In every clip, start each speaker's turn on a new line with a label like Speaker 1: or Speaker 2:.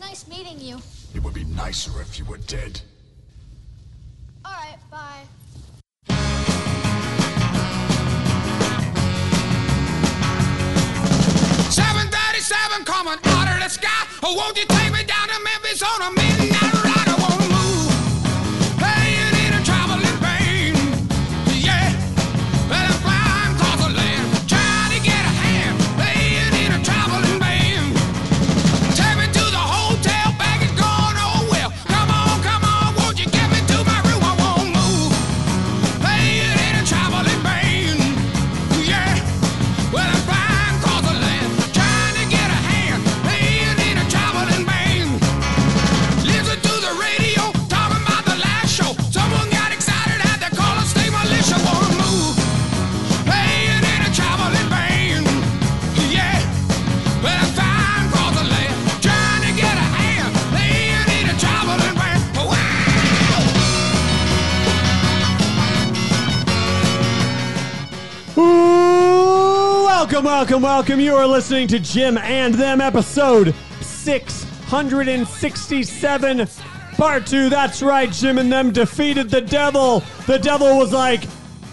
Speaker 1: nice meeting you.
Speaker 2: It would be nicer if you were dead.
Speaker 1: All right, bye.
Speaker 3: Seven thirty-seven coming out of the sky. Oh, won't you take me down to Memphis on a midnight ride? I wanna move. Hey, it ain't a traveling pain. Yeah, well I'm flying across the land, trying to get a hand. Hey, it ain't a traveling pain. Take me to the hotel, bag is gone, oh well. Come on, come on, won't you get me to my room? I won't move. Hey, it ain't a traveling pain. Yeah, well I'm flying across the land, trying to get a hand. Hey, it ain't a traveling pain. Listen to the radio, talking about the last show. Someone got excited, had to call and stay militia. Won't move. Hey, it ain't a traveling pain. Yeah, but I'm flying across the land, trying to get a hand. Hey, it ain't a traveling pain. Wow.
Speaker 4: Welcome, welcome, welcome. You are listening to Jim and Them, episode 667, part two. That's right, Jim and Them defeated the devil. The devil was like,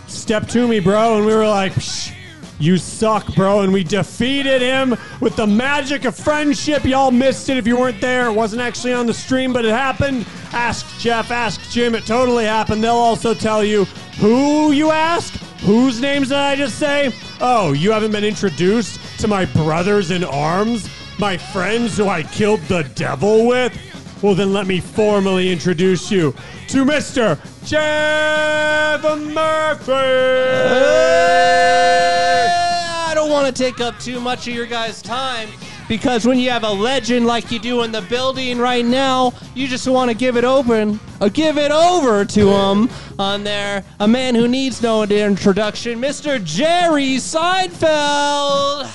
Speaker 4: Step to me, bro. And we were like, Psh, You suck, bro. And we defeated him with the magic of friendship. Y'all missed it if you weren't there. It wasn't actually on the stream, but it happened. Ask Jeff, ask Jim. It totally happened. They'll also tell you who you ask. Whose names did I just say? Oh, you haven't been introduced to my brothers in arms? My friends who I killed the devil with? Well, then let me formally introduce you to Mr. Jeff Murphy!
Speaker 5: I don't want to take up too much of your guys' time because when you have a legend like you do in the building right now, you just want to give it open or give it over to him on there. A man who needs no introduction, Mr. Jerry Seinfeld.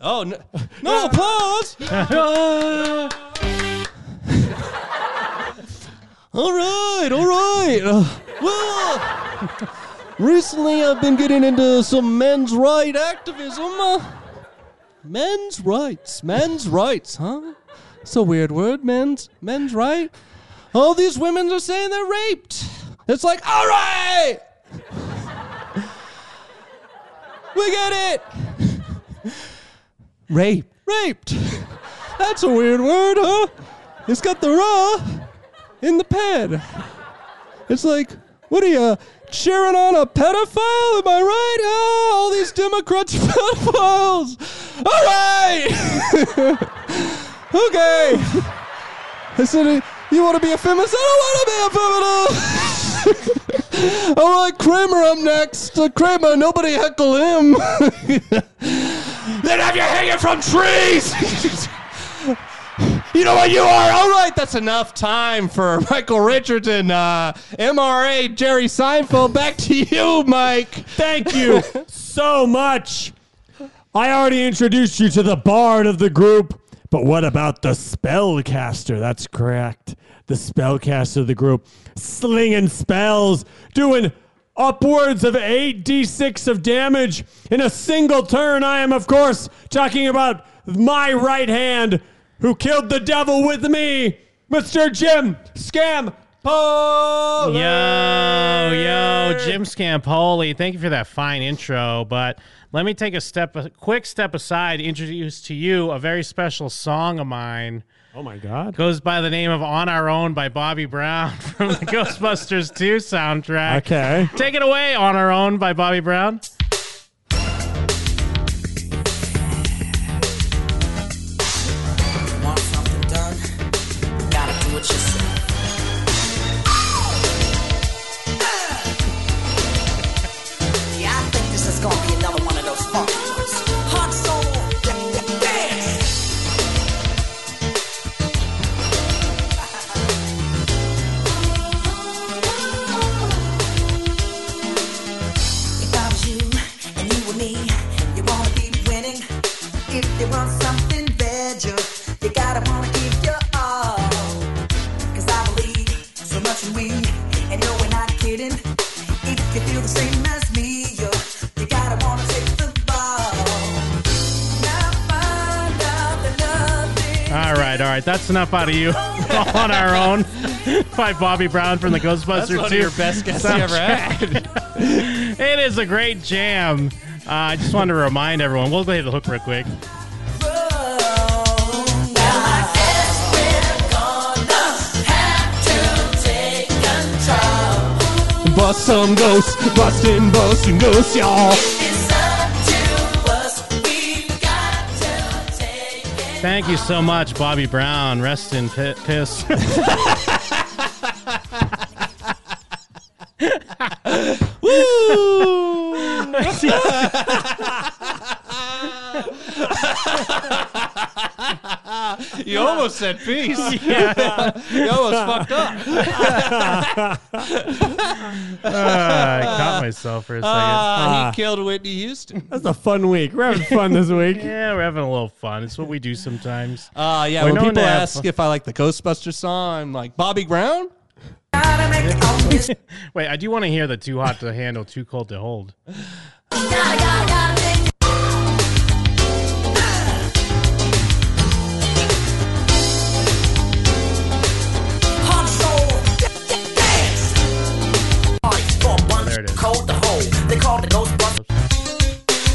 Speaker 5: Oh no! No applause. all right, all right. Uh, well. uh, Recently, I've been getting into some men's right activism. Uh, men's rights, men's rights, huh? It's a weird word, men's men's right. All these women are saying they're raped. It's like, all right, we get it. Rape, raped. That's a weird word, huh? It's got the raw in the pad. It's like, what are you cheering on a pedophile? Am I right? Oh, all these Democrats are pedophiles. All right. okay. I said, you want to be a feminist? I don't want to be a feminist. all right, Kramer up next. Uh, Kramer, nobody heckle him. then have you hanging from trees. You know what you are? All right, that's enough time for Michael Richardson, uh, MRA, Jerry Seinfeld. Back to you, Mike.
Speaker 4: Thank you so much. I already introduced you to the bard of the group, but what about the spellcaster? That's correct. The spellcaster of the group, slinging spells, doing upwards of 8d6 of damage in a single turn. I am, of course, talking about my right hand who killed the devil with me, Mr. Jim Scam. Pole.
Speaker 6: Yo, yo, Jim Scampoli, thank you for that fine intro. But let me take a step, a quick step aside, introduce to you a very special song of mine.
Speaker 4: Oh my God!
Speaker 6: Goes by the name of "On Our Own" by Bobby Brown from the Ghostbusters 2 soundtrack.
Speaker 4: Okay.
Speaker 6: Take it away, "On Our Own" by Bobby Brown.
Speaker 7: Want something done? Gotta do it yourself. Yeah, I think this is gonna be another one of those funk ones. Hot soul, yeah, yeah, dance. If I was you,
Speaker 6: All right, all right. That's enough out of you on our own by Bobby Brown from the Ghostbusters
Speaker 8: That's one of
Speaker 6: 2
Speaker 8: your best guests you ever had.
Speaker 6: It is a great jam. Uh, I just wanted to remind everyone. We'll play the hook real quick.
Speaker 5: Bust some ghosts, bustin', bustin' ghosts, y'all.
Speaker 6: Thank you so much, Bobby Brown. Rest in pi- piss.
Speaker 8: You almost said peace.
Speaker 5: You almost fucked up.
Speaker 6: I caught myself for a second.
Speaker 5: Ah.
Speaker 8: Uh, he killed Whitney Houston.
Speaker 4: That's a fun week. We're having fun this week.
Speaker 6: yeah, we're having a little fun. It's what we do sometimes.
Speaker 5: Uh, yeah,
Speaker 6: Well,
Speaker 5: when
Speaker 6: no one
Speaker 5: people
Speaker 6: have-
Speaker 5: ask if I like the Ghostbusters song, I'm like, Bobby Brown?
Speaker 6: Wait, I do want to hear the too hot to handle, too cold to hold.
Speaker 7: Hot soul, d- d- dance. Parties for one
Speaker 6: There it is.
Speaker 7: cold to hold. They call the Ghostbusters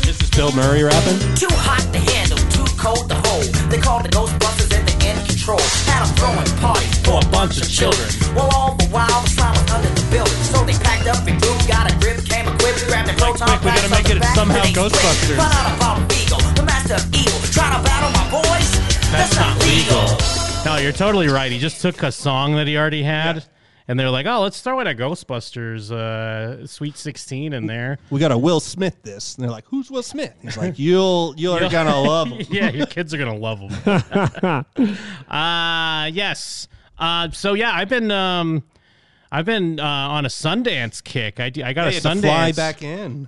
Speaker 5: This is Bill Murray rapping.
Speaker 7: too hot to handle, too cold to hold. They call the Ghostbusters and they're in control. Had 'em throwing parties for a bunch of children. Well, all the while the slime was under the building, so they packed up and grew, got a grip, came equipped, grabbed their proton
Speaker 5: quick, we gotta
Speaker 7: packs off
Speaker 5: make
Speaker 7: the
Speaker 5: it
Speaker 7: back,
Speaker 5: somehow
Speaker 7: then they split.
Speaker 5: Ghostbusters.
Speaker 7: Found out about Beagle, the master of evil. Trying to battle my boys? That's, not legal.
Speaker 6: No, you're totally right. He just took a song that he already had, and they're like, "Oh, let's throw in a Ghostbusters uh, Sweet 16 in there."
Speaker 5: We got a Will Smith this. And they're like, who's Will Smith? He's like, you'll, you're
Speaker 6: You'll-
Speaker 5: gonna love him.
Speaker 6: yeah, your kids are gonna love them. uh, yes. Uh, so yeah, I've been um, I've been uh, on a Sundance kick. I, d- I got
Speaker 5: I
Speaker 6: a
Speaker 5: had to
Speaker 6: Sundance.
Speaker 5: fly back in.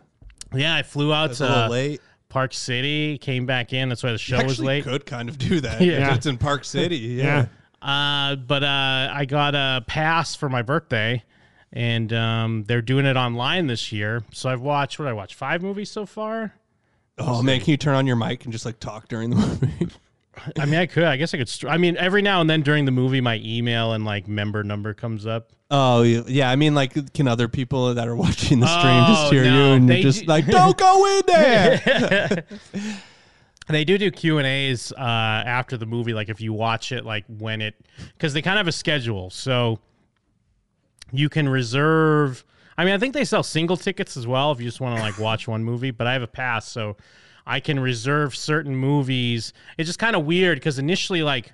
Speaker 6: Yeah, I flew out
Speaker 5: It's
Speaker 6: to
Speaker 5: a little
Speaker 6: uh,
Speaker 5: late.
Speaker 6: Park City, came back in. That's why the show was
Speaker 5: Actually
Speaker 6: late.
Speaker 5: could kind of do that.
Speaker 6: Yeah.
Speaker 5: if It's in Park City. Yeah.
Speaker 4: Yeah.
Speaker 6: Uh, but uh, I got a pass for my birthday, and um, they're doing it online this year. So I've watched what did I watch five movies so far.
Speaker 5: Oh, man, can you turn on your mic and just like talk during the movie?
Speaker 6: I mean, I could. I guess I could. Str- I mean, every now and then during the movie, my email and like member number comes up.
Speaker 5: oh, yeah. yeah. I mean, like, can other people that are watching the stream
Speaker 6: Oh,
Speaker 5: just hear
Speaker 6: no,
Speaker 5: you and
Speaker 6: they
Speaker 5: you're just
Speaker 6: do-
Speaker 5: like, don't go in there?
Speaker 6: They do do Q and A's uh, after the movie, like if you watch it, like when it, because they kind of have a schedule, so you can reserve. I mean, I think they sell single tickets as well if you just want to like watch one movie. But I have a pass, so I can reserve certain movies. It's just kind of weird because initially, like,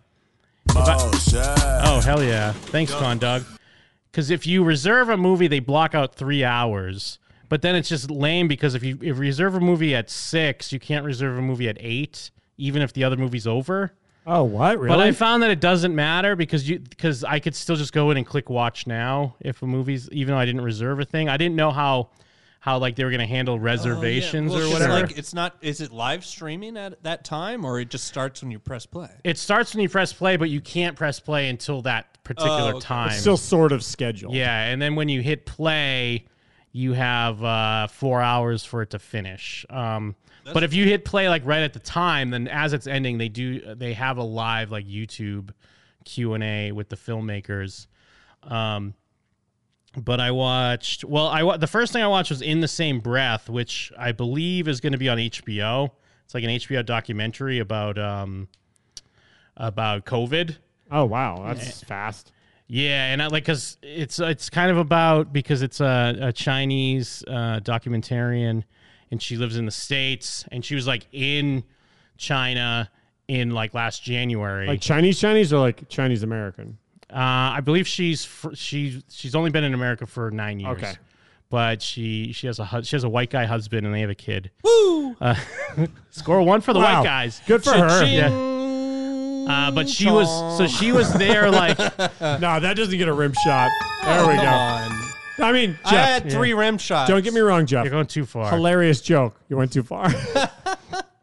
Speaker 2: Oh, shit.
Speaker 6: oh hell yeah, thanks, Con Doug. Because if you reserve a movie, they block out three hours. But then it's just lame because if you if you reserve a movie at six, you can't reserve a movie at eight, even if the other movie's over.
Speaker 4: Oh, what? Really?
Speaker 6: But I found that it doesn't matter because you because I could still just go in and click watch now if a movie's even though I didn't reserve a thing. I didn't know how how like they were gonna
Speaker 5: Oh,
Speaker 6: handle
Speaker 8: Oh,
Speaker 6: reservations or whatever.
Speaker 5: Like, it's not, is it live streaming at that time or it just starts when you press play?
Speaker 6: it starts when you press play, but you can't press play until that particular
Speaker 5: Oh, okay.
Speaker 6: time.
Speaker 4: Still sort of scheduled.
Speaker 6: yeah, and then when you hit play, you have uh, four hours for it to finish. Um, but if you hit play like right at the time, then as it's ending, they do they have a live like YouTube Q and A with the filmmakers. Um, but I watched. Well, I wa- the first thing I watched was In the Same Breath, which I believe is going to be on HBO. It's like an HBO documentary about um, about COVID.
Speaker 4: Oh, wow. That's fast.
Speaker 6: Yeah, and I, like because it's it's kind of about because it's a, a Chinese uh, documentarian, and she lives in the states, and she was like in China in like last January.
Speaker 4: Like Chinese Chinese or like Chinese American?
Speaker 6: Uh, I believe she's fr- she's she's only been in America for nine years.
Speaker 4: Okay.
Speaker 6: But she she has a hu- she has a white guy husband and they have a kid. Woo! Uh, score one for the
Speaker 4: Wow.
Speaker 6: white guys.
Speaker 4: Good for her.
Speaker 6: Yeah. Uh, but she was so she was there like
Speaker 4: No, that doesn't get a rim shot. There
Speaker 8: Oh,
Speaker 4: we go. I mean, Jeff,
Speaker 5: I had three rim shots.
Speaker 4: don't get me wrong, Jeff.
Speaker 6: you're going too far.
Speaker 4: Hilarious joke. You went too far.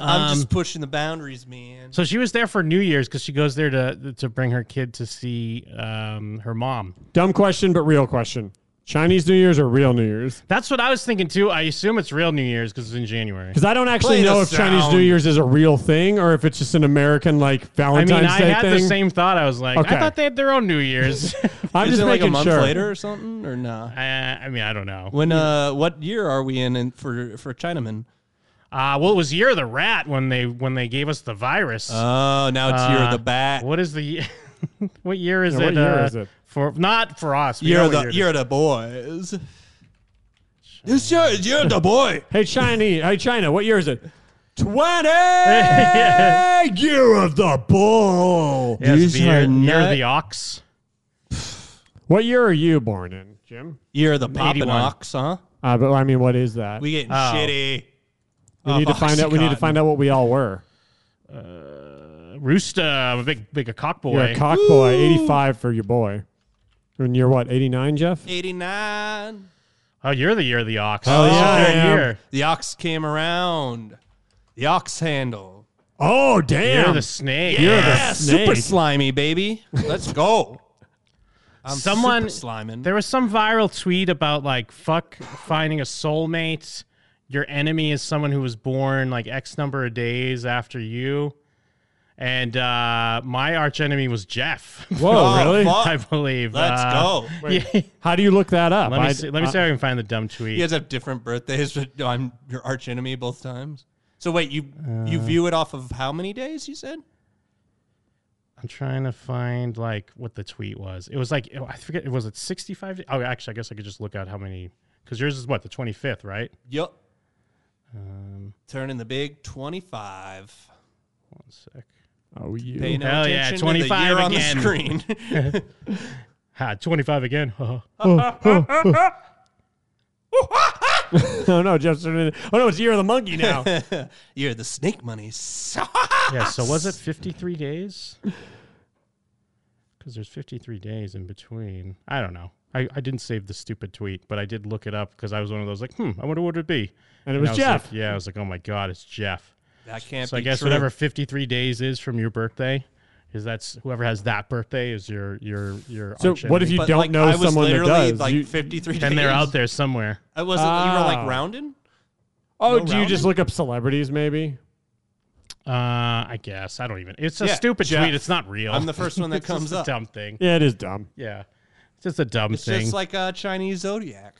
Speaker 5: I'm just pushing the boundaries, man.
Speaker 6: So she was there for New Year's because she goes there to to bring her kid to see um, her mom.
Speaker 4: Dumb question, but real question. Chinese New Year's or real New Year's?
Speaker 6: That's what I was thinking too. I assume it's real New Year's because it's in January.
Speaker 4: Because I don't actually
Speaker 8: Play the
Speaker 4: know if Chinese
Speaker 8: sound.
Speaker 4: New Year's is a real thing or if it's just an American like
Speaker 6: I
Speaker 4: Valentine's
Speaker 6: mean, I
Speaker 4: Day
Speaker 6: had
Speaker 4: thing.
Speaker 6: the same thought. I was like,
Speaker 4: Okay.
Speaker 6: I thought they had their own New Year's.
Speaker 4: I'm
Speaker 8: Is
Speaker 4: just
Speaker 8: it like
Speaker 4: making
Speaker 8: a month
Speaker 4: sure.
Speaker 8: later or something or nah?
Speaker 6: I, I mean, I don't know.
Speaker 8: When uh, what year are we in, in for for Chinaman?
Speaker 6: Uh, well, it was Year of the Rat when they when they gave us the virus.
Speaker 4: Uh,
Speaker 8: Oh, now it's year of
Speaker 6: Uh,
Speaker 8: the bat.
Speaker 6: What is the what year is
Speaker 4: Yeah, what
Speaker 6: it?
Speaker 4: year
Speaker 6: uh,
Speaker 4: is it?
Speaker 6: For not for us. we
Speaker 8: Year
Speaker 6: know
Speaker 8: of
Speaker 6: what
Speaker 8: the
Speaker 6: it
Speaker 8: year
Speaker 6: is.
Speaker 8: of the boys. It's your it's year of the boy.
Speaker 4: Hey Chinese, hey China, what year is it? Twenty year of the bull.
Speaker 6: Yes,
Speaker 8: These
Speaker 6: the year,
Speaker 8: are
Speaker 6: year of
Speaker 8: nut-
Speaker 6: the ox.
Speaker 4: What year are you born in, Jim?
Speaker 8: Year of the poppin'
Speaker 6: 81.
Speaker 8: ox, huh?
Speaker 4: Uh, but I mean, what is that?
Speaker 8: We getting
Speaker 6: Oh.
Speaker 8: shitty.
Speaker 4: We need to
Speaker 8: off
Speaker 4: find out. We need to
Speaker 8: Oxycontin.
Speaker 4: find out what we all were.
Speaker 6: Rooster, I'm a big big a cock boy.
Speaker 4: You're a cock boy, eighty-five for your boy, and you're what, eighty-nine, Jeff?
Speaker 8: Eighty nine.
Speaker 6: oh, you're the year of the ox.
Speaker 4: Oh, yeah, I
Speaker 6: Shit,
Speaker 4: am.
Speaker 6: year.
Speaker 8: The ox came around. The ox handle.
Speaker 4: Oh damn!
Speaker 6: You're the snake.
Speaker 4: You're the
Speaker 8: Yeah, super
Speaker 4: snake.
Speaker 8: slimy, baby. Let's go. I'm
Speaker 6: Someone-
Speaker 8: super sliming.
Speaker 6: There was some viral tweet about like fuck finding a soulmate. Your enemy is someone who was born like X number of days after you. And uh, my arch enemy was Jeff.
Speaker 4: Whoa, really?
Speaker 8: fuck.
Speaker 6: I believe.
Speaker 8: Let's
Speaker 6: Uh,
Speaker 8: go.
Speaker 6: yeah.
Speaker 4: How do you look that up?
Speaker 6: Let me
Speaker 4: I-
Speaker 6: see, let me
Speaker 4: I-
Speaker 6: see if I can find the dumb tweet.
Speaker 8: You guys have different birthdays, but I'm your arch enemy both times. So wait, you you
Speaker 6: Uh.
Speaker 8: view it off of how many days you said?
Speaker 6: I'm trying to find like what the tweet was. It was like oh, I forget. Was it 65? Oh, actually, I guess I could just look out how many. Because yours is what the 25th, right?
Speaker 8: Yup.
Speaker 6: Um.
Speaker 8: Turning the big twenty-five.
Speaker 6: One sec.
Speaker 4: Oh, you.
Speaker 8: Pay no
Speaker 6: Hell yeah,
Speaker 8: attention to the
Speaker 6: 25
Speaker 8: year
Speaker 6: again.
Speaker 8: on the screen.
Speaker 6: Ha, 25 again.
Speaker 4: Oh, No, oh. no, Jeff's turning. it- Oh no, it's year of the monkey now.
Speaker 8: You're the snake money.
Speaker 6: yeah. So was it 53 days? Because there's 53 days in between. I don't know. I, I didn't save the stupid tweet, but I did look it up because I was one of those like, hmm, I wonder what it would be.
Speaker 4: And it
Speaker 6: I
Speaker 4: was Jeff.
Speaker 6: like- yeah, I was like, oh my god, it's Jeff.
Speaker 8: That can't
Speaker 6: So
Speaker 8: be
Speaker 6: I guess
Speaker 8: true.
Speaker 6: whatever 53 days is from your birthday is that's whoever has that birthday is your your your.
Speaker 4: So
Speaker 6: arch
Speaker 4: what if
Speaker 6: enemy.
Speaker 4: you
Speaker 8: But
Speaker 4: don't
Speaker 8: like,
Speaker 4: know
Speaker 8: I was
Speaker 4: someone that
Speaker 8: literally
Speaker 4: does?
Speaker 8: like
Speaker 4: You-
Speaker 8: 53 days.
Speaker 6: And they're out there somewhere.
Speaker 8: I wasn't. You were
Speaker 4: Ah.
Speaker 8: like rounding.
Speaker 4: oh,
Speaker 8: No
Speaker 4: do you just
Speaker 8: rounding?
Speaker 4: look up celebrities? Maybe.
Speaker 6: Uh, I guess I don't even. It's a
Speaker 8: Yeah,
Speaker 6: stupid
Speaker 8: Jeff.
Speaker 6: tweet. It's not real.
Speaker 8: I'm the first one that
Speaker 6: It's just
Speaker 8: comes
Speaker 6: a
Speaker 8: up.
Speaker 6: Dumb thing.
Speaker 4: Yeah, it is dumb.
Speaker 6: Yeah, it's just a dumb
Speaker 8: It's
Speaker 6: thing.
Speaker 8: just like a Chinese zodiac.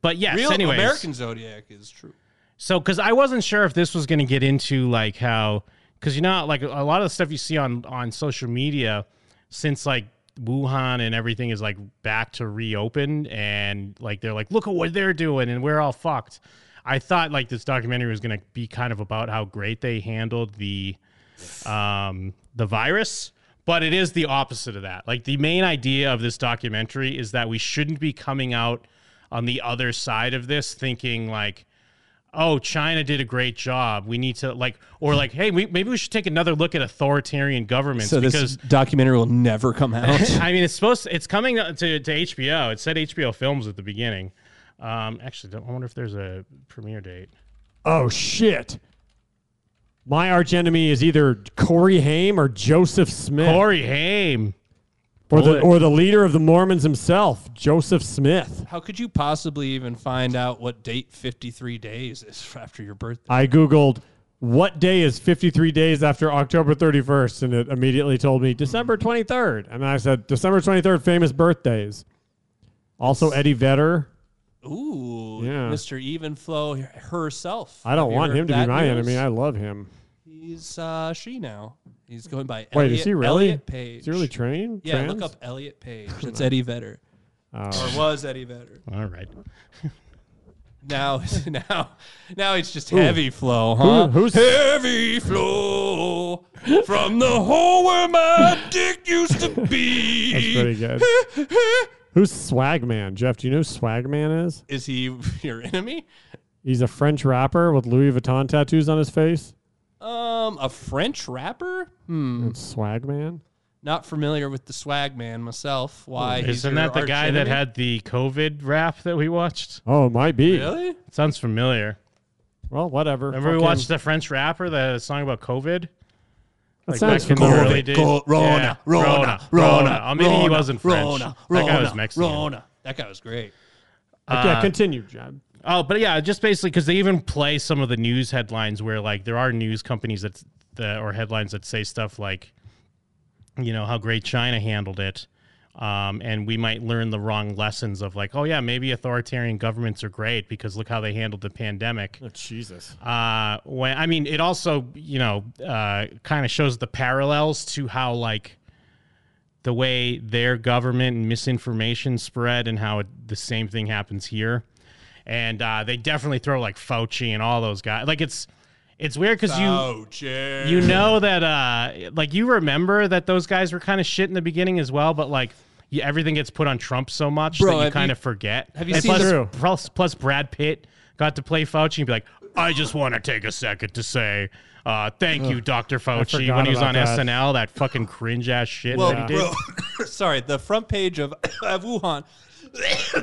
Speaker 6: but yes,
Speaker 8: Real
Speaker 6: anyways.
Speaker 8: American zodiac is true.
Speaker 6: So because I wasn't sure if this was going to get into like how because you know how, like a lot of the stuff you see on on social media since like Wuhan and everything is like back to reopen and like they're like look at what they're doing and we're all fucked. I thought like this documentary was going to be kind of about how great they handled the um, the virus, but it is the opposite of that. Like the main idea of this documentary is that we shouldn't be coming out on the other side of this thinking like, oh, China did a great job. We need to like, or like, hey, we, maybe we should take another look at authoritarian governments because
Speaker 8: documentary will never come out.
Speaker 6: I mean, it's supposed to, it's coming to, to HBO. It said HBO Films at the beginning. Um, actually, don't, I wonder if there's a premiere date.
Speaker 4: Oh shit. My arch enemy is either Corey Haim or Joseph Smith,
Speaker 6: Corey Haim.
Speaker 4: or the
Speaker 6: Bullock.
Speaker 4: or the leader of the Mormons himself, Joseph Smith.
Speaker 8: How could you possibly even find out what date 53 days is after your birthday?
Speaker 4: I googled what day is 53 days after October 31st, and it immediately told me December 23rd, and I said December 23rd, famous birthdays. Also, Eddie Vedder.
Speaker 8: Ooh,
Speaker 4: Yeah.
Speaker 8: Mr. Evenflow herself.
Speaker 4: I don't
Speaker 8: Have you
Speaker 4: want
Speaker 8: heard
Speaker 4: him to be
Speaker 8: that
Speaker 4: my
Speaker 8: news?
Speaker 4: enemy. I love him.
Speaker 8: He's uh, she now. He's going by
Speaker 4: Wait,
Speaker 8: Elliot,
Speaker 4: is he really?
Speaker 8: Elliot Page.
Speaker 4: Is he really trained?
Speaker 8: Yeah,
Speaker 4: Trans? Oh.
Speaker 8: look up Elliot Page. That's Eddie Vedder. Or was Eddie Vedder.
Speaker 6: All right.
Speaker 8: Now, now, now it's just heavy flow, huh?
Speaker 4: Who- who's-
Speaker 8: heavy flow from the hole where my dick used to be?
Speaker 4: That's pretty good. Who's Swagman? Jeff, do you know who Swagman is?
Speaker 8: Is he your enemy?
Speaker 4: He's a French rapper with Louis Vuitton tattoos on his face.
Speaker 8: Um, a French rapper?
Speaker 4: Swagman.
Speaker 8: Not familiar with the swag man myself. Why? he's
Speaker 6: Isn't
Speaker 8: your
Speaker 6: that the
Speaker 8: arch
Speaker 6: guy that
Speaker 8: enemy?
Speaker 6: had the COVID rap that we watched?
Speaker 4: Oh, it might be.
Speaker 8: Really?
Speaker 6: Sounds familiar.
Speaker 4: Well, whatever.
Speaker 6: Remember we
Speaker 4: Fucking-
Speaker 6: watched the French rapper that had a song about COVID?
Speaker 4: That
Speaker 6: Like
Speaker 4: sounds
Speaker 6: back in the
Speaker 4: familiar.
Speaker 6: early days.
Speaker 8: Co-
Speaker 6: Yeah,
Speaker 8: Rona, Rona, Rona,
Speaker 6: Or maybe he wasn't French.
Speaker 8: Rona,
Speaker 6: that guy was
Speaker 8: Rona,
Speaker 6: Mexican.
Speaker 8: Rona. That guy was great.
Speaker 6: uh,
Speaker 4: yeah, continue, John.
Speaker 6: Oh, but yeah, just basically because they even play some of the news headlines where like there are news companies that, that or headlines that say stuff like, you know, how great China handled it. Um, and we might learn the wrong lessons of like, oh yeah, maybe authoritarian governments are great because look how they handled the pandemic.
Speaker 4: Jesus.
Speaker 6: Uh, when I mean, it also you know uh, kind of shows the parallels to how like the way their government and misinformation spread and how it, the same thing happens here. And uh, they definitely throw like Fauci and all those guys. Like it's it's weird because
Speaker 8: Oh,
Speaker 6: you
Speaker 8: Fauci.
Speaker 6: you know that uh like you remember that those guys were kind of shit in the beginning as well, but like. You, everything gets put on Trump so much
Speaker 8: Bro,
Speaker 6: that you
Speaker 8: have you-
Speaker 6: kind of forget.
Speaker 8: have you
Speaker 6: And
Speaker 8: seen
Speaker 6: plus-
Speaker 4: the-
Speaker 6: plus, plus Brad Pitt got to play Fauci and be like, I just want to take a second to say uh, thank you, Dr. Fauci,
Speaker 4: forgot
Speaker 6: when he was
Speaker 4: about
Speaker 6: on
Speaker 4: that.
Speaker 6: SNL, that fucking cringe ass shit
Speaker 8: Well,
Speaker 6: that he did.
Speaker 8: bro, sorry, the front page of, of Wuhan.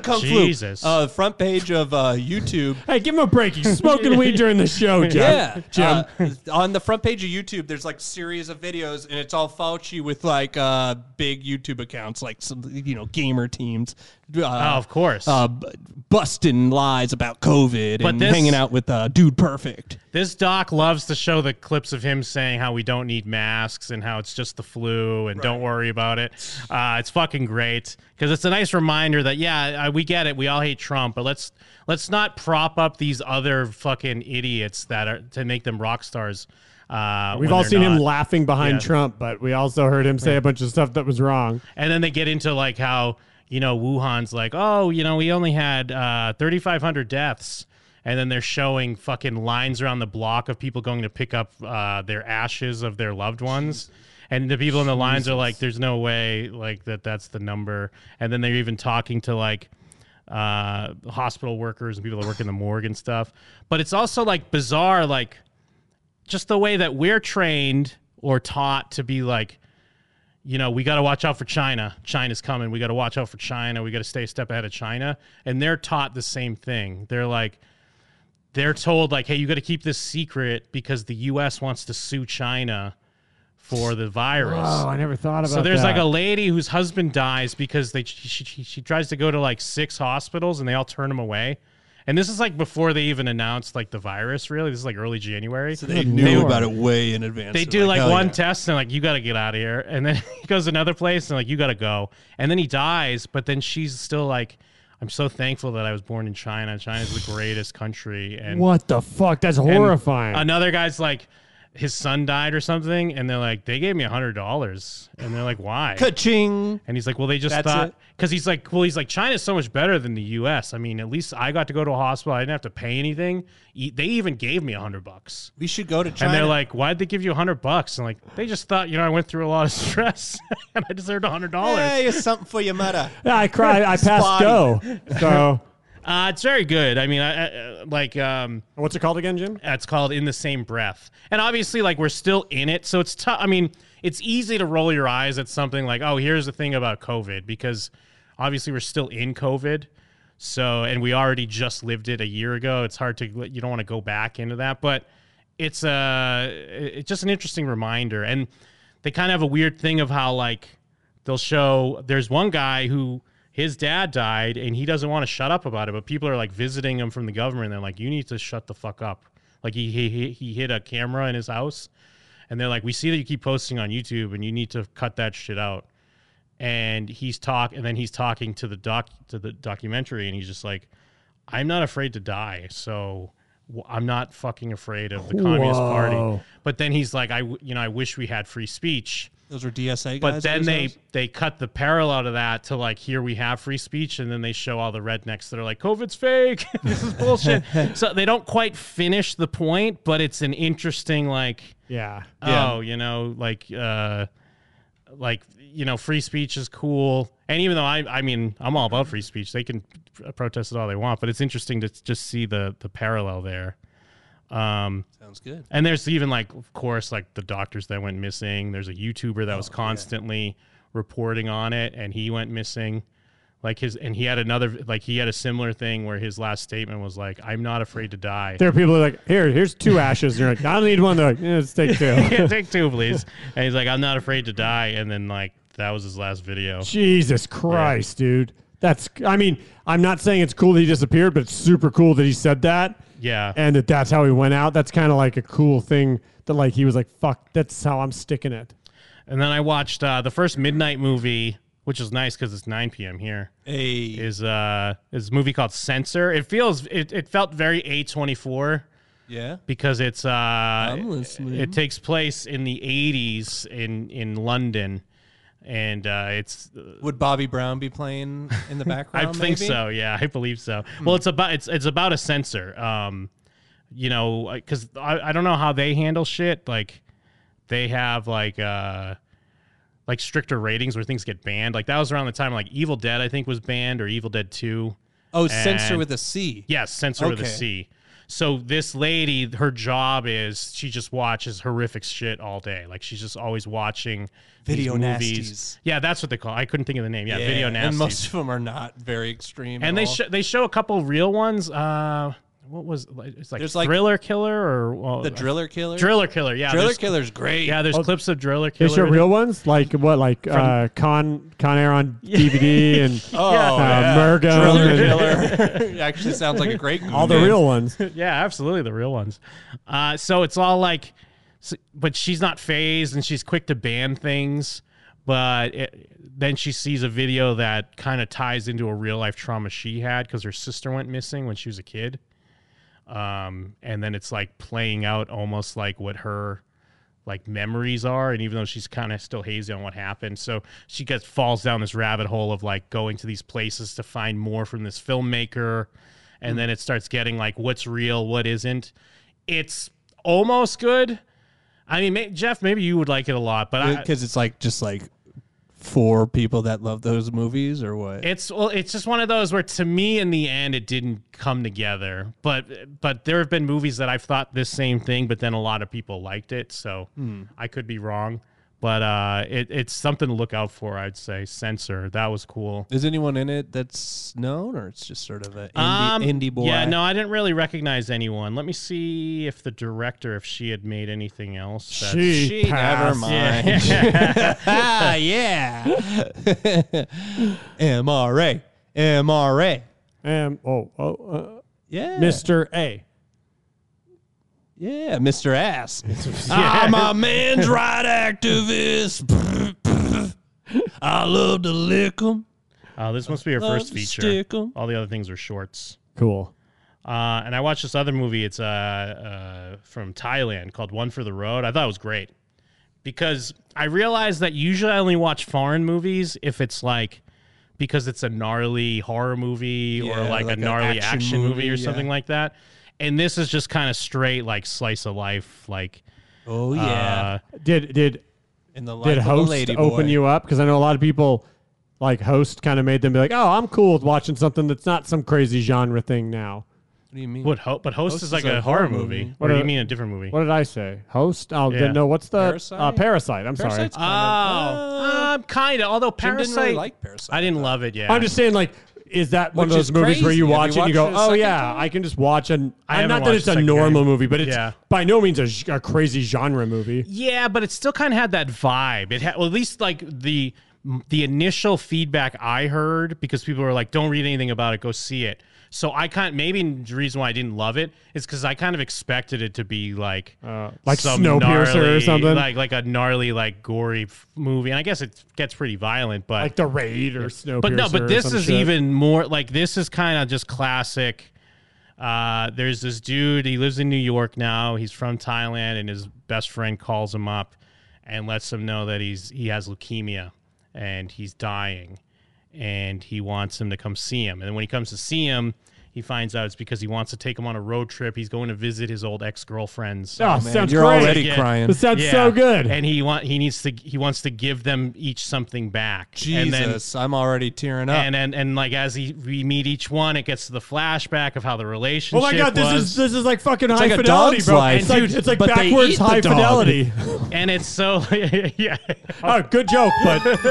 Speaker 8: Kung Flu.
Speaker 6: Jesus.
Speaker 8: Uh, front page of uh, YouTube.
Speaker 4: Hey, give him a break. He's smoking weed during the show, Jim.
Speaker 8: Yeah,
Speaker 4: Jim.
Speaker 8: uh, on the front page of YouTube, there's like series of videos, and it's all Fauci with like uh, big YouTube accounts, like some you know gamer teams. Uh,
Speaker 6: Oh, of course.
Speaker 8: uh, b- busting lies about COVID
Speaker 6: But
Speaker 8: and
Speaker 6: this-
Speaker 8: hanging out with uh, Dude Perfect.
Speaker 6: this doc loves to show the clips of him saying how we don't need masks and how it's just the flu and don't worry about it. Uh, it's fucking great because it's a nice reminder that yeah, uh, we get it. We all hate Trump, but let's let's not prop up these other fucking idiots that are to make them rock stars. Uh,
Speaker 4: We've
Speaker 6: when
Speaker 4: all
Speaker 6: they're
Speaker 4: seen him
Speaker 6: not.
Speaker 4: laughing behind
Speaker 6: Yeah.
Speaker 4: Trump, but we also heard him say a bunch of stuff that was wrong.
Speaker 6: And then they get into like how, you know, Wuhan's like, oh, you know, we only had uh, 3,500 deaths. And then they're showing fucking lines around the block of people going to pick up uh, their ashes of their loved ones. And the people in the lines are like, there's no way like that that's the number. And then they're even talking to like, uh, hospital workers and people that work in the morgue and stuff. But it's also like bizarre, like just the way that we're trained or taught to be like, you know, we got to watch out for China. China's coming. We got to watch out for China. We got to stay a step ahead of China. And they're taught the same thing. They're like, they're told like, hey, you got to keep this secret because the U.S. wants to sue China for the virus.
Speaker 4: Oh, I never thought about
Speaker 6: So there's like a lady whose husband dies because they she, she, she tries to go to like six hospitals and they all turn him away. And this is like before they even announced like the virus. Really, this is like early January. So
Speaker 8: They knew about it way in advance.
Speaker 6: they do like, one test and like you got to get out of here, and then he goes to another place and like you got to go, and then he dies. But then she's still like, I'm so thankful that I was born in China. China's the greatest country, and
Speaker 4: What the fuck? That's
Speaker 6: and
Speaker 4: horrifying.
Speaker 6: Another guy's like, his son died or something, and they're like, they gave me a hundred dollars, and they're like, why?
Speaker 8: Ka-ching.
Speaker 6: And he's like, well, they just
Speaker 8: That's
Speaker 6: thought
Speaker 8: it.
Speaker 6: because he's like, well, he's like, China's so much better than the U.S. I mean, at least I got to go to a hospital. I didn't have to pay anything. E- They even gave me a hundred bucks.
Speaker 8: We should go to China.
Speaker 6: And they're like, why'd they give you a hundred bucks? And like, they just thought, you know, I went through a lot of stress and I deserved a hundred dollars.
Speaker 8: hey, it's something for your mother.
Speaker 4: Yeah, I cried. I passed
Speaker 8: Spotty.
Speaker 4: go. So
Speaker 6: Uh, it's very good. I mean, I, I, uh, like, um,
Speaker 4: what's it called again, Jim?
Speaker 6: it's called In the Same Breath. And obviously, like, we're still in it. So it's tough. I mean, it's easy to roll your eyes at something like, oh, here's the thing about COVID, because obviously we're still in COVID. So, and we already just lived it a year ago. It's hard to, you don't want to go back into that. But it's uh, it's just an interesting reminder. And they kind of have a weird thing of how, like, they'll show there's one guy who his dad died and he doesn't want to shut up about it but people are like visiting him from the government and they're like you need to shut the fuck up like he he, he hit a camera in his house and they're like we see that you keep posting on youtube and you need to cut that shit out and he's talk and then he's talking to the doc to the documentary and he's just like i'm not afraid to die so w- i'm not fucking afraid of the communist
Speaker 4: Whoa.
Speaker 6: party but then he's like i w- you know i wish we had free speech
Speaker 8: Those were DSA guys.
Speaker 6: but then
Speaker 8: those
Speaker 6: they
Speaker 8: guys?
Speaker 6: they cut the parallel to that to like here we have free speech and then they show all the rednecks that are like covid's fake this is bullshit so they don't quite finish the point but it's an interesting like
Speaker 4: Yeah.
Speaker 6: oh you know like uh like you know free speech is cool and even though i i mean i'm all about free speech they can pr- protest it all they want but it's interesting to just see the the parallel there um
Speaker 8: Sounds good.
Speaker 6: and there's even like, of course, like the doctors that went missing. There's a YouTuber that was constantly reporting on it, and he went missing. Like his, and he had another, like he had a similar thing where his last statement was like, "I'm not afraid to die."
Speaker 4: There are people who are like, here, here's two ashes. And you're like, I don't need one. They're like, yeah, let's take two.
Speaker 6: Yeah, Take two, please. And he's like, "I'm not afraid to die," and then like that was his last video.
Speaker 4: Jesus Christ, dude. That's. I mean, I'm not saying it's cool that he disappeared, but it's super cool that he said that.
Speaker 6: Yeah.
Speaker 4: And that that's how he went out. That's kind of like a cool thing that like he was like, "Fuck, that's how I'm sticking it."
Speaker 6: And then I watched uh, the first midnight movie, which is nice because it's 9 p.m. here.
Speaker 8: Hey.
Speaker 6: Is uh is a movie called Censor. It feels it, it felt very A24
Speaker 8: Yeah.
Speaker 6: because it's uh
Speaker 8: listening.
Speaker 6: it takes place in the 80s in in London and uh, it's
Speaker 8: Would Bobby Brown be playing in the
Speaker 6: I
Speaker 8: background?
Speaker 6: think
Speaker 8: maybe? Hmm.
Speaker 6: so. Yeah, I believe so. Well, it's about it's it's about a censor. Um, you know, because I, I don't know how they handle shit. Like, they have like uh, like stricter ratings where things get banned. Like that was around the time like Evil Dead I think was banned or Evil Dead Two.
Speaker 8: Oh, censor
Speaker 6: And-
Speaker 8: with a C.
Speaker 6: Yes, censor with a
Speaker 8: Okay.
Speaker 6: C. So this lady, her job is she just watches horrific shit all day. Like she's just always watching these
Speaker 8: Video
Speaker 6: movies.
Speaker 8: nasties.
Speaker 6: Yeah, that's what they call. I couldn't think of the name. Yeah,
Speaker 8: Yeah,
Speaker 6: video nasties
Speaker 8: And most of them are not very extreme.
Speaker 6: and
Speaker 8: at
Speaker 6: they
Speaker 8: all.
Speaker 6: sh- they show a couple real ones. Uh, what was it's like
Speaker 8: There's, like,
Speaker 6: Thriller Killer or well,
Speaker 8: the Driller Killer.
Speaker 6: Driller Killer? Yeah,
Speaker 8: Driller Oh,
Speaker 6: there's-
Speaker 8: Killer's great.
Speaker 6: Yeah, there's clips of Driller
Speaker 4: They
Speaker 6: Killer.
Speaker 4: show real ones like what, like uh, Con Con Air on DVD and
Speaker 8: Oh,
Speaker 4: uh,
Speaker 8: yeah.
Speaker 4: Mergo
Speaker 8: Driller
Speaker 4: and-
Speaker 8: Killer actually sounds like a great.
Speaker 4: all the real ones.
Speaker 6: yeah, absolutely the real ones. Uh, so it's all like, s but she's not phased and she's quick to ban things. But it, then she sees a video that kind of ties into a real life trauma she had because her sister went missing when she was a kid. Um, and then it's like playing out almost like what her like memories are and even though she's kind of still hazy on what happened so she gets falls down this rabbit hole of like going to these places to find more from this filmmaker and then it starts getting like what's real what isn't it's almost good i mean may, jeff maybe you would like it a lot but I,
Speaker 8: because it's like just like for people that love those movies or what?
Speaker 6: It's well, it's just one of those where to me in the end it didn't come together. But but there have been movies that I've thought this same thing, but then a lot of people liked it, so
Speaker 8: Hmm.
Speaker 6: I could be wrong. But uh, it, it's something to look out for, I'd say. Censor that was cool.
Speaker 8: Is anyone in it that's known, or it's just sort of an indie,
Speaker 6: Um,
Speaker 8: indie boy?
Speaker 6: Yeah, no, I didn't really recognize anyone. Let me see if the director, if she had made anything else. that's-
Speaker 4: She,
Speaker 8: She never
Speaker 4: passed.
Speaker 8: mind. ah, yeah. MRA, MRA.
Speaker 4: Um, oh, oh
Speaker 8: Yeah,
Speaker 4: uh, Mr. A.
Speaker 8: Yeah, Mr. Ass. I'm a man's right activist. I love to lick 'em.
Speaker 6: Uh, this must be her
Speaker 8: Love
Speaker 6: first
Speaker 8: to
Speaker 6: feature.
Speaker 8: stick 'em.
Speaker 6: All the other things are shorts.
Speaker 4: Cool.
Speaker 6: Uh, and I watched this other movie. It's uh, uh, from Thailand called One for the Road. I thought it was great because I realized that usually I only watch foreign movies if it's like because it's a gnarly horror movie or
Speaker 8: Yeah,
Speaker 6: like,
Speaker 8: like
Speaker 6: a
Speaker 8: an
Speaker 6: gnarly action,
Speaker 8: action
Speaker 6: movie,
Speaker 8: movie,
Speaker 6: or
Speaker 8: yeah.
Speaker 6: something like that. And this is just kind of straight like slice of life. Like,
Speaker 8: Oh
Speaker 6: uh,
Speaker 8: yeah.
Speaker 4: Did did
Speaker 8: In the life
Speaker 4: did
Speaker 8: of a
Speaker 4: host
Speaker 8: lady
Speaker 4: open
Speaker 8: boy.
Speaker 4: you up? Because I know a lot of people like host kind of made them be like, oh, I'm cool with watching something that's not some crazy genre thing now.
Speaker 8: What do you mean?
Speaker 6: what ho- but host,
Speaker 8: Host
Speaker 6: is like a horror movie.
Speaker 4: What
Speaker 6: What do you
Speaker 4: a-
Speaker 6: mean a different movie?
Speaker 4: What did I say? Host? Oh,
Speaker 6: Yeah.
Speaker 4: then no. What's the
Speaker 8: Parasite?
Speaker 4: Uh, parasite? I'm
Speaker 8: Parasite's
Speaker 4: sorry.
Speaker 6: Oh, um, kind of. Although
Speaker 8: Jim
Speaker 6: Parasite,
Speaker 8: didn't really like Parasite.
Speaker 6: I didn't love it. Yeah,
Speaker 4: Oh. I'm just saying, like, is that one
Speaker 8: Which
Speaker 4: of those
Speaker 8: is
Speaker 4: movies where
Speaker 8: crazy.
Speaker 4: you
Speaker 8: Have
Speaker 4: watch
Speaker 8: you
Speaker 4: it and you go,
Speaker 8: watched it a
Speaker 4: oh
Speaker 8: second
Speaker 4: yeah,
Speaker 8: time?
Speaker 4: I can just watch an. I'm
Speaker 6: I haven't
Speaker 4: not that
Speaker 6: watched
Speaker 4: it's
Speaker 6: the
Speaker 4: a
Speaker 6: second
Speaker 4: normal
Speaker 6: time.
Speaker 4: movie, but it's
Speaker 6: Yeah.
Speaker 4: by no means a, sh- a crazy genre movie.
Speaker 6: Yeah, but it still kind of had that vibe. It had, well, at least like the the initial feedback I heard because people were like, "Don't read anything about it, go see it." So I kind maybe the reason why I didn't love it is because I kind of expected it to be like
Speaker 4: Uh, like
Speaker 6: some
Speaker 4: Snowpiercer or
Speaker 6: gnarly-
Speaker 4: something?
Speaker 6: like like a gnarly like gory f- movie, and I guess it gets pretty violent, but
Speaker 4: Like The Raid or Snowpiercer.
Speaker 6: but no,
Speaker 4: or
Speaker 6: but this
Speaker 4: some
Speaker 6: is
Speaker 4: shit.
Speaker 6: even more like this is kind of just classic. Uh, there's this dude. He lives in New York now. He's from Thailand, and his best friend calls him up and lets him know that he's he has leukemia and he's dying, and he wants him to come see him. And when he comes to see him, he finds out it's because he wants to take him on a road trip. He's going to visit his old ex girlfriends.
Speaker 4: Oh,
Speaker 8: Man,
Speaker 4: sounds
Speaker 8: you're
Speaker 4: great.
Speaker 8: already
Speaker 6: Yeah.
Speaker 8: crying.
Speaker 4: It sounds so good.
Speaker 6: And he want he needs to he wants to give them each something back. And then-
Speaker 8: Jesus, I'm already tearing
Speaker 4: Uh,
Speaker 8: up.
Speaker 6: and and and like as he, we meet each one, it gets to the flashback of how the relationship.
Speaker 4: Oh my god, this
Speaker 6: was,
Speaker 4: is this is like fucking high
Speaker 8: like a
Speaker 4: fidelity,
Speaker 8: dog's
Speaker 4: bro.
Speaker 8: life.
Speaker 4: It's like,
Speaker 8: Dude,
Speaker 4: it's like
Speaker 8: but they
Speaker 4: backwards
Speaker 8: eat the
Speaker 4: high
Speaker 8: dog.
Speaker 4: fidelity.
Speaker 6: and it's so yeah,
Speaker 4: oh, good joke, but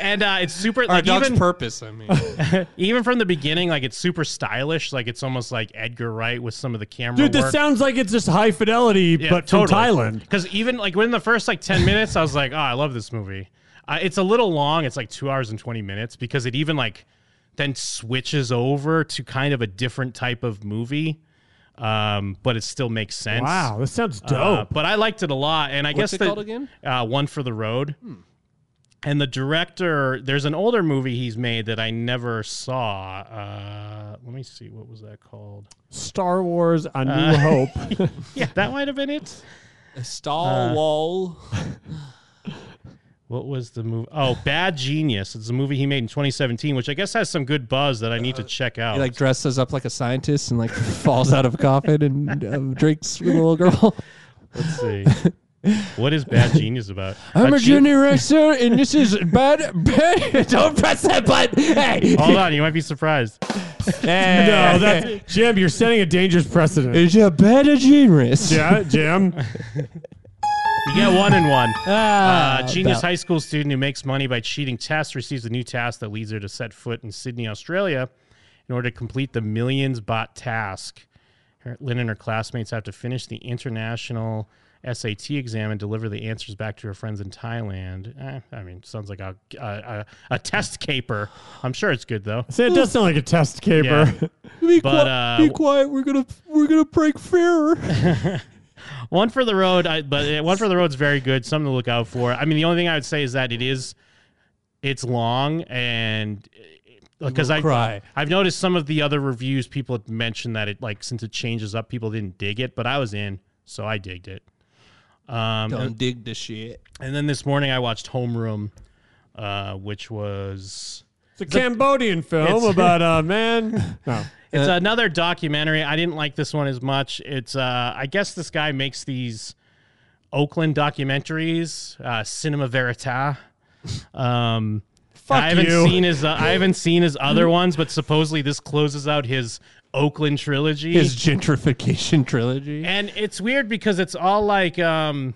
Speaker 6: and uh, it's super
Speaker 8: Our
Speaker 6: like
Speaker 8: dog's
Speaker 6: even
Speaker 8: purpose. I mean,
Speaker 6: even from the beginning, like it's super stylish, like it's almost like Edgar Wright with some of the camera.
Speaker 4: dude, this
Speaker 6: work.
Speaker 4: sounds like it's just high fidelity, but from Thailand.
Speaker 6: Because even like within the first like ten minutes, I was like, oh, I love this movie. Uh, it's a little long. It's like two hours and twenty minutes because it even like then switches over to kind of a different type of movie, um, but it still makes sense.
Speaker 4: Wow, this sounds dope.
Speaker 6: Uh, but I liked it a lot, and I
Speaker 8: Oh. What's
Speaker 6: guess
Speaker 8: it
Speaker 6: the,
Speaker 8: called again? Hmm.
Speaker 6: Uh, One for the Road. And the director, there's an older movie he's made that I never saw. Uh, let me see, what was that called?
Speaker 4: Star Wars: A New Hope.
Speaker 6: Yeah, that might have been it.
Speaker 8: Stall wall.
Speaker 6: What was the movie? Oh, Bad Genius. It's a movie he made in 2017, which I guess has some good buzz that I need to check out.
Speaker 8: He Uh, like dresses up like a scientist and like falls out of a coffin and um, drinks with a little girl.
Speaker 6: Let's see. what is Bad Genius about?
Speaker 5: I'm a
Speaker 6: Ju-
Speaker 5: junior wrestler, and this is bad. bad. Oh, Don't press that button. Hey,
Speaker 6: Hold on, you might be surprised.
Speaker 4: no, that's Jim. You're setting a dangerous precedent.
Speaker 5: is a bad genius.
Speaker 4: yeah, Jim.
Speaker 6: You get one and one.
Speaker 5: Ah,
Speaker 6: Uh, genius
Speaker 5: about-
Speaker 6: high school student who makes money by cheating tests receives a new task that leads her to set foot in Sydney, Australia, in order to complete the millions bot task. Her, Lynn and her classmates have to finish the international SAT exam and deliver the answers back to her friends in Thailand. Eh, I mean, sounds like a, a, a, a test caper. I'm sure it's good though.
Speaker 4: Say it does sound like a test caper.
Speaker 6: Yeah.
Speaker 5: Be,
Speaker 6: But,
Speaker 5: qui-
Speaker 6: uh,
Speaker 5: be quiet. We're gonna we're gonna break fear.
Speaker 6: One for the road, I, but uh, one for the road's very good. Something to look out for. I mean, the only thing I would say is that it is, it's long and because I
Speaker 5: cry.
Speaker 6: I've noticed some of the other reviews people had mentioned that it like since it changes up, people didn't dig it, but I was in, so I digged it. Um, and,
Speaker 8: Don't dig this shit.
Speaker 6: and then this morning I watched Homeroom, uh, which was
Speaker 4: It's a Cambodian film
Speaker 6: It's-
Speaker 4: about a man. No.
Speaker 6: It's another documentary. I didn't like this one as much. It's uh, I guess this guy makes these Oakland documentaries, uh, Cinema Verita. Um,
Speaker 4: Fuck
Speaker 6: I haven't
Speaker 4: you.
Speaker 6: seen his uh, I haven't seen his other ones, but supposedly this closes out his Oakland trilogy.
Speaker 8: His gentrification trilogy.
Speaker 6: and it's weird because it's all like um,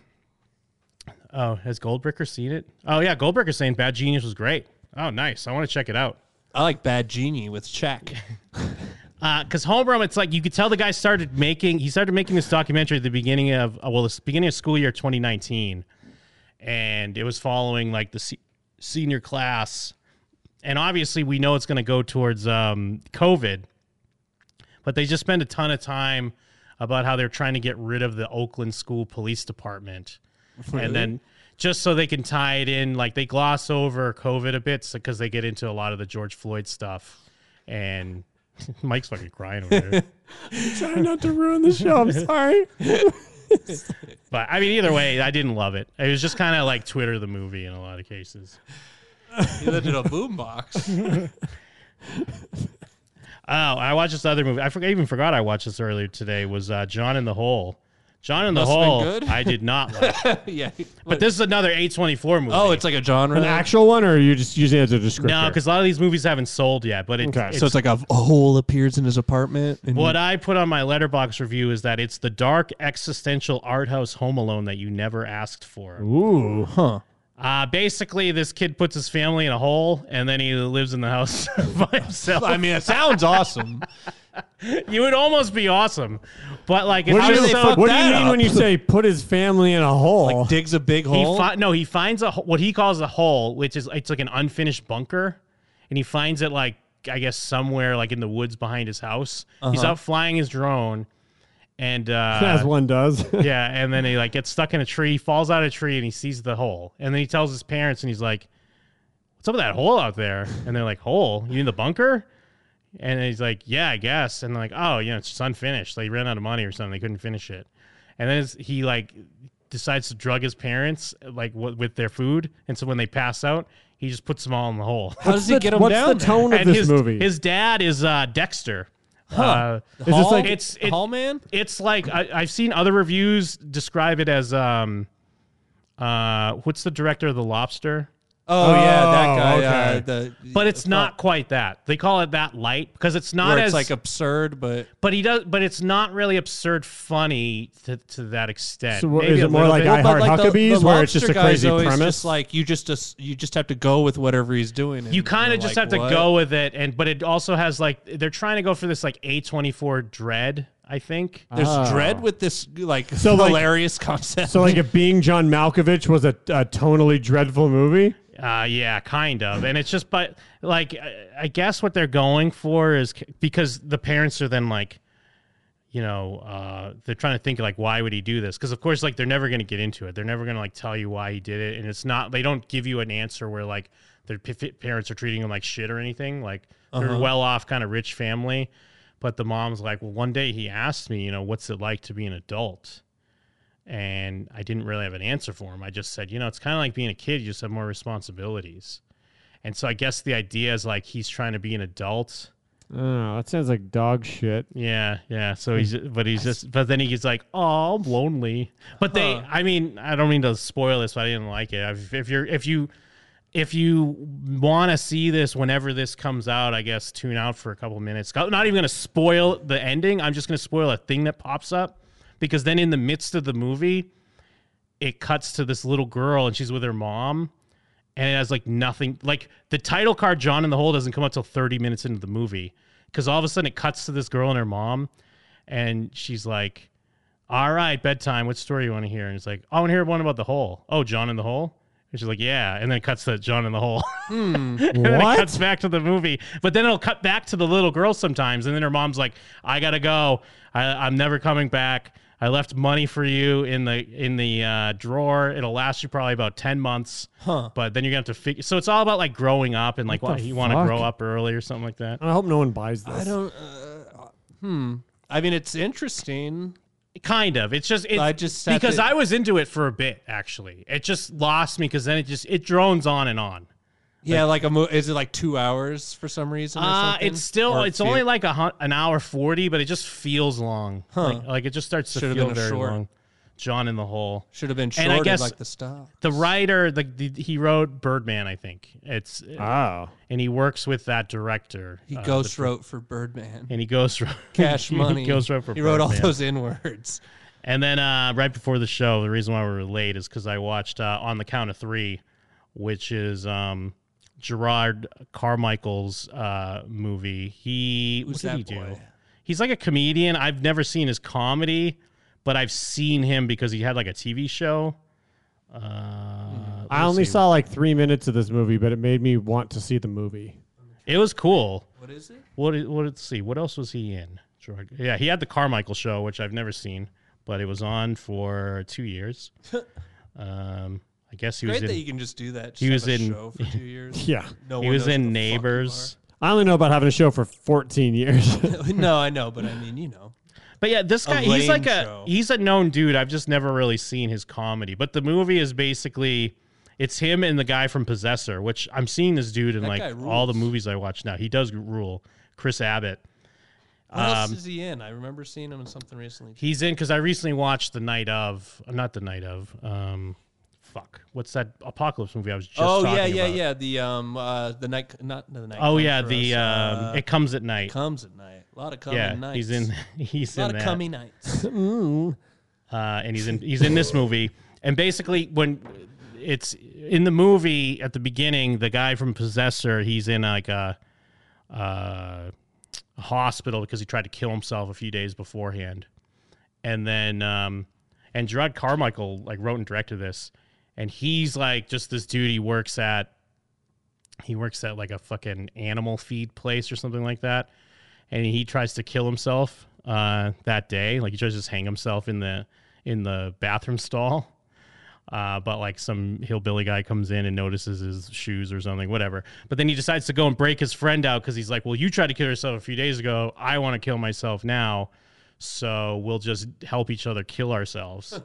Speaker 6: oh, has Goldbricker seen it? Oh yeah, Goldbricker's saying Bad Genius was great. Oh nice, I want to check it out.
Speaker 8: I like Bad Genie with Shaq.
Speaker 6: because homeroom Uh, it's like you could tell the guy started making he started making this documentary at the beginning of uh, well the beginning of school year 2019 and it was following like the se- senior class and obviously we know it's going to go towards um, covid but they just spend a ton of time about how they're trying to get rid of the oakland school police department and then just so they can tie it in like they gloss over covid a bit because they get into a lot of the george floyd stuff and Mike's fucking crying over there.
Speaker 4: Trying not to ruin the show. I'm sorry.
Speaker 6: But I mean, either way, I didn't love it. It was just kind of like Twitter the movie in a lot of cases.
Speaker 8: he lived in a boombox.
Speaker 6: Oh, I watched this other movie. I forgot, even forgot I watched this earlier today. Was uh, John in the Hole? John in the
Speaker 8: Must've been
Speaker 6: Hole.
Speaker 8: good.
Speaker 6: I did not like.
Speaker 8: yeah.
Speaker 6: But this is another A twenty four movie.
Speaker 8: oh, it's like a genre.
Speaker 4: An actual one, or are you just using it as a descriptor?
Speaker 6: no, because a lot of these movies haven't sold yet. But it,
Speaker 4: Okay.
Speaker 6: it's,
Speaker 4: So
Speaker 8: so it's like a, a hole appears in his apartment. And
Speaker 6: what I put on my letterbox review is that it's the dark existential art house home alone that you never asked for.
Speaker 4: Ooh.
Speaker 6: Uh, basically, this kid puts his family in a hole, and then he lives in the house by himself.
Speaker 8: I mean, it sounds awesome.
Speaker 6: You would almost be awesome, but like it's
Speaker 4: What do
Speaker 6: just
Speaker 4: you,
Speaker 8: they
Speaker 6: so.
Speaker 8: fuck
Speaker 4: what do you
Speaker 8: that
Speaker 4: mean
Speaker 8: up?
Speaker 4: when you say put his family in a hole?
Speaker 8: Like digs a big
Speaker 6: He
Speaker 8: hole.
Speaker 6: fi- no, he finds a ho- what he calls a hole, which is it's like an unfinished bunker, and he finds it like I guess somewhere like in the woods behind his house. He's out flying his drone, and
Speaker 4: Uh-huh. as
Speaker 6: uh,
Speaker 4: one does.
Speaker 6: yeah, and then he like gets stuck in a tree, falls out of a tree, and he sees the hole, and then he tells his parents, and he's like, "What's up with that hole out there?" And they're like, "Hole? You in the bunker?" And he's like, "Yeah, I guess." And they're like, "Oh, you know, it's just unfinished. They ran out of money or something. They couldn't finish it." And then it's- he like decides to drug his parents like w- with their food, and so when they pass out, he just puts them all in the hole.
Speaker 8: How does he get him
Speaker 4: What's
Speaker 8: down?
Speaker 4: the tone of
Speaker 6: and
Speaker 4: this
Speaker 6: his
Speaker 4: movie?
Speaker 6: his dad is uh, Dexter. Uh,
Speaker 4: is this like
Speaker 6: it's
Speaker 8: there?
Speaker 6: it,
Speaker 8: Hall man?
Speaker 6: it's like I, I've seen other reviews describe it as um, uh, what's the director of the Lobster?
Speaker 8: Oh, yeah, that guy.
Speaker 4: okay.
Speaker 8: Uh, the,
Speaker 6: But it's not quite that. They call it that light because it's not
Speaker 8: where
Speaker 6: as
Speaker 8: it's like absurd, but
Speaker 6: but he does, but it's not really absurd funny to, to that extent.
Speaker 4: So what-
Speaker 6: Maybe
Speaker 4: is
Speaker 6: a
Speaker 4: it more
Speaker 6: little
Speaker 4: like
Speaker 6: bit.
Speaker 4: I- Heart
Speaker 8: the- the
Speaker 4: Huckabees, where it's just
Speaker 8: lobster
Speaker 4: a
Speaker 8: guy's
Speaker 4: crazy
Speaker 8: always
Speaker 4: premise?
Speaker 8: Just like you just as- you just have to go with whatever he's doing. and
Speaker 6: you kind
Speaker 8: you're
Speaker 6: of just
Speaker 8: like,
Speaker 6: have to
Speaker 8: "What?"
Speaker 6: go with it, and but it also has like they're trying to go for this like a twenty four dread. I think
Speaker 8: There's
Speaker 4: Oh.
Speaker 8: dread with this like
Speaker 4: So, like-
Speaker 8: hilarious concept.
Speaker 4: so like if being John Malkovich was a, a tonally dreadful movie,
Speaker 6: Uh, yeah, kind of, and it's just, but like, I, I guess what they're going for is c- because the parents are then like, you know, uh, they're trying to think like, why would he do this? Because of course, like, they're never going to get into it. They're never going to like tell you why he did it, and it's not. They don't give you an answer where like their p- p- parents are treating him like shit or anything. Like they're well off, kind of rich family, but the mom's like, well, one day he asked me, you know, what's it like to be an adult? and I didn't really have an answer for him. I just said, you know, it's kind of like being a kid, you just have more responsibilities. And so I guess the idea is like he's trying to be an adult.
Speaker 4: Oh, that sounds like dog shit.
Speaker 6: Yeah, yeah. So he's, but he's just, but then he's like, oh, I'm lonely. But they, I mean, I don't mean to spoil this, but I didn't like it. If, if you're, if you, if you want to see this whenever this comes out, I guess tune out for a couple minutes. I'm not even going to spoil the ending. I'm just going to spoil a thing that pops up because then in the midst of the movie, it cuts to this little girl and she's with her mom and it has like nothing like the title card John in the Hole doesn't come up till 30 minutes into the movie cuz all of a sudden it cuts to this girl and her mom and she's like all right bedtime what story you want to hear and it's like I want to hear one about the hole oh John in the Hole and she's like yeah and then it cuts to John in the Hole and then it
Speaker 4: What?
Speaker 6: cuts back to the movie but then it'll cut back to the little girl sometimes and then her mom's like I got to go I I'm never coming back I left money for you in the in the uh, drawer. It'll last you probably about ten months. But then you're gonna have to figure. So it's all about like growing up and like why
Speaker 4: the
Speaker 6: you want to
Speaker 4: fuck?
Speaker 6: grow up early or something like that.
Speaker 4: I hope no one buys this.
Speaker 8: I don't. Uh, hmm. I mean, it's interesting.
Speaker 6: Kind of. It's just it,
Speaker 8: I just sat
Speaker 6: because
Speaker 8: there-
Speaker 6: I was into it for a bit actually. It just lost me because then it just it drones on and on.
Speaker 8: Yeah, like a mo- is it like two hours for some reason? Or
Speaker 6: Uh,
Speaker 8: something?
Speaker 6: it's still
Speaker 8: Or
Speaker 6: it's
Speaker 8: few-
Speaker 6: only like a hun- an hour forty, but it just feels long. Like, like, it just starts to
Speaker 8: Should've
Speaker 6: feel
Speaker 8: been a
Speaker 6: very
Speaker 8: short.
Speaker 6: long. John in the hole.
Speaker 8: should have been
Speaker 6: I
Speaker 8: shorter,
Speaker 6: guess-
Speaker 8: like the stuff.
Speaker 6: The writer, the, the he wrote Birdman, I think. It's
Speaker 4: Oh.
Speaker 6: and he works with that director.
Speaker 8: He
Speaker 6: uh,
Speaker 8: ghost wrote for Birdman.
Speaker 6: and he goes
Speaker 8: Cash
Speaker 6: he
Speaker 8: money.
Speaker 6: goes right for
Speaker 8: he wrote all
Speaker 6: Birdman.
Speaker 8: those in words.
Speaker 6: And then uh, right before the show, the reason why we were late is because I watched uh, on the count of three, which is um, Gerard Carmichael's uh, movie. He
Speaker 8: Who's
Speaker 6: what did
Speaker 8: that
Speaker 6: he do?
Speaker 8: boy?
Speaker 6: He's like a comedian. I've never seen his comedy, but I've seen him because he had like a TV show. Uh,
Speaker 8: Hmm.
Speaker 6: let
Speaker 4: I
Speaker 6: me
Speaker 4: only
Speaker 6: see.
Speaker 4: saw like three minutes of this movie, but it made me want to see the movie.
Speaker 6: it was cool.
Speaker 8: What is it?
Speaker 6: What i- what let's see. What else was he in? Gerard, yeah, he had the Carmichael show, which I've never seen, but it was on for two years. um, I guess he
Speaker 8: Great
Speaker 6: was
Speaker 8: that
Speaker 6: in
Speaker 8: you can just do that. Just
Speaker 6: he was
Speaker 8: have a
Speaker 6: in-
Speaker 8: show for two years.
Speaker 4: Yeah.
Speaker 8: No
Speaker 6: he
Speaker 8: one
Speaker 6: was
Speaker 8: knows who the fuck
Speaker 6: in
Speaker 8: you
Speaker 6: Neighbors.
Speaker 4: I only know about having a show for 14 years.
Speaker 8: are. no, I know, but I mean, you know,
Speaker 6: But yeah, this guy he's
Speaker 8: lame
Speaker 6: like a
Speaker 8: show.
Speaker 6: he's a known dude. I've just never really seen his comedy. But the movie is basically it's him and the guy from Possessor, which I'm seeing this dude in
Speaker 8: That guy
Speaker 6: like all the
Speaker 8: rules.
Speaker 6: movies I watch now. He does rule. Chris Abbott.
Speaker 8: what else
Speaker 6: Um,
Speaker 8: is he in? I remember seeing him in something recently.
Speaker 6: He's in because I recently watched the night of, uh, not the night of. Um, fuck, what's that apocalypse movie I was just?
Speaker 8: oh yeah,
Speaker 6: talking
Speaker 8: yeah,
Speaker 6: about?
Speaker 8: yeah. The um, uh, the night, not the night.
Speaker 6: Oh
Speaker 8: Comes
Speaker 6: yeah,
Speaker 8: for
Speaker 6: the um,
Speaker 8: Us, uh,
Speaker 6: it comes at night.
Speaker 8: comes at night. A lot of coming
Speaker 6: yeah,
Speaker 8: nights.
Speaker 6: he's in. He's
Speaker 8: A lot
Speaker 6: in
Speaker 8: of
Speaker 6: that.
Speaker 8: coming nights.
Speaker 6: uh, and he's in he's in this movie. And basically, when it's in the movie at the beginning, the guy from Possessor, he's in like a, uh, hospital because he tried to kill himself a few days beforehand, and then um, and Gerard Carmichael like wrote and directed this, and he's like just this dude he works at. He works at like a fucking animal feed place or something like that and he tries to kill himself uh, that day. Like he tries to just hang himself in the in the bathroom stall. Uh, but like some hillbilly guy comes in and notices his shoes or something, whatever. But then he decides to go and break his friend out because he's like, "Well, you tried to kill yourself a few days ago. I want to kill myself now, so we'll just help each other kill ourselves."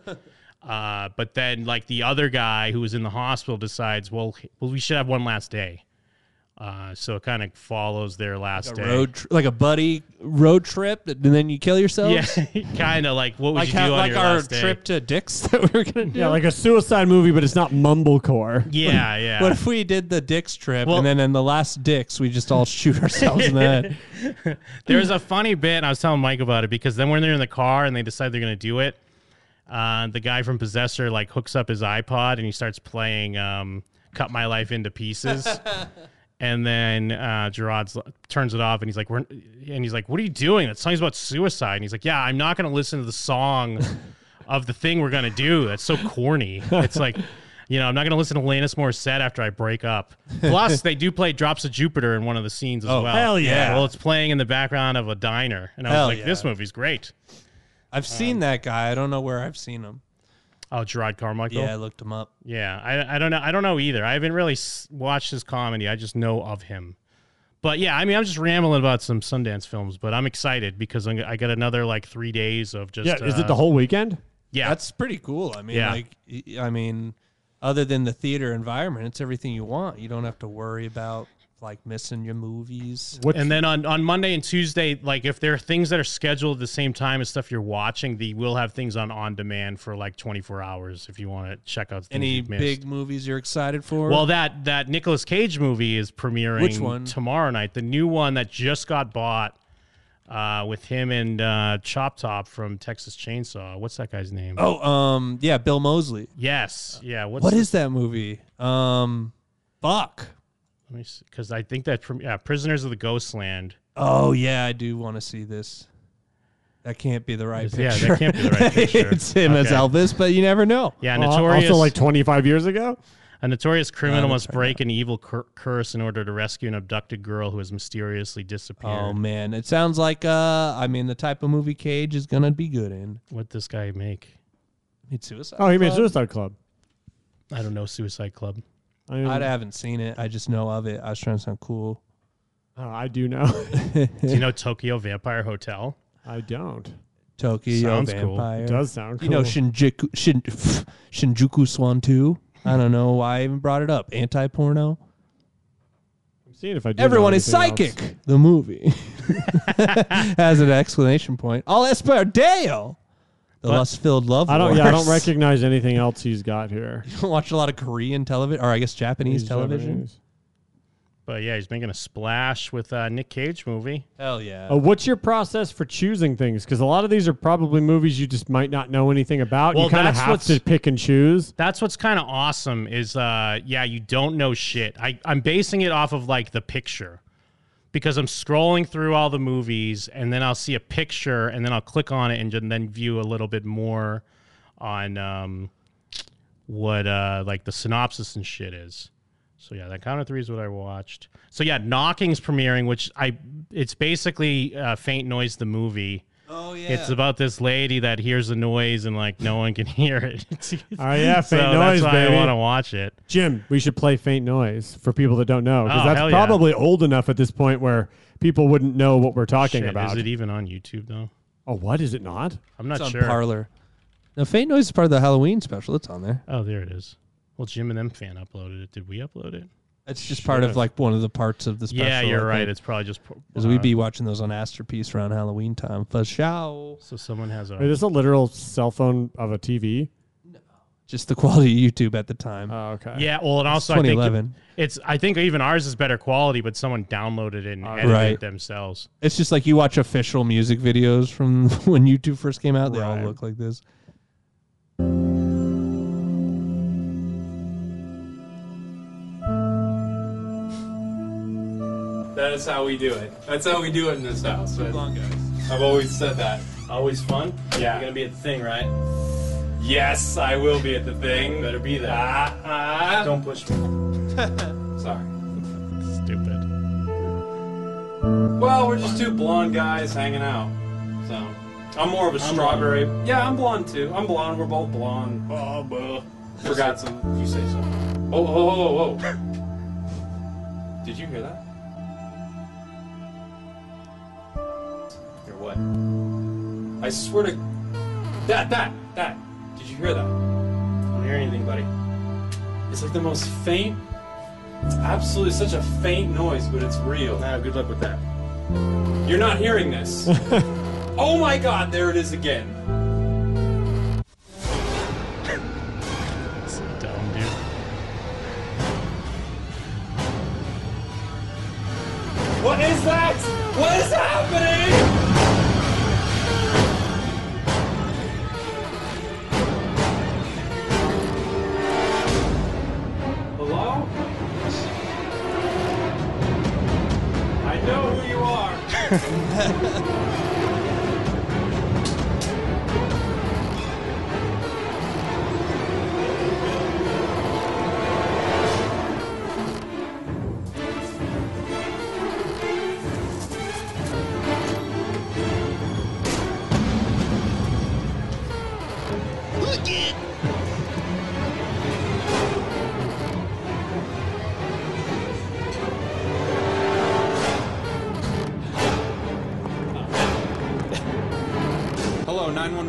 Speaker 6: uh, but then like the other guy who was in the hospital decides, "Well, h- well, we should have one last day." Uh, so it kind of follows their last
Speaker 8: a
Speaker 6: day.
Speaker 8: road, tr- like a buddy road trip, and then you kill yourself.
Speaker 6: Yeah, kind of like what would
Speaker 8: like
Speaker 6: you do
Speaker 8: how,
Speaker 6: on
Speaker 8: like
Speaker 6: your
Speaker 8: our
Speaker 6: last day?
Speaker 8: trip to Dick's that we were gonna do.
Speaker 4: yeah, like a suicide movie, but it's not mumblecore.
Speaker 6: Yeah, yeah.
Speaker 8: What if we did the Dick's trip,
Speaker 6: Well-
Speaker 8: and then in the last Dick's, we just all shoot ourselves in the head?
Speaker 6: There's a funny bit, and I was telling Mike about it because then when they're in the car and they decide they're gonna do it, uh, the guy from Possessor like hooks up his iPod and he starts playing um, "Cut My Life into Pieces." And then uh, Gerard's turns it off, and he's like, "We're," and he's like, "What are you doing? That song's about suicide." And he's like, "Yeah, I'm not going to listen to the song of the thing we're going to do. That's so corny." It's like, You know, I'm not going to listen to Lannis Morissette after I break up. Plus, they do play Drops of Jupiter in one of the scenes as well.
Speaker 4: Oh, hell yeah.
Speaker 6: Well, it's playing in the background of a diner, and I was
Speaker 8: Hell
Speaker 6: like, "This
Speaker 8: yeah.
Speaker 6: movie's great."
Speaker 8: I've
Speaker 6: Um,
Speaker 8: seen that guy. I don't know where I've seen him.
Speaker 6: Oh, Gerard Carmichael.
Speaker 8: Yeah, I looked him up.
Speaker 6: Yeah, I, I don't know. I don't know either. I haven't really s- watched his comedy. I just know of him. But yeah, I mean, I'm just rambling about some Sundance films, but I'm excited because I'm, I got another like three days of just.
Speaker 4: Yeah, is
Speaker 6: uh,
Speaker 4: it the whole weekend?
Speaker 6: Yeah,
Speaker 8: That's pretty cool. I mean,
Speaker 6: Yeah.
Speaker 8: like, y- I mean, other than the theater environment, it's everything you want. You don't have to worry about like missing your movies.
Speaker 6: and then on, on Monday and Tuesday, like if there are things that are scheduled at the same time as stuff you're watching, the we'll have things on on demand for like 24 hours if you want to check out things
Speaker 8: Any
Speaker 6: you've missed.
Speaker 8: big movies you're excited for?
Speaker 6: Well, that that Nicolas Cage movie is premiering
Speaker 8: Which one?
Speaker 6: tomorrow night. The new one that just got bought uh, with him and uh, Chop Top from Texas Chainsaw. What's that guy's name?
Speaker 8: oh, um, yeah, Bill Mosley.
Speaker 6: Yes, yeah. What's
Speaker 8: What is that movie? Um, fuck.
Speaker 6: Because I think that prim- yeah, Prisoners of the Ghostland.
Speaker 8: Oh yeah, I do want to see this. That can't be the right
Speaker 6: Is-
Speaker 8: picture.
Speaker 6: yeah, that can't be the right picture.
Speaker 8: it's him as
Speaker 6: Okay.
Speaker 8: Elvis, but you never know.
Speaker 6: Yeah,
Speaker 4: Well,
Speaker 6: notorious.
Speaker 4: uh, Also, like 25 years ago?
Speaker 6: A notorious criminal
Speaker 8: that's
Speaker 6: must
Speaker 8: right.
Speaker 6: break an evil cur- curse in order to rescue an abducted girl who has mysteriously disappeared.
Speaker 8: Oh man, it sounds like uh, I mean, the type of movie Cage is gonna be good in.
Speaker 6: What'd this guy make?
Speaker 8: It's Suicide.
Speaker 4: Oh, he made
Speaker 8: Club?
Speaker 4: Suicide Club.
Speaker 6: I don't know. Suicide Club.
Speaker 4: I, mean,
Speaker 8: I haven't seen it. I just know of it. I was trying to sound cool.
Speaker 4: oh, I do know.
Speaker 6: Do you know Tokyo Vampire Hotel?
Speaker 4: I don't.
Speaker 8: Tokyo
Speaker 6: Sounds cool.
Speaker 8: Vampire.
Speaker 4: It does sound
Speaker 8: You know
Speaker 4: cool.
Speaker 8: Shinjuku Shin, Shinjuku Swan 2? I don't know why I even brought it up. Anti porno.
Speaker 4: I'm seeing if I do know
Speaker 8: Everyone is
Speaker 4: anything else.
Speaker 8: psychic. The movie has an explanation point. All Espardeo. The lust filled love.
Speaker 4: I don't. Yeah, I don't
Speaker 8: wars.
Speaker 4: recognize anything else he's got here.
Speaker 8: watch a lot of Korean television, or I guess Japanese television.
Speaker 6: But yeah, he's making a splash with uh, Nick Cage movie.
Speaker 8: Hell yeah.
Speaker 4: Uh, what's your process for choosing things? Because a lot of these are probably movies you just might not know anything about.
Speaker 6: Well,
Speaker 4: you kind of
Speaker 6: that's
Speaker 4: have
Speaker 6: what's-
Speaker 4: to pick and choose.
Speaker 6: That's what's kind of awesome is uh yeah, you don't know shit. I I'm basing it off of like the picture. Because I'm scrolling through all the movies and then I'll see a picture and then I'll click on it and ju- then view a little bit more on um what uh like the synopsis and shit is. So yeah, that Counter Three is what I watched. So yeah, Knocking's premiering, which I it's basically uh, Faint Noise the movie.
Speaker 8: Oh yeah.
Speaker 6: It's about this lady that hears a noise and like no one can hear it.
Speaker 4: Oh yeah,
Speaker 6: so
Speaker 4: faint noise,
Speaker 6: that's why
Speaker 4: baby.
Speaker 6: I want to watch it.
Speaker 4: Jim, we should play faint noise for people that don't know because
Speaker 6: Oh, hell
Speaker 4: that's
Speaker 6: yeah.
Speaker 4: probably old enough at this point where people wouldn't know what we're talking
Speaker 6: Shit,
Speaker 4: about.
Speaker 6: Is it e- even on YouTube though?
Speaker 4: oh, what is it not?
Speaker 6: I'm not
Speaker 8: on
Speaker 6: sure.
Speaker 8: Parlor. Now, Faint Noise is part of the Halloween special. It's on there.
Speaker 6: oh, there it is. Well, Jim and them fan uploaded it. Did we upload it?
Speaker 8: It's just part of like one of the parts of the special.
Speaker 6: yeah, you're
Speaker 8: I
Speaker 6: right.
Speaker 8: think,
Speaker 6: It's probably just. por-
Speaker 8: 'cause we'd
Speaker 6: uh,
Speaker 8: be watching those on Astropiece around Halloween time. For show.
Speaker 6: So someone has
Speaker 4: Wait,
Speaker 6: a.
Speaker 4: this is a literal cell phone of a TV.
Speaker 8: Just the quality of YouTube at the time.
Speaker 4: Oh, okay.
Speaker 6: Yeah, well, and also I think
Speaker 8: 2011.
Speaker 6: it's. I think even ours is better quality, but someone downloaded it and edited
Speaker 8: right.
Speaker 6: it themselves.
Speaker 8: It's just like you watch official music videos from when YouTube first came out. They
Speaker 4: Right.
Speaker 8: all look like this.
Speaker 9: That is how we do it. That's how we do it in this house. I've always said that.
Speaker 6: Always fun.
Speaker 9: Yeah. You're gonna
Speaker 6: be at the thing, right?
Speaker 9: Yes, I will be at the thing.
Speaker 6: Better be there.
Speaker 9: Ah, ah.
Speaker 6: Don't push me.
Speaker 9: Sorry.
Speaker 6: Stupid.
Speaker 9: Well, we're just two blonde guys hanging out. So, I'm more of a strawberry. Yeah, I'm blonde too. I'm blonde. We're both blonde. Oh, buh. Forgot some. You say so. Oh, oh, oh, oh. Did you hear that? Hear what? I swear to. That, that, that. Did you hear that? I don't hear anything, buddy. It's like the most faint. It's absolutely such a faint noise, but it's real. Ah, good luck with that. You're not hearing this. oh my god, there it is again.
Speaker 6: It's dumb, dude.
Speaker 9: What is that? What is happening? Hello? I know who you are.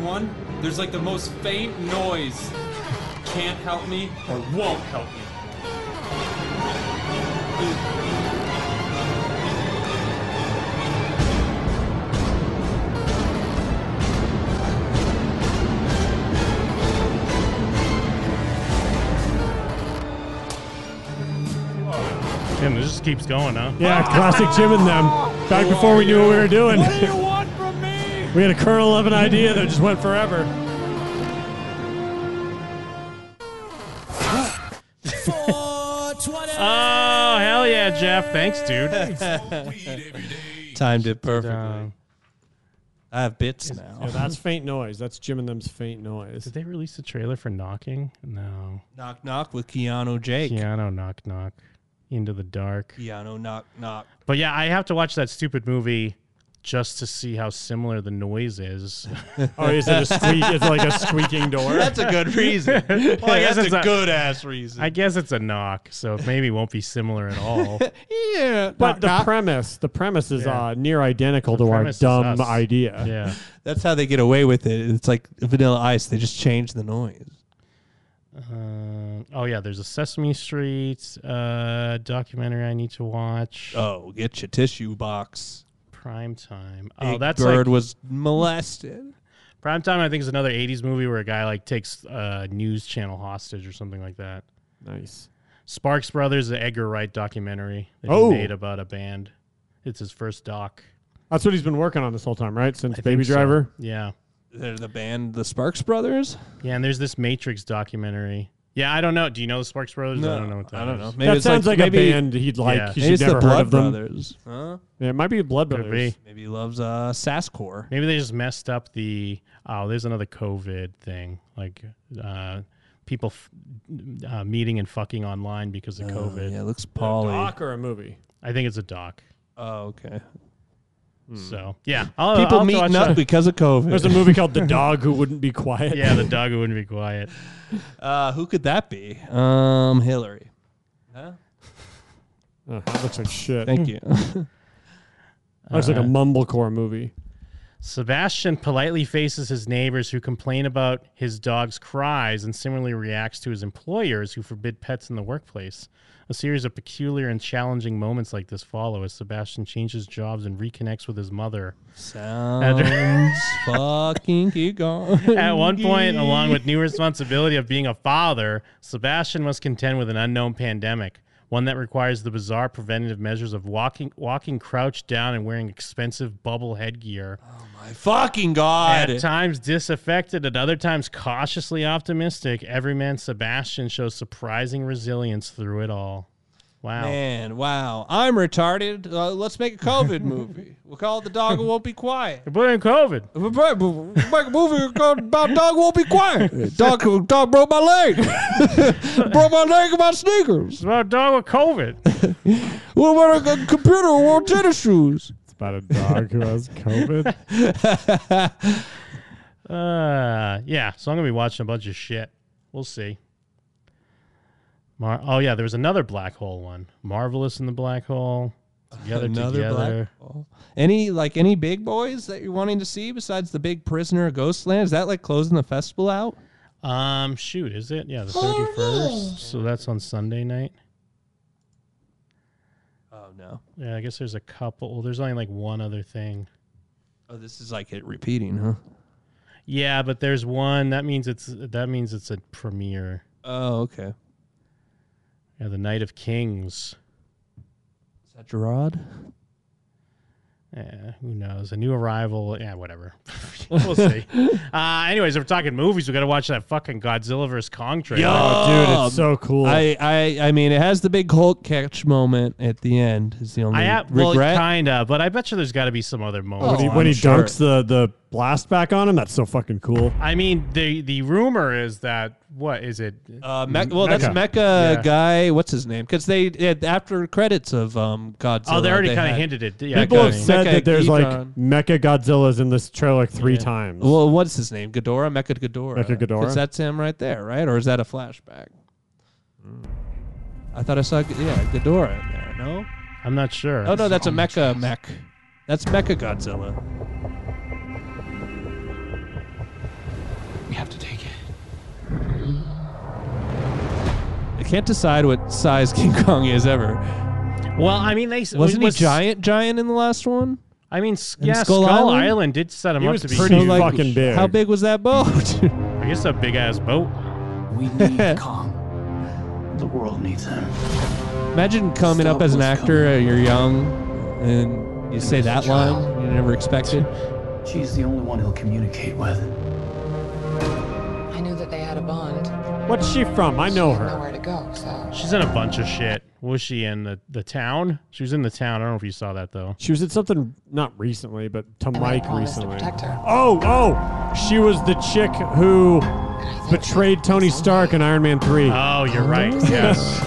Speaker 9: one, there's like the most faint noise. Can't help me or won't help me.
Speaker 6: Jim, it just keeps going, huh?
Speaker 4: Yeah,
Speaker 9: Ah.
Speaker 4: classic Jim and them. Back before we knew what we were doing.
Speaker 2: What do you want from me?
Speaker 4: We had a kernel of an idea that just went forever.
Speaker 6: Oh, hell yeah, Jeff. Thanks, dude.
Speaker 8: Timed it perfectly.
Speaker 6: Uh,
Speaker 8: I have bits now.
Speaker 4: Yeah, that's faint noise. That's Jim and them's faint noise.
Speaker 6: did they release a trailer for Knocking? No.
Speaker 8: Knock knock with Keanu Jake.
Speaker 6: Keanu Knock Knock. Into the Dark.
Speaker 8: Keanu knock knock.
Speaker 6: But yeah, I have to watch that stupid movie just to see how similar the noise is.
Speaker 4: Oh, is it a squeak? It's like a squeaking door.
Speaker 8: That's a good reason.
Speaker 6: I guess
Speaker 8: that's
Speaker 6: it's
Speaker 8: a
Speaker 6: a-
Speaker 8: good ass reason.
Speaker 6: I guess it's a knock, so maybe it won't be similar at all.
Speaker 8: yeah.
Speaker 4: But the premise, the premise is
Speaker 6: Yeah.
Speaker 4: uh, near identical to our
Speaker 6: premise is
Speaker 4: dumb
Speaker 6: us.
Speaker 4: idea.
Speaker 6: Yeah.
Speaker 8: That's how they get away with it. It's like Vanilla Ice. They just change the noise.
Speaker 6: Uh, oh yeah, there's a Sesame Street uh, documentary I need to watch.
Speaker 8: Oh, get your tissue box.
Speaker 6: Prime time. Oh,
Speaker 8: Big
Speaker 6: that's
Speaker 8: Bird
Speaker 6: like
Speaker 8: was molested.
Speaker 6: prime time. I think is another '80s movie where a guy like takes a news channel hostage or something like that.
Speaker 4: Nice.
Speaker 6: Sparks Brothers, the Edgar Wright documentary that
Speaker 4: Oh.
Speaker 6: he made about a band. It's his first doc.
Speaker 4: That's what he's been working on this whole time, right? Since
Speaker 6: I
Speaker 4: Baby
Speaker 6: think so.
Speaker 4: Driver.
Speaker 6: Yeah.
Speaker 8: They're the band, the Sparks Brothers.
Speaker 6: Yeah, and there's this Matrix documentary. Yeah, I don't know. Do you know the Sparks Brothers? I don't know what that
Speaker 8: I don't know.
Speaker 6: is.
Speaker 8: Maybe
Speaker 4: that
Speaker 8: it's
Speaker 4: sounds like,
Speaker 8: maybe,
Speaker 4: a band he'd like.
Speaker 6: Yeah.
Speaker 4: You
Speaker 8: Maybe
Speaker 4: should
Speaker 8: it's
Speaker 4: never
Speaker 8: the
Speaker 4: heard
Speaker 8: Blood
Speaker 4: of them.
Speaker 8: Brothers. Huh?
Speaker 4: Yeah, it might be Blood
Speaker 6: Could
Speaker 4: Brothers.
Speaker 6: be.
Speaker 8: Maybe he loves uh, Sascore.
Speaker 6: Maybe they just messed up the. Oh, there's another COVID thing. Like uh, people f- uh, meeting and fucking online because of COVID.
Speaker 8: Oh, Yeah, it looks
Speaker 4: A
Speaker 8: poly.
Speaker 4: doc or a movie.
Speaker 6: I think it's a doc.
Speaker 8: Oh, okay.
Speaker 6: So yeah, I'll, I'll
Speaker 8: Hmm. People
Speaker 6: have to watch
Speaker 8: meeting up
Speaker 6: that.
Speaker 8: because of
Speaker 4: There's a
Speaker 8: COVID.
Speaker 4: movie called The Dog Who Wouldn't Be Quiet.
Speaker 6: Yeah, the dog who wouldn't be quiet.
Speaker 8: Uh, who could that be? Um, Hillary.
Speaker 4: Oh, that looks like shit.
Speaker 8: Thank you.
Speaker 4: Looks like a mumblecore movie.
Speaker 6: Sebastian politely faces his neighbors who complain about his dog's cries and similarly reacts to his employers who forbid pets in the workplace. A series of peculiar and challenging moments like this follow as Sebastian changes jobs and reconnects with his mother.
Speaker 8: Sounds fucking keep going.
Speaker 6: At one point, along with new responsibility of being a father, Sebastian must contend with an unknown pandemic, one that requires the bizarre preventative measures of walking walking crouched down and wearing expensive bubble headgear.
Speaker 8: My fucking god.
Speaker 6: At times disaffected, at other times cautiously optimistic, everyman Sebastian shows surprising resilience through it all. Wow.
Speaker 8: Man, wow. I'm retarded. Uh, let's make a COVID movie. We'll call it The Dog Who Won't Be Quiet.
Speaker 6: They put in COVID.
Speaker 8: We'll make we'll make a movie called About Dog Who Won't Be Quiet. Dog, who- dog broke my leg. broke my leg in my sneakers.
Speaker 6: It's about a dog with COVID.
Speaker 8: What about a, a computer who wore tennis shoes?
Speaker 4: It's about a dog who has COVID.
Speaker 6: Uh, yeah, so I'm going to be watching a bunch of shit. We'll see. Mar- oh, yeah, there was another black hole one. Marvelous in the black hole. Together, together.
Speaker 8: black hole. Any like any big boys that you're wanting to see besides the big prisoner of Ghostland? Is that like closing the festival out?
Speaker 6: Um, shoot, is it? Yeah, the 31st. So that's on Sunday night.
Speaker 8: Oh no.
Speaker 6: Yeah, I guess there's a couple. Well, there's only like one other thing.
Speaker 8: Oh, this is like it repeating, huh?
Speaker 6: Yeah, but there's one. That means it's that means it's a premiere.
Speaker 8: Oh, okay.
Speaker 6: Yeah, the Night of Kings.
Speaker 8: Is that Gerard?
Speaker 6: Yeah, who knows? A new arrival. Yeah, whatever. we'll see. Uh, anyways, if we're talking movies, we got to watch that fucking Godzilla vs Kong trailer.
Speaker 4: Oh, dude, it's so cool.
Speaker 8: Um, I, I I mean, it has the big Hulk catch moment at the end. Is the only
Speaker 6: I have, well,
Speaker 8: regret.
Speaker 6: kinda, but I bet you there's got to be some other moment.
Speaker 4: when he,
Speaker 8: Oh,
Speaker 4: when he
Speaker 8: I'm sure.
Speaker 4: dunks the, the blast back on him, that's so fucking cool.
Speaker 6: I mean, the the rumor is that what is it?
Speaker 8: uh, Mech- well, that's
Speaker 4: Mecha.
Speaker 8: Mecha guy. What's his name? Because they had after credits of um Godzilla.
Speaker 6: oh, they already kind
Speaker 8: had-
Speaker 6: of hinted it. Yeah,
Speaker 4: People have
Speaker 6: kinda.
Speaker 4: said
Speaker 8: Mecha
Speaker 4: that there's like
Speaker 8: Ghidorah.
Speaker 4: Mecha Godzilla's in this trailer like three times.
Speaker 8: Well, what's his name? Ghidorah, Mecha Ghidorah.
Speaker 4: Mecha Ghidorah.
Speaker 8: 'Cause that's him right there, right? Or is that a flashback? I thought I saw G- yeah Ghidorah in there. No.
Speaker 6: I'm not sure.
Speaker 8: Oh no, that's a Mecha mech. That's Mecha Godzilla.
Speaker 10: have to take it.
Speaker 8: I can't decide what size King Kong is ever.
Speaker 6: Well, I mean, they
Speaker 8: Wasn't
Speaker 6: was-
Speaker 8: he giant, giant in the last one?
Speaker 6: I mean, s- yeah,
Speaker 8: Skull
Speaker 6: Skull, Island?
Speaker 8: Island?
Speaker 6: did set him
Speaker 4: He
Speaker 6: up
Speaker 4: was
Speaker 6: to be
Speaker 4: pretty
Speaker 6: huge.
Speaker 8: like,
Speaker 4: fucking big.
Speaker 8: How big was that boat?
Speaker 6: I guess a big ass boat.
Speaker 3: We need Kong. The world needs him.
Speaker 8: Imagine coming
Speaker 3: Stop
Speaker 8: up as an
Speaker 3: what's
Speaker 8: actor, uh, you're young, and you say that line
Speaker 3: child.
Speaker 8: you never expected.
Speaker 3: She's the only one he'll communicate with.
Speaker 7: I knew that they had a bond.
Speaker 4: What's she from? I know her.
Speaker 7: Nowhere to go, so.
Speaker 6: She's in a bunch of shit. Was she in the, the town? She was in the town. I don't know if you saw that though.
Speaker 4: She was in something not recently, but to
Speaker 7: And I
Speaker 4: Mike
Speaker 7: promised to
Speaker 4: recently.
Speaker 7: protect her.
Speaker 4: Oh, oh, she was the chick who
Speaker 7: And I think
Speaker 4: betrayed
Speaker 7: that
Speaker 4: Tony
Speaker 7: in some
Speaker 4: Stark
Speaker 7: way-
Speaker 4: in Iron Man Three.
Speaker 6: Oh, you're right. Yes.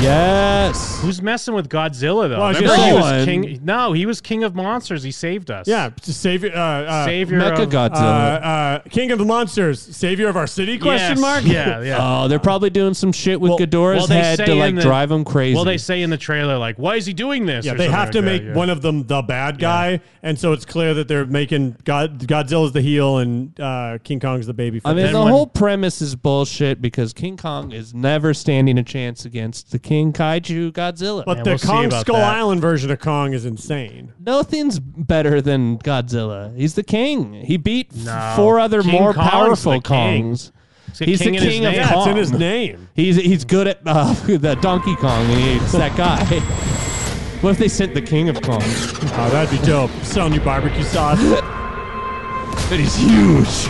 Speaker 8: Yes.
Speaker 6: Who's messing with Godzilla though?
Speaker 4: Well, it's
Speaker 6: Remember
Speaker 8: just
Speaker 6: he
Speaker 8: one.
Speaker 6: was king. No, he was king of monsters. He saved us.
Speaker 4: yeah, to savior, uh, uh,
Speaker 6: savior
Speaker 8: Mecha
Speaker 6: of-
Speaker 4: uh,
Speaker 8: Godzilla.
Speaker 4: uh, King of the Monsters, savior of our city? Question
Speaker 6: Yes,
Speaker 4: mark.
Speaker 6: Yeah, yeah.
Speaker 8: oh, they're probably doing some shit with
Speaker 6: Well-
Speaker 8: Ghidorah's
Speaker 6: well, they
Speaker 8: head
Speaker 6: say
Speaker 8: to
Speaker 6: in
Speaker 8: like
Speaker 6: the-
Speaker 8: drive him crazy.
Speaker 6: well, they say in the trailer like, why is he doing this?
Speaker 4: Yeah,
Speaker 6: or
Speaker 4: they
Speaker 6: something
Speaker 4: have
Speaker 6: like
Speaker 4: to
Speaker 6: that,
Speaker 4: make
Speaker 6: yeah.
Speaker 4: one of them the bad guy, and so it's clear that they're making God Godzilla's the heel and uh, King Kong's the baby.
Speaker 8: I mean,
Speaker 6: Then
Speaker 8: the
Speaker 6: when-
Speaker 8: whole premise is bullshit because King Kong is never standing a chance against the King Kaiju Godzilla.
Speaker 4: but
Speaker 6: man,
Speaker 4: the
Speaker 6: we'll see
Speaker 4: Kong
Speaker 6: about
Speaker 4: Skull
Speaker 6: that.
Speaker 4: Island version of Kong is insane.
Speaker 8: nothing's better than Godzilla. He's the king. He beat f-
Speaker 6: No.
Speaker 8: four other
Speaker 6: King
Speaker 8: more
Speaker 6: Kong's
Speaker 8: powerful
Speaker 6: the king.
Speaker 8: Kongs.
Speaker 6: got
Speaker 8: He's
Speaker 6: king
Speaker 8: the
Speaker 6: in his
Speaker 8: king of
Speaker 6: name.
Speaker 4: Yeah,
Speaker 8: Kong.
Speaker 4: it's in his name.
Speaker 8: He's he's good at uh, the Donkey Kong, and he, it's that guy. what if they sent the King of Kong?
Speaker 4: Oh, that'd be dope. Selling you barbecue sauce.
Speaker 8: But he's huge.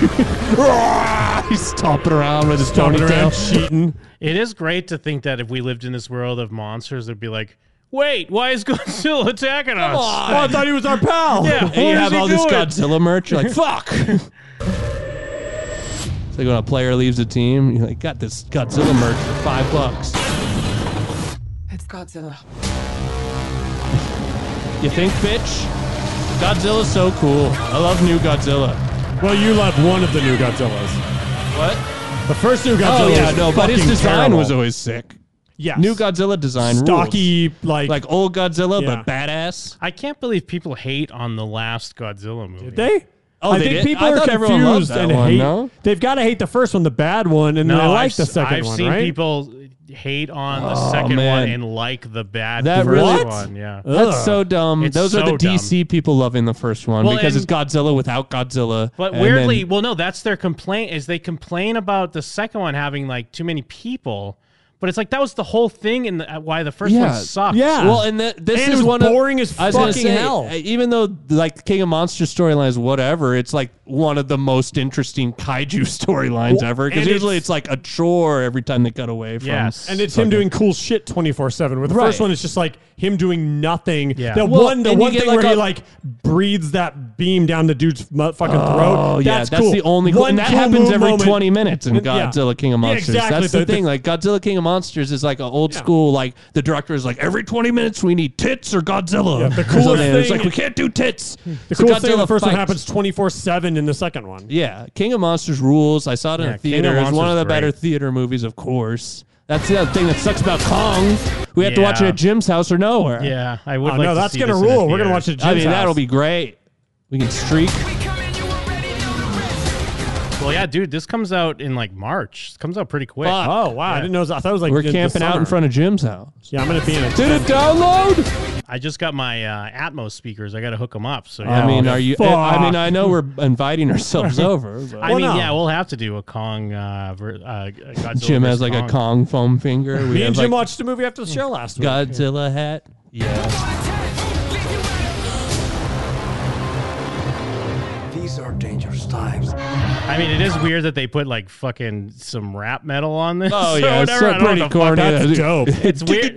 Speaker 8: he's stomping around with his
Speaker 4: Stomping around,
Speaker 8: ponytail.
Speaker 4: cheating.
Speaker 6: It is great to think that if we lived in this world of monsters, it'd be like, wait, why is Godzilla attacking us?
Speaker 8: on.
Speaker 4: Oh, I thought he was our pal.
Speaker 6: Yeah,
Speaker 8: And you
Speaker 6: what is
Speaker 8: have
Speaker 6: he
Speaker 8: all
Speaker 6: doing?
Speaker 8: this Godzilla merch. You're like, fuck. it's like when a player leaves a team, you're like, got this Godzilla merch for five bucks.
Speaker 7: It's Godzilla.
Speaker 8: You think, bitch? Godzilla's so cool. I love new Godzilla.
Speaker 4: Well, you love one of the new Godzillas.
Speaker 8: What?
Speaker 4: The first new Godzilla.
Speaker 8: Oh yeah,
Speaker 4: was
Speaker 8: no, but his
Speaker 4: fucking
Speaker 8: design
Speaker 4: terrible.
Speaker 8: was always sick.
Speaker 4: yes.
Speaker 8: New Godzilla design rules.
Speaker 4: stocky, like,
Speaker 8: like old Godzilla,
Speaker 4: Yeah.
Speaker 8: but badass.
Speaker 6: I can't believe people hate on the last Godzilla movie.
Speaker 4: they.
Speaker 8: Oh,
Speaker 4: I
Speaker 8: they
Speaker 4: think
Speaker 8: did?
Speaker 4: people
Speaker 8: I
Speaker 4: are
Speaker 8: thought everyone loved
Speaker 4: confused
Speaker 8: that
Speaker 4: and
Speaker 8: one,
Speaker 4: hate.
Speaker 8: no?
Speaker 4: They've got to hate the first one, the bad one, and
Speaker 6: No,
Speaker 4: then they like
Speaker 6: I've,
Speaker 4: the
Speaker 6: s-
Speaker 4: 2nd
Speaker 6: I've
Speaker 4: one,
Speaker 6: seen
Speaker 4: right?
Speaker 6: people hate on the
Speaker 8: Oh,
Speaker 6: second
Speaker 8: man.
Speaker 6: one and like the bad
Speaker 8: That
Speaker 6: first
Speaker 8: really-
Speaker 6: one. Yeah.
Speaker 8: That's
Speaker 4: Ugh.
Speaker 8: so dumb.
Speaker 6: It's
Speaker 8: Those are
Speaker 6: so
Speaker 8: the DC people loving the first one
Speaker 6: Well,
Speaker 8: because
Speaker 6: and-
Speaker 8: it's Godzilla without Godzilla.
Speaker 6: But
Speaker 8: and
Speaker 6: weirdly,
Speaker 8: then-
Speaker 6: well, no, that's their complaint is they complain about the second one having like too many people, but it's like that was the whole thing and the- why the first
Speaker 8: Yeah.
Speaker 6: one sucked.
Speaker 4: Yeah.
Speaker 8: well, and th- this
Speaker 4: And it
Speaker 8: is
Speaker 4: was
Speaker 8: one
Speaker 4: boring
Speaker 8: of,
Speaker 4: as
Speaker 8: I was gonna
Speaker 4: fucking
Speaker 8: say, e,
Speaker 4: hell.
Speaker 8: Even though like King of Monsters storyline is whatever, it's like one of the most interesting kaiju storylines
Speaker 4: Well,
Speaker 8: ever. Because
Speaker 4: and
Speaker 8: usually
Speaker 4: it's-
Speaker 8: it's, like a chore every time they cut away from.
Speaker 6: Yes.
Speaker 4: And it's him doing cool shit twenty four seven. With the first
Speaker 8: Right.
Speaker 4: one, it's just like him doing nothing.
Speaker 6: Yeah.
Speaker 4: The
Speaker 8: Well,
Speaker 4: one, the
Speaker 8: and you
Speaker 4: one
Speaker 8: get
Speaker 4: thing
Speaker 8: like
Speaker 4: where he
Speaker 8: a-
Speaker 4: like breathes that beam down the dude's mu- fucking
Speaker 8: Oh
Speaker 4: throat.
Speaker 8: yeah,
Speaker 4: that's,
Speaker 8: that's
Speaker 4: cool.
Speaker 8: the only cool,
Speaker 4: One
Speaker 8: and that
Speaker 4: cool
Speaker 8: happens
Speaker 4: move
Speaker 8: every
Speaker 4: moment.
Speaker 8: twenty minutes in
Speaker 4: Yeah.
Speaker 8: Godzilla King of
Speaker 4: Yeah,
Speaker 8: Monsters.
Speaker 4: exactly.
Speaker 8: That's the,
Speaker 4: The- the-
Speaker 8: thing. like Godzilla King of Monsters is like an old school. Like the director is like every twenty minutes we need tits or Godzilla.
Speaker 4: Yeah, the
Speaker 8: or
Speaker 4: coolest
Speaker 8: something. It's
Speaker 4: thing- Hmm.
Speaker 8: like we can't do tits.
Speaker 4: The
Speaker 8: So
Speaker 4: coolest thing in the
Speaker 8: Godzilla
Speaker 4: first one
Speaker 8: fights.
Speaker 4: happens twenty four seven in the second one.
Speaker 8: Yeah, King of Monsters rules. I saw it
Speaker 6: Yeah,
Speaker 8: in a
Speaker 6: King of
Speaker 8: theater. It's one
Speaker 6: Monsters
Speaker 8: of the
Speaker 6: is
Speaker 8: better
Speaker 6: great.
Speaker 8: theater movies, of course. That's the other thing that sucks about Kong. We have to watch it
Speaker 6: Yeah.
Speaker 8: at Jim's house or nowhere.
Speaker 6: yeah, I would
Speaker 4: Oh,
Speaker 6: like
Speaker 4: no,
Speaker 6: to
Speaker 4: that's
Speaker 6: see
Speaker 4: gonna
Speaker 6: this in a
Speaker 4: rule. We're
Speaker 6: theater.
Speaker 4: gonna watch it. at
Speaker 8: I
Speaker 4: Jim's
Speaker 8: mean that'll
Speaker 4: house.
Speaker 8: be great. We can streak.
Speaker 6: Well, yeah, dude, this comes out in like March. It comes out pretty quick.
Speaker 8: Fuck.
Speaker 4: Oh wow! I
Speaker 6: Yeah.
Speaker 4: didn't know. I thought it was like
Speaker 8: We're
Speaker 4: the- the
Speaker 8: camping out in
Speaker 4: summer.
Speaker 8: front of Jim's house.
Speaker 4: Yeah, I'm gonna be in it.
Speaker 8: Did it download?
Speaker 6: I just got my uh, Atmos speakers. I got to hook them up. So yeah,
Speaker 8: I mean,
Speaker 6: we'll-
Speaker 8: are you? I mean, I know we're inviting ourselves over.
Speaker 6: I
Speaker 8: But
Speaker 4: Well,
Speaker 6: mean,
Speaker 4: no.
Speaker 6: yeah, we'll have to do a Kong. Uh, ver- uh, Godzilla
Speaker 8: Jim has
Speaker 6: versus
Speaker 8: like a Kong foam finger. We
Speaker 4: Me and
Speaker 8: have
Speaker 4: Jim
Speaker 8: like
Speaker 4: watched the movie after the show last week.
Speaker 8: Godzilla hat. Yeah.
Speaker 3: These are dangerous times.
Speaker 6: I mean, it is weird that they put like fucking some rap metal on this.
Speaker 8: Oh
Speaker 6: or
Speaker 8: yeah, it's
Speaker 6: whatever. I don't
Speaker 8: so
Speaker 6: know
Speaker 8: pretty
Speaker 6: what the fuck
Speaker 8: corny.
Speaker 6: that's-
Speaker 4: That's dope.
Speaker 6: It's weird.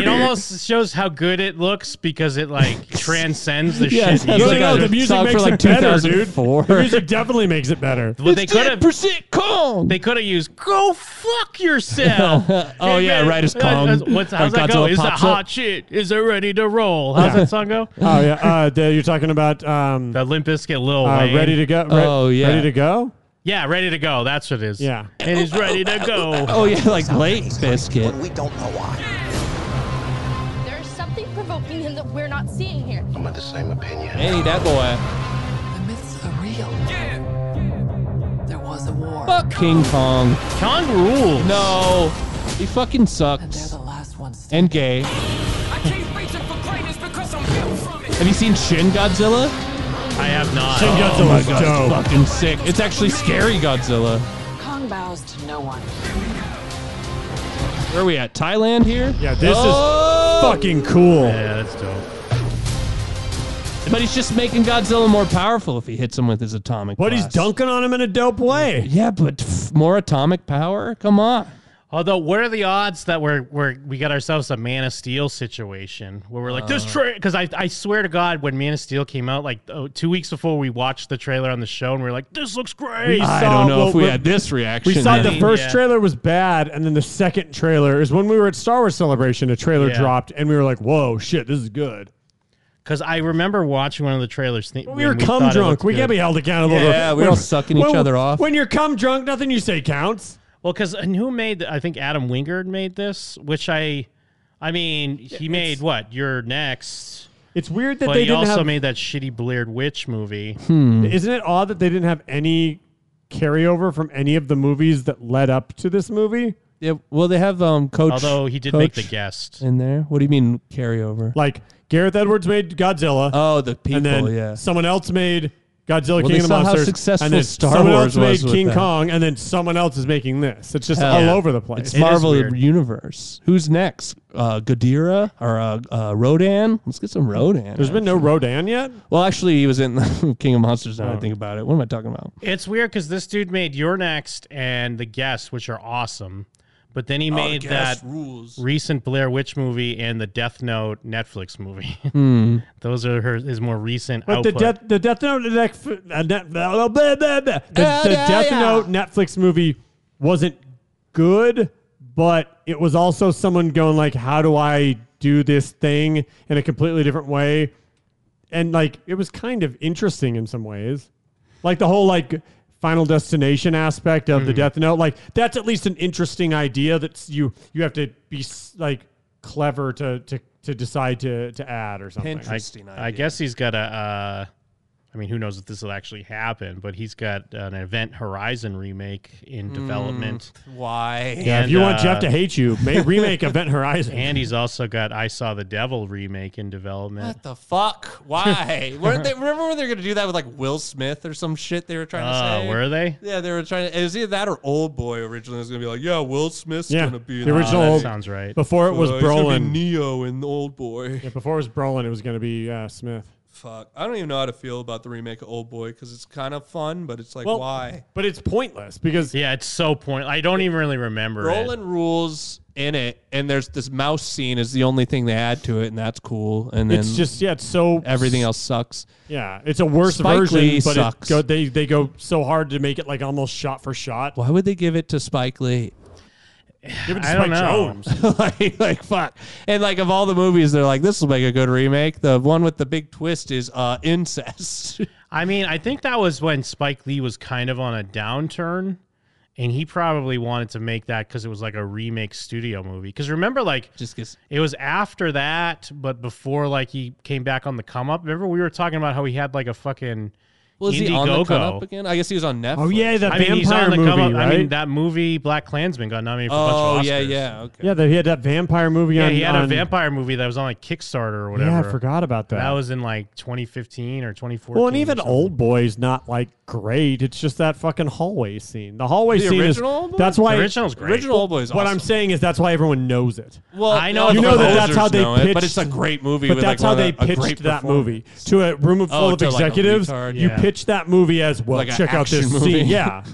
Speaker 6: It almost shows how good it looks because it like transcends the shit.
Speaker 8: Yeah, it sounds
Speaker 4: No,
Speaker 6: you-
Speaker 4: no,
Speaker 8: like
Speaker 4: no,
Speaker 8: a
Speaker 4: "Oh, the music
Speaker 8: song
Speaker 4: makes
Speaker 8: for like
Speaker 4: it better, dude.
Speaker 8: 2004.
Speaker 4: The music definitely makes it better.
Speaker 6: Well, they could have.
Speaker 8: percent Kong.
Speaker 6: They could have used "Go fuck yourself."
Speaker 8: Oh,
Speaker 6: Hey,
Speaker 8: yeah,
Speaker 6: man,
Speaker 8: right, it's
Speaker 6: uh, uh,
Speaker 8: Kong.
Speaker 6: What's, how's
Speaker 8: Like
Speaker 6: that go?
Speaker 8: Godzilla
Speaker 6: Is that
Speaker 8: pops up.
Speaker 6: hot shit? Is it ready to roll? How's
Speaker 4: Yeah.
Speaker 6: that song go?
Speaker 4: Oh yeah, uh, the, you're talking about um,
Speaker 6: The Limp Bizkit Lil
Speaker 4: uh,
Speaker 6: Wayne.
Speaker 4: ready to go. Re-
Speaker 8: Oh, yeah.
Speaker 4: ready to go.
Speaker 6: yeah, ready to go. That's what it is.
Speaker 4: Yeah.
Speaker 6: and he's ready to go.
Speaker 8: Oh yeah, like late biscuit.
Speaker 1: There's something provoking in one that we're not seeing here.
Speaker 11: I'm of the same opinion.
Speaker 12: Hey, that boy.
Speaker 7: The myths are real. There was a war.
Speaker 8: Fuck King Kong.
Speaker 6: Kong rules.
Speaker 8: No. He fucking
Speaker 7: And they're
Speaker 8: sucks.
Speaker 7: the last ones.
Speaker 8: And gay. Have you seen Shin Godzilla?
Speaker 6: I have not.
Speaker 8: Shin
Speaker 6: Oh.
Speaker 8: Godzilla. It's fucking sick. It's actually scary Godzilla.
Speaker 7: Kong bows to no one.
Speaker 8: Where are we at? Thailand here?
Speaker 4: Yeah, this
Speaker 8: Oh!
Speaker 4: is fucking cool.
Speaker 6: Yeah, that's dope.
Speaker 8: But he's just making Godzilla more powerful if he hits him with his atomic.
Speaker 4: But he's
Speaker 8: blast.
Speaker 4: dunking on him in a dope way.
Speaker 8: Yeah, but f- more atomic power? Come on.
Speaker 6: Although, what are the odds that we're, we're we got ourselves a Man of Steel situation where we're like
Speaker 4: Uh.
Speaker 6: this trailer? Because I, I swear to God, when Man of Steel came out, like oh, two weeks before we watched the trailer on the show, and we are like, this looks great.
Speaker 4: We
Speaker 8: I
Speaker 4: saw
Speaker 8: don't know
Speaker 4: what
Speaker 8: if we
Speaker 4: we're-
Speaker 8: had this reaction.
Speaker 4: We saw the
Speaker 8: then.
Speaker 4: first
Speaker 6: Yeah.
Speaker 4: trailer was bad, and then the second trailer is when we were at Star Wars Celebration. A trailer
Speaker 6: Yeah.
Speaker 4: dropped, and we were like, "Whoa, shit, this is good."
Speaker 6: Because I remember watching one of the trailers. thi-
Speaker 4: We
Speaker 6: when
Speaker 4: were cum
Speaker 6: thought it
Speaker 4: drunk.
Speaker 6: looked
Speaker 4: We can't
Speaker 6: good.
Speaker 4: be held accountable.
Speaker 8: Yeah,
Speaker 4: for-
Speaker 8: we were all sucking each
Speaker 4: when-
Speaker 8: other off.
Speaker 4: When you're cum drunk, nothing you say counts.
Speaker 6: Well, because and who made? I think Adam Wingard made this, which I, I mean, he made what? You're next.
Speaker 4: It's weird that
Speaker 6: But
Speaker 4: they
Speaker 6: he
Speaker 4: didn't
Speaker 6: also
Speaker 4: have.
Speaker 6: made that shitty Blair Witch movie.
Speaker 4: Isn't it odd that they didn't have any carryover from any of the movies that led up to this movie?
Speaker 8: Yeah, well, they have um, Coach.
Speaker 6: Although he did make the
Speaker 8: Coach
Speaker 6: guest.
Speaker 8: in there. What do you mean carryover?
Speaker 4: Like Gareth Edwards made Godzilla.
Speaker 8: Oh, the people.
Speaker 4: and then
Speaker 8: yeah.
Speaker 4: someone else made Godzilla
Speaker 8: Well,
Speaker 4: King
Speaker 8: they
Speaker 4: of the
Speaker 8: saw how
Speaker 4: Monsters.
Speaker 8: successful
Speaker 4: and then
Speaker 8: Star
Speaker 4: someone
Speaker 8: Wars
Speaker 4: else
Speaker 8: was
Speaker 4: made
Speaker 8: with
Speaker 4: King
Speaker 8: that.
Speaker 4: Kong, and then someone else is making this. It's just
Speaker 8: Hell
Speaker 4: all
Speaker 8: yeah.
Speaker 4: over the place.
Speaker 8: It's
Speaker 6: It is
Speaker 8: Marvel
Speaker 6: weird.
Speaker 8: Universe. Who's next? Uh, Godira or uh, uh, Rodan? Let's get some Rodan.
Speaker 4: There's been no Rodan yet.
Speaker 8: Well, actually, he was in King of Monsters. Now I think about it. What am I talking about?
Speaker 6: It's weird because this dude made Your Next and The Guest, which are awesome, but then he
Speaker 4: Oh,
Speaker 6: made that
Speaker 12: rules.
Speaker 6: recent Blair Witch movie and the Death Note Netflix movie. Those are her, his more recent
Speaker 4: But the
Speaker 6: output.
Speaker 4: death, the Death Note, Netf- uh, net- blah, blah, blah, blah, blah. the, the Death Note Netflix movie wasn't good, but it was also someone going like, "How do I do this thing in a completely different way?" And like, it was kind of interesting in some ways, like the whole like Final Destination aspect of the Death Note. Like, that's at least an interesting idea that's you you have to be s- like clever to to to decide to to add or something.
Speaker 6: I, I guess he's got a. Uh, I mean, who knows if this will actually happen? But he's got an Event Horizon remake in
Speaker 4: Hmm.
Speaker 6: development,
Speaker 12: Why?
Speaker 4: Yeah, if
Speaker 6: And,
Speaker 4: you want Jeff
Speaker 6: uh,
Speaker 4: to hate you, may remake Event Horizon.
Speaker 6: and he's also got I Saw the Devil remake in development.
Speaker 12: What the fuck? Why? Weren't they, remember when they were gonna do that with like Will Smith or some shit they were trying
Speaker 6: Uh,
Speaker 12: to say?
Speaker 6: were they?
Speaker 12: Yeah, they were trying to. It was either that or Old Boy originally. It was gonna be like, yeah, Will Smith's
Speaker 4: yeah,
Speaker 12: gonna be in
Speaker 4: the
Speaker 12: that
Speaker 4: original
Speaker 6: Oh, that
Speaker 4: old-
Speaker 6: sounds right.
Speaker 4: Before it was
Speaker 12: Uh, he's gonna be
Speaker 4: Brolin.
Speaker 12: Neo in Old Boy.
Speaker 4: yeah, before it was Brolin, it was going to be uh, Smith.
Speaker 12: Fuck, I don't even know how to feel about the remake of Old Boy because it's kind of fun, but it's like,
Speaker 4: Well,
Speaker 12: why?
Speaker 4: But it's pointless because
Speaker 6: Yeah, it's so point. I don't even really remember it.
Speaker 8: Brolin rules in it, and there's this mouse scene is the only thing they add to it, and that's cool. And then
Speaker 4: it's just yeah, it's so
Speaker 8: everything else sucks.
Speaker 4: Yeah, it's a worse
Speaker 8: Spike
Speaker 4: version,
Speaker 8: Lee
Speaker 4: but it
Speaker 8: sucks.
Speaker 4: go, they they go so hard to make it like almost shot for shot.
Speaker 8: Why would they give it to Spike Lee?
Speaker 4: Give it to
Speaker 6: I
Speaker 4: Spike
Speaker 6: don't know.
Speaker 4: Jones.
Speaker 8: like, like fuck. And like of all the movies, they're like, this will make a good remake. The one with the big twist is uh, incest.
Speaker 6: I mean, I think that was when Spike Lee was kind of on a downturn, and he probably wanted to make that because it was like a remake studio movie. Because remember, like,
Speaker 8: just gets
Speaker 6: it was after that, but before like he came back on the come up. Remember, we were talking about how he had like a fucking
Speaker 8: well, is he on the cut up
Speaker 6: Indiegogo.
Speaker 8: again? I guess he was on Netflix.
Speaker 4: Oh yeah, the
Speaker 6: I mean,
Speaker 4: vampire
Speaker 6: he's on the
Speaker 4: movie,
Speaker 6: come up.
Speaker 4: right?
Speaker 6: I mean, that movie Black Klansman got nominated for a
Speaker 8: Oh
Speaker 6: bunch of
Speaker 8: yeah,
Speaker 6: Oscars.
Speaker 8: yeah. Okay.
Speaker 4: yeah, that he had that vampire movie
Speaker 6: Yeah,
Speaker 4: on.
Speaker 6: he had
Speaker 4: on-
Speaker 6: a vampire movie that was on like Kickstarter or whatever.
Speaker 4: Yeah, I forgot about that.
Speaker 6: That was in like 2015 or 2014.
Speaker 4: well, and even
Speaker 6: or something.
Speaker 4: Old Boy's not like great. It's just that fucking hallway scene. The hallway
Speaker 8: The
Speaker 4: scene
Speaker 8: original Old
Speaker 4: is
Speaker 8: Boy?
Speaker 4: that's why
Speaker 6: The original's great.
Speaker 8: Original Old Boy is
Speaker 4: What
Speaker 8: awesome.
Speaker 4: I'm saying is that's why everyone knows it.
Speaker 8: Well,
Speaker 6: I know
Speaker 8: all
Speaker 6: you
Speaker 8: the
Speaker 6: know that
Speaker 4: that's how
Speaker 8: composers
Speaker 4: they
Speaker 8: know it, but
Speaker 4: pitched-
Speaker 8: it's a great movie.
Speaker 4: But
Speaker 8: with
Speaker 4: that's
Speaker 8: like
Speaker 4: how
Speaker 8: one
Speaker 4: they
Speaker 8: of the- a great
Speaker 4: pitched that
Speaker 8: performance.
Speaker 4: movie to a room full
Speaker 8: Oh,
Speaker 4: of
Speaker 8: to, like, a
Speaker 4: executives.
Speaker 8: retard,
Speaker 4: You
Speaker 6: yeah.
Speaker 4: pitch that movie as well.
Speaker 8: Like a
Speaker 4: check out this
Speaker 8: action movie.
Speaker 4: scene. Yeah,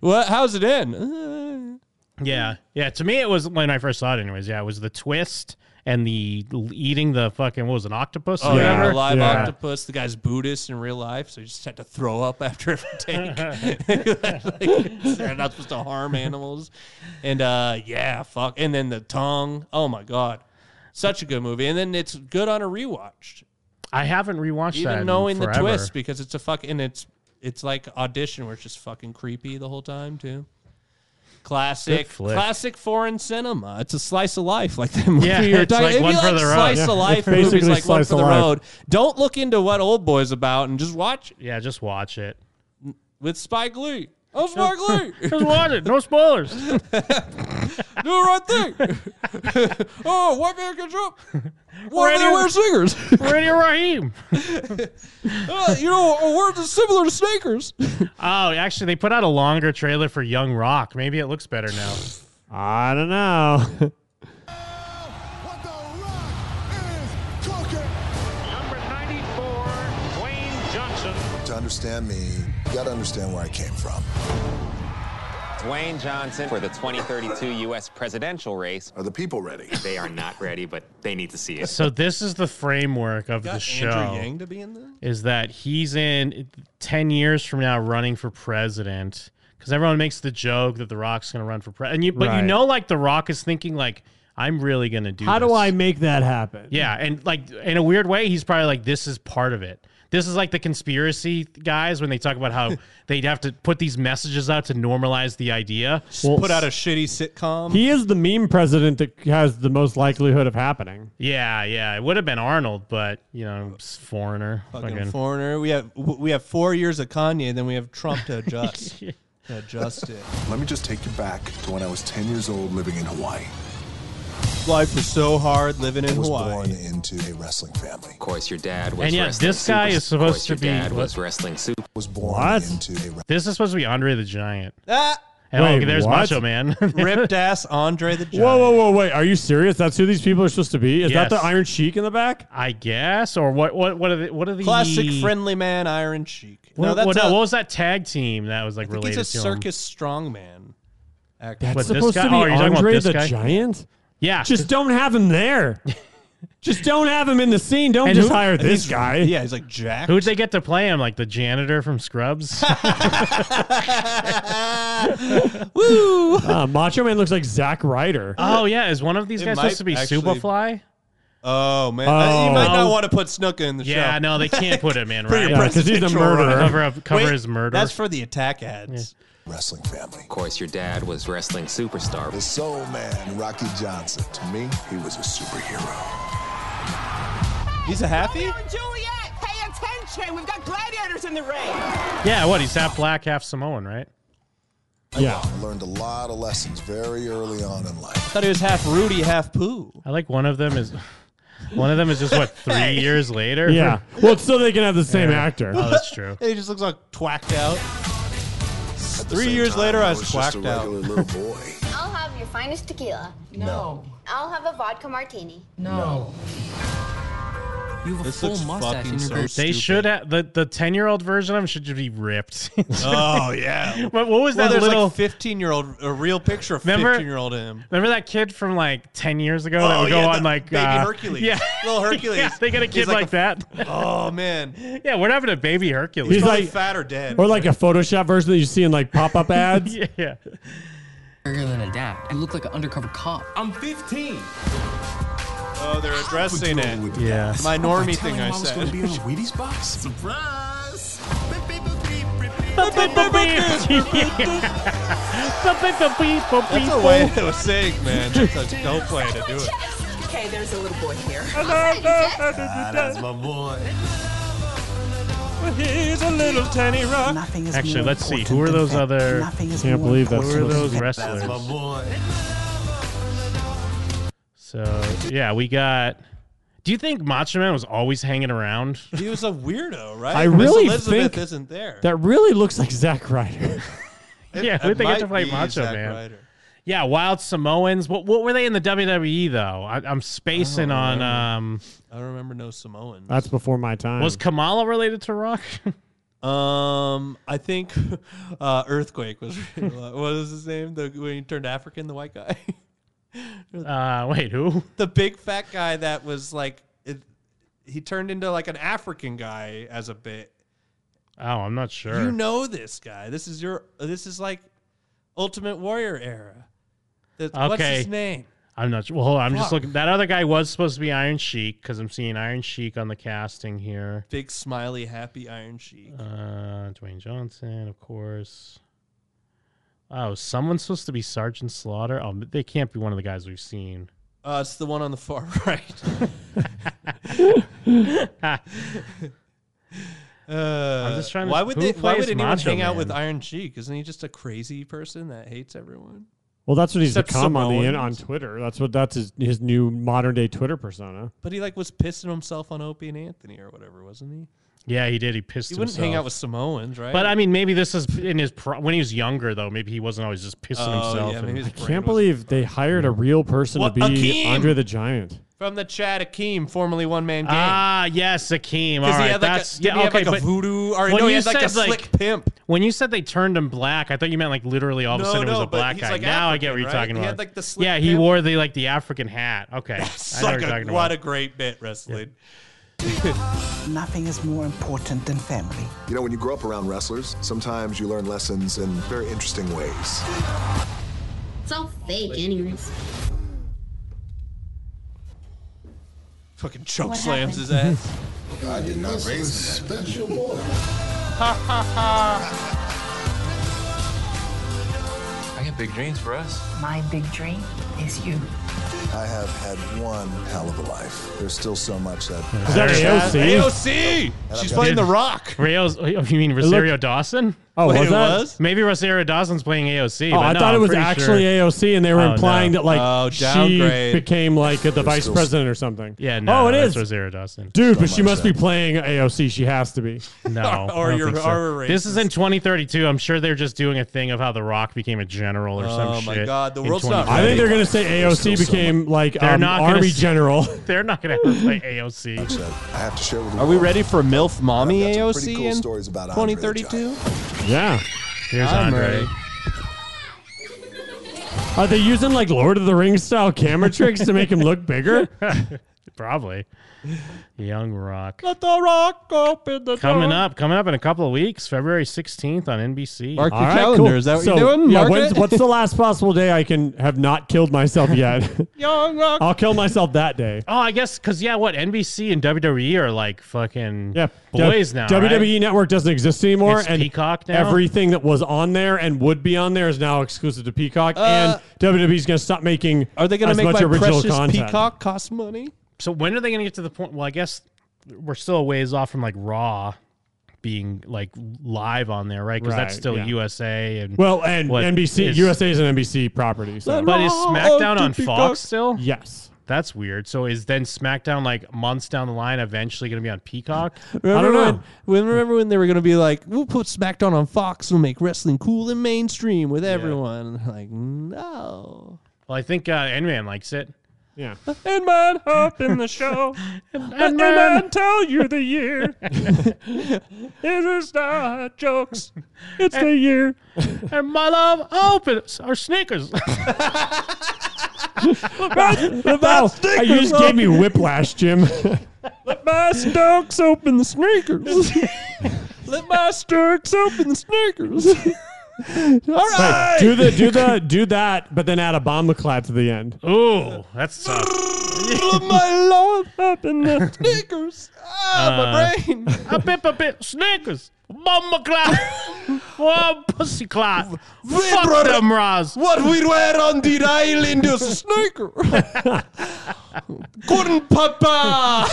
Speaker 8: Well, how's it end? Uh,
Speaker 6: Yeah, yeah. To me, it was when I first saw it. Anyways, yeah, it was the twist and the l- eating the fucking what was it, an octopus or
Speaker 8: Oh, yeah.
Speaker 6: whatever.
Speaker 8: a live
Speaker 4: Yeah.
Speaker 8: octopus. The guy's Buddhist in real life, so he just had to throw up after every take. they're not supposed to harm animals. And uh, yeah, fuck. And then the tongue. Oh my god, such a good movie. And then it's good on a rewatch,
Speaker 6: I haven't rewatched that.
Speaker 8: even
Speaker 6: in
Speaker 8: knowing the
Speaker 6: forever.
Speaker 8: twist because it's a fuck and it's it's like audition where it's just fucking creepy the whole time too. Classic,
Speaker 6: flick.
Speaker 8: classic foreign cinema. It's a slice of life, like that movie
Speaker 6: Yeah,
Speaker 8: you're
Speaker 6: it's
Speaker 8: talking-
Speaker 6: like
Speaker 8: if
Speaker 6: One
Speaker 8: you
Speaker 6: for
Speaker 8: like
Speaker 6: the Road.
Speaker 8: slice
Speaker 6: Yeah,
Speaker 8: of life
Speaker 4: it's
Speaker 8: movies
Speaker 4: basically
Speaker 8: like One
Speaker 4: Slice
Speaker 8: for
Speaker 4: of
Speaker 8: the
Speaker 4: Life.
Speaker 8: Road, don't look into what Old Boy's about and just watch it
Speaker 6: Yeah, just watch it.
Speaker 8: with Spike Lee. Oh, Spike Lee,
Speaker 6: Just watch it. No spoilers.
Speaker 8: do the right thing. oh, white man can jump. Why do they
Speaker 6: Radio-
Speaker 8: wear singers?
Speaker 6: Radio Raheem.
Speaker 8: Uh, you know, a word that's similar to sneakers.
Speaker 6: Oh, actually, they put out a longer trailer for Young Rock. Maybe it looks better now.
Speaker 4: I don't know.
Speaker 3: What the rock is cooking.
Speaker 2: Number 94, Dwayne Johnson.
Speaker 13: To understand me, you gotta understand where I came from.
Speaker 14: Dwayne Johnson for the 2032 U.S. presidential race.
Speaker 13: Are the people ready?
Speaker 14: They are not ready, but they need to see it.
Speaker 6: So this is the framework of the show.
Speaker 8: Andrew Yang to be in this?
Speaker 6: is that he's in 10 years from now running for president because everyone makes the joke that the rock's going to run for president and you but
Speaker 4: Right.
Speaker 6: you know like the rock is thinking like i'm really going to do
Speaker 4: How do
Speaker 6: this."
Speaker 4: I make that happen?
Speaker 6: yeah and like in a weird way he's probably like this is part of it this is like the conspiracy guys when they talk about how they'd have to put these messages out to normalize the idea
Speaker 4: Well,
Speaker 8: Put out a shitty sitcom.
Speaker 4: He is the meme president that has the most likelihood of happening.
Speaker 6: yeah yeah it would have been arnold but you know s- foreigner
Speaker 8: fucking
Speaker 6: Fucking-
Speaker 8: foreigner. We have w- we have four years of Kanye, then we have Trump to adjust. to adjust it.
Speaker 13: Let me just take you back to when I was 10 years old living in Hawaii.
Speaker 8: Life was so hard living in
Speaker 13: I was
Speaker 8: Hawaii.
Speaker 13: born into a wrestling family.
Speaker 14: Of course, your dad was.
Speaker 6: And yeah,
Speaker 14: wrestling
Speaker 6: this guy
Speaker 14: super-
Speaker 6: is supposed
Speaker 14: of course,
Speaker 6: to
Speaker 14: your
Speaker 6: be-
Speaker 14: Dad was wrestling super.
Speaker 13: was born
Speaker 4: What?
Speaker 13: into a wrestling
Speaker 6: this is supposed to be andre the giant
Speaker 8: Ah,
Speaker 6: and
Speaker 4: Wait,
Speaker 6: oh, there's
Speaker 4: what?
Speaker 6: macho man
Speaker 8: ripped ass Andre the Giant.
Speaker 4: Whoa, whoa, whoa, wait. Are you serious? That's who these people are supposed to be? Is that
Speaker 6: Yes.
Speaker 4: the Iron Sheik in the back?
Speaker 6: I guess, or what? What? What are the? What are the
Speaker 8: Classic friendly man, Iron Cheek.
Speaker 6: What,
Speaker 8: no, that's
Speaker 6: what,
Speaker 8: a,
Speaker 6: what was that tag team that was like
Speaker 8: I think
Speaker 6: related
Speaker 8: he's a
Speaker 6: to him?
Speaker 8: circus strongman. Actor.
Speaker 4: That's
Speaker 6: What, this
Speaker 4: supposed
Speaker 6: guy?
Speaker 4: to be
Speaker 6: Oh, you're talking about
Speaker 4: Andre
Speaker 6: this
Speaker 4: the
Speaker 6: guy?
Speaker 4: Giant?
Speaker 6: Yeah,
Speaker 4: Just don't have him there. just don't have him in the scene. Don't
Speaker 6: And
Speaker 4: just
Speaker 6: who-
Speaker 4: hire this
Speaker 8: He's-
Speaker 4: guy.
Speaker 8: Yeah, he's like Jack.
Speaker 6: who'd they get to play him? Like the janitor from Scrubs?
Speaker 8: Woo!
Speaker 4: Uh, Macho Man looks like Zack Ryder.
Speaker 6: oh yeah, is one of these
Speaker 8: It
Speaker 6: guys
Speaker 8: might
Speaker 6: supposed to be
Speaker 8: actually-
Speaker 6: Superfly?
Speaker 8: Oh man, Uh, you might
Speaker 6: Oh.
Speaker 8: not want to put Snuka in the
Speaker 6: Yeah,
Speaker 8: show.
Speaker 6: no, they can't put him in, right?
Speaker 8: Pretty
Speaker 4: Yeah, 'cause he's a
Speaker 8: presidential
Speaker 4: murderer.
Speaker 8: run.
Speaker 6: Cover up, cover
Speaker 8: Wait,
Speaker 6: his murder.
Speaker 8: That's for the attack ads.
Speaker 13: wrestling family.
Speaker 14: Of course, your dad was wrestling superstar.
Speaker 13: The soul man, Rocky Johnson. To me, he was a superhero.
Speaker 8: He's a happy.
Speaker 7: Juliet, pay attention. We've got gladiators in the ring.
Speaker 6: yeah, what? He's half black, half Samoan, right?
Speaker 4: Yeah.
Speaker 6: oh,
Speaker 13: I learned a lot of lessons very early on in life.
Speaker 8: Thought he was half Rudy, half Pooh.
Speaker 6: I like one of them is. One of them is just what three years later.
Speaker 4: Yeah. Well, so they can have the same actor.
Speaker 6: oh, that's true.
Speaker 8: He just looks like twacked out.
Speaker 13: At the
Speaker 8: Three
Speaker 13: same
Speaker 8: years
Speaker 13: time,
Speaker 8: later, I was
Speaker 13: just a
Speaker 8: whacked out.
Speaker 13: regular little boy.
Speaker 1: I'll have your finest tequila.
Speaker 15: No.
Speaker 1: I'll have a vodka martini.
Speaker 15: No. You have a
Speaker 8: This
Speaker 15: full
Speaker 8: looks
Speaker 15: mustache
Speaker 8: fucking
Speaker 15: in your
Speaker 8: so
Speaker 15: beard.
Speaker 6: They
Speaker 8: stupid.
Speaker 6: should have the the ten year old version of him should be ripped.
Speaker 8: Oh yeah.
Speaker 6: what, what was
Speaker 8: Well,
Speaker 6: that
Speaker 8: there's
Speaker 6: little
Speaker 8: like 15 year old, a real picture of
Speaker 6: Remember-
Speaker 8: 15 year old him.
Speaker 6: Remember that kid from like ten years ago that would go
Speaker 8: Oh, yeah,
Speaker 6: on
Speaker 8: the
Speaker 6: like
Speaker 8: baby
Speaker 6: uh,
Speaker 8: Hercules.
Speaker 6: Yeah,
Speaker 8: Little Hercules.
Speaker 6: yeah, they get a
Speaker 8: He's
Speaker 6: kid like,
Speaker 8: like
Speaker 6: that.
Speaker 8: Oh man,
Speaker 6: yeah, what happened to baby Hercules?
Speaker 4: He's
Speaker 8: he's
Speaker 4: like-
Speaker 8: like fat or dead.
Speaker 4: Or like a Photoshop version that you see in like pop up ads.
Speaker 6: yeah, yeah.
Speaker 15: Bigger than a dad. You look like an undercover cop.
Speaker 9: I'm 15.
Speaker 8: oh, they're addressing it.
Speaker 6: Yeah.
Speaker 8: My
Speaker 16: Telling
Speaker 8: normie thing
Speaker 16: him
Speaker 8: I
Speaker 16: was gonna
Speaker 8: said.
Speaker 16: be in a Wheaties box. Surprise!
Speaker 8: That's a way to sing, man. That's a dope way to do it.
Speaker 15: Okay, there's a little boy here.
Speaker 16: Ah, that's my boy.
Speaker 8: He's a little tiny rock.
Speaker 15: Nothing is
Speaker 6: Actually,
Speaker 15: more
Speaker 6: let's see.
Speaker 15: important
Speaker 6: Who are
Speaker 15: than
Speaker 6: those
Speaker 15: that.
Speaker 6: other-
Speaker 15: Nothing is
Speaker 4: Can't
Speaker 15: more
Speaker 4: believe that's
Speaker 6: Who are
Speaker 15: important
Speaker 6: those
Speaker 15: than
Speaker 16: That's my
Speaker 6: wrestlers?
Speaker 16: boy.
Speaker 6: So yeah, we got. Do you think Macho Man was always hanging around?
Speaker 8: He was a weirdo, right?
Speaker 4: I
Speaker 8: Miss
Speaker 4: really
Speaker 8: Elizabeth
Speaker 4: think
Speaker 8: isn't there.
Speaker 4: That really looks like Zack Ryder.
Speaker 6: yeah, who
Speaker 8: That
Speaker 6: would they get to play
Speaker 8: might be
Speaker 6: Macho
Speaker 8: Zack
Speaker 6: Man?
Speaker 8: Ryder.
Speaker 6: Yeah, Wild Samoans. What what were they in the WWE though? I, I'm spacing on. Um,
Speaker 8: I don't remember no Samoan.
Speaker 4: That's before my time.
Speaker 6: was Kamala related to Rock?
Speaker 8: Um, I think uh, Earthquake was what was his name? The when he turned African, the white guy,
Speaker 6: uh, wait, who?
Speaker 8: the big fat guy that was like it, he turned into like an African guy as a bit.
Speaker 6: Oh, I'm not sure.
Speaker 8: You know this guy. This is your. This is like Ultimate Warrior era. That- What's
Speaker 6: Okay.
Speaker 8: his name?
Speaker 6: I'm not sure. Well, hold on. I'm just
Speaker 8: Fuck.
Speaker 6: looking. That other guy was supposed to be Iron Sheik because I'm seeing Iron Sheik on the casting here.
Speaker 8: Big smiley, happy Iron Sheik.
Speaker 6: Uh, Dwayne Johnson, of course. Oh, someone's supposed to be Sergeant Slaughter. Oh, but they can't be one of the guys we've seen.
Speaker 8: Uh, it's the one on the far right.
Speaker 6: I'm just trying to-
Speaker 8: Uh, why would
Speaker 6: who
Speaker 8: they, why
Speaker 6: plays
Speaker 8: would anyone
Speaker 6: Macho
Speaker 8: hang out with
Speaker 6: Man?
Speaker 8: Iron Cheek? Isn't he just a crazy person that hates everyone?
Speaker 4: Well, that's what he's
Speaker 8: Except
Speaker 4: become on the
Speaker 8: Samoan.
Speaker 4: in, on Twitter. That's what that's his, his new modern day Twitter persona.
Speaker 8: But he like was pissing himself on Opie and Anthony or whatever, wasn't he?
Speaker 6: Yeah, he did. He pissed.
Speaker 8: He wouldn't hang
Speaker 6: himself.
Speaker 8: out with Samoans, right?
Speaker 6: But I mean, maybe this is in his pro- when he was younger though. Maybe he wasn't always just pissing
Speaker 8: Oh,
Speaker 6: himself.
Speaker 8: yeah,
Speaker 6: and-
Speaker 8: maybe his
Speaker 4: I can't believe they hired a real person
Speaker 8: What,
Speaker 4: to be
Speaker 8: Akeem?
Speaker 4: Andre the Giant.
Speaker 8: From the Chad Akeem, formerly One Man Gang.
Speaker 6: Ah, yes, Akeem. All
Speaker 8: he
Speaker 6: right,
Speaker 8: had, like, a-
Speaker 6: that's
Speaker 8: didn't
Speaker 6: yeah.
Speaker 8: he have,
Speaker 6: okay,
Speaker 8: like, a
Speaker 6: but
Speaker 8: voodoo- or no, he had, like, a slick
Speaker 6: pimp. When you said they turned him black, I thought you meant like literally all of a
Speaker 8: No,
Speaker 6: sudden it was
Speaker 8: no,
Speaker 6: a
Speaker 8: but
Speaker 6: black
Speaker 8: he's,
Speaker 6: guy.
Speaker 8: like,
Speaker 6: now I get what
Speaker 8: African,
Speaker 6: you're
Speaker 8: right?
Speaker 6: talking
Speaker 8: He
Speaker 6: about.
Speaker 8: had, like, the slick
Speaker 6: yeah, he
Speaker 8: pimp.
Speaker 6: wore the like the African hat. Okay,
Speaker 8: It's
Speaker 6: I know
Speaker 8: like
Speaker 6: what you're
Speaker 8: a-
Speaker 6: talking
Speaker 8: what
Speaker 6: about.
Speaker 8: a great bit, wrestling.
Speaker 16: Nothing is more important than family.
Speaker 13: You know, when you grow up around wrestlers, sometimes you learn lessons in very interesting ways.
Speaker 1: It's all fake, anyways.
Speaker 8: Fucking choke
Speaker 1: What
Speaker 8: slams his
Speaker 1: happened?
Speaker 8: ass.
Speaker 13: I did not raise special boy.
Speaker 16: I got big dreams for us.
Speaker 15: My big dream is you.
Speaker 13: I have had one hell of a life. There's still so much that.
Speaker 4: Is that AOC?
Speaker 8: AOC! She's playing The Rock.
Speaker 6: Rayo's, oh, you mean Rosario Dawson?
Speaker 4: Oh, Wait, was it that- was?
Speaker 6: Maybe Rosario Dawson's playing AOC.
Speaker 4: Oh,
Speaker 6: but
Speaker 4: I
Speaker 6: no,
Speaker 4: thought it
Speaker 6: I'm
Speaker 4: was
Speaker 6: pretty
Speaker 4: actually
Speaker 6: sure.
Speaker 4: AOC, and they were
Speaker 6: Oh, no.
Speaker 4: implying that like
Speaker 6: Oh,
Speaker 4: she
Speaker 6: downgrade.
Speaker 4: became like the
Speaker 6: There's
Speaker 4: vice
Speaker 6: still-
Speaker 4: president or something.
Speaker 6: Yeah, no,
Speaker 4: oh, it
Speaker 6: that's
Speaker 4: is
Speaker 6: Rosario Dawson.
Speaker 4: dude.
Speaker 6: So
Speaker 4: but she
Speaker 6: much
Speaker 4: must be playing AOC. She has to be.
Speaker 6: No,
Speaker 4: Or
Speaker 6: I don't
Speaker 4: you're-
Speaker 6: think
Speaker 4: or we're
Speaker 6: This is in 2032. I'm sure they're just doing a thing of how The Rock became a general or some
Speaker 8: Oh
Speaker 6: shit.
Speaker 8: my God, the
Speaker 6: in
Speaker 8: world's not
Speaker 6: 2032.
Speaker 4: I think they're gonna say AOC became like
Speaker 6: They're
Speaker 4: um,
Speaker 6: not gonna
Speaker 4: army
Speaker 6: s-
Speaker 4: general.
Speaker 6: They're not gonna ever play AOC.
Speaker 13: I have to share with
Speaker 8: Are we ready for MILF Mommy
Speaker 13: pretty
Speaker 8: AOC
Speaker 13: cool
Speaker 8: in
Speaker 13: stories about Andre the
Speaker 8: 2032?
Speaker 4: Yeah.
Speaker 6: Here's
Speaker 4: I'm
Speaker 6: Andre.
Speaker 4: ready. Are they using like Lord of the Rings style camera tricks to make him look bigger?
Speaker 6: Probably. Young Rock.
Speaker 8: Let the rock open the
Speaker 6: Coming
Speaker 8: door.
Speaker 6: up, coming up in a couple of weeks, February 16th on NBC.
Speaker 8: Mark
Speaker 4: All right, cool. so, Yeah, when's- what's the last possible day I can have not killed myself yet?
Speaker 8: Young Rock.
Speaker 4: I'll kill myself that day.
Speaker 6: Oh, I guess because yeah, what NBC and WWE are like fucking
Speaker 4: Yeah,
Speaker 6: boys
Speaker 4: W- E
Speaker 6: now.
Speaker 4: WWE
Speaker 6: right?
Speaker 4: Network doesn't exist anymore,
Speaker 6: It's
Speaker 4: and
Speaker 6: Peacock now?
Speaker 4: everything that was on there and would be on there is now exclusive to Peacock. and WWE's going to stop making.
Speaker 8: Uh, Are they going
Speaker 4: as
Speaker 8: to make
Speaker 4: much
Speaker 8: my
Speaker 4: original
Speaker 8: precious
Speaker 4: content.
Speaker 8: peacock cost money?
Speaker 6: So when are they going to get to the point? Well, I guess we're still a ways off from like Raw being like live on there, right? Because that's
Speaker 4: Right,
Speaker 6: still
Speaker 4: yeah.
Speaker 6: USA and
Speaker 4: Well, and
Speaker 6: what
Speaker 4: NBC
Speaker 6: is-
Speaker 4: USA is an NBC property. So.
Speaker 6: But is
Speaker 4: Raw
Speaker 6: SmackDown
Speaker 4: to
Speaker 6: on
Speaker 4: Peacock.
Speaker 6: Fox still?
Speaker 4: Yes.
Speaker 6: That's weird. So is then SmackDown like months down the line eventually going to be on Peacock?
Speaker 8: Remember
Speaker 6: I don't know.
Speaker 8: When, when- remember when they were going to be like, we'll put SmackDown on Fox. We'll make wrestling cool and mainstream with everyone. Like, no.
Speaker 6: Well, I think uh, N-Man likes it.
Speaker 4: Yeah.
Speaker 8: And man up in the show.
Speaker 6: And
Speaker 8: and
Speaker 6: man-
Speaker 8: man tell you the year. this is not jokes. It's the year.
Speaker 6: and my love opens our sneakers.
Speaker 4: Wow,
Speaker 8: stickers
Speaker 4: Oh, you just
Speaker 8: on.
Speaker 4: gave me whiplash, Jim.
Speaker 8: Let my stokes open the sneakers. Let my stokes open the sneakers. All right.
Speaker 4: Wait, do the do the do that, but then add a bomb clap to the end.
Speaker 6: Oh, Ooh, that's tough.
Speaker 8: Let my love up in the sneakers. Ah,
Speaker 6: Uh,
Speaker 8: my brain.
Speaker 6: a bit, a bit, Snickers, Mama Clock, oh, Pussy Clock, fuck
Speaker 8: brother.
Speaker 6: them Roz.
Speaker 8: What we wear on the island is a sneaker. Guten Papa.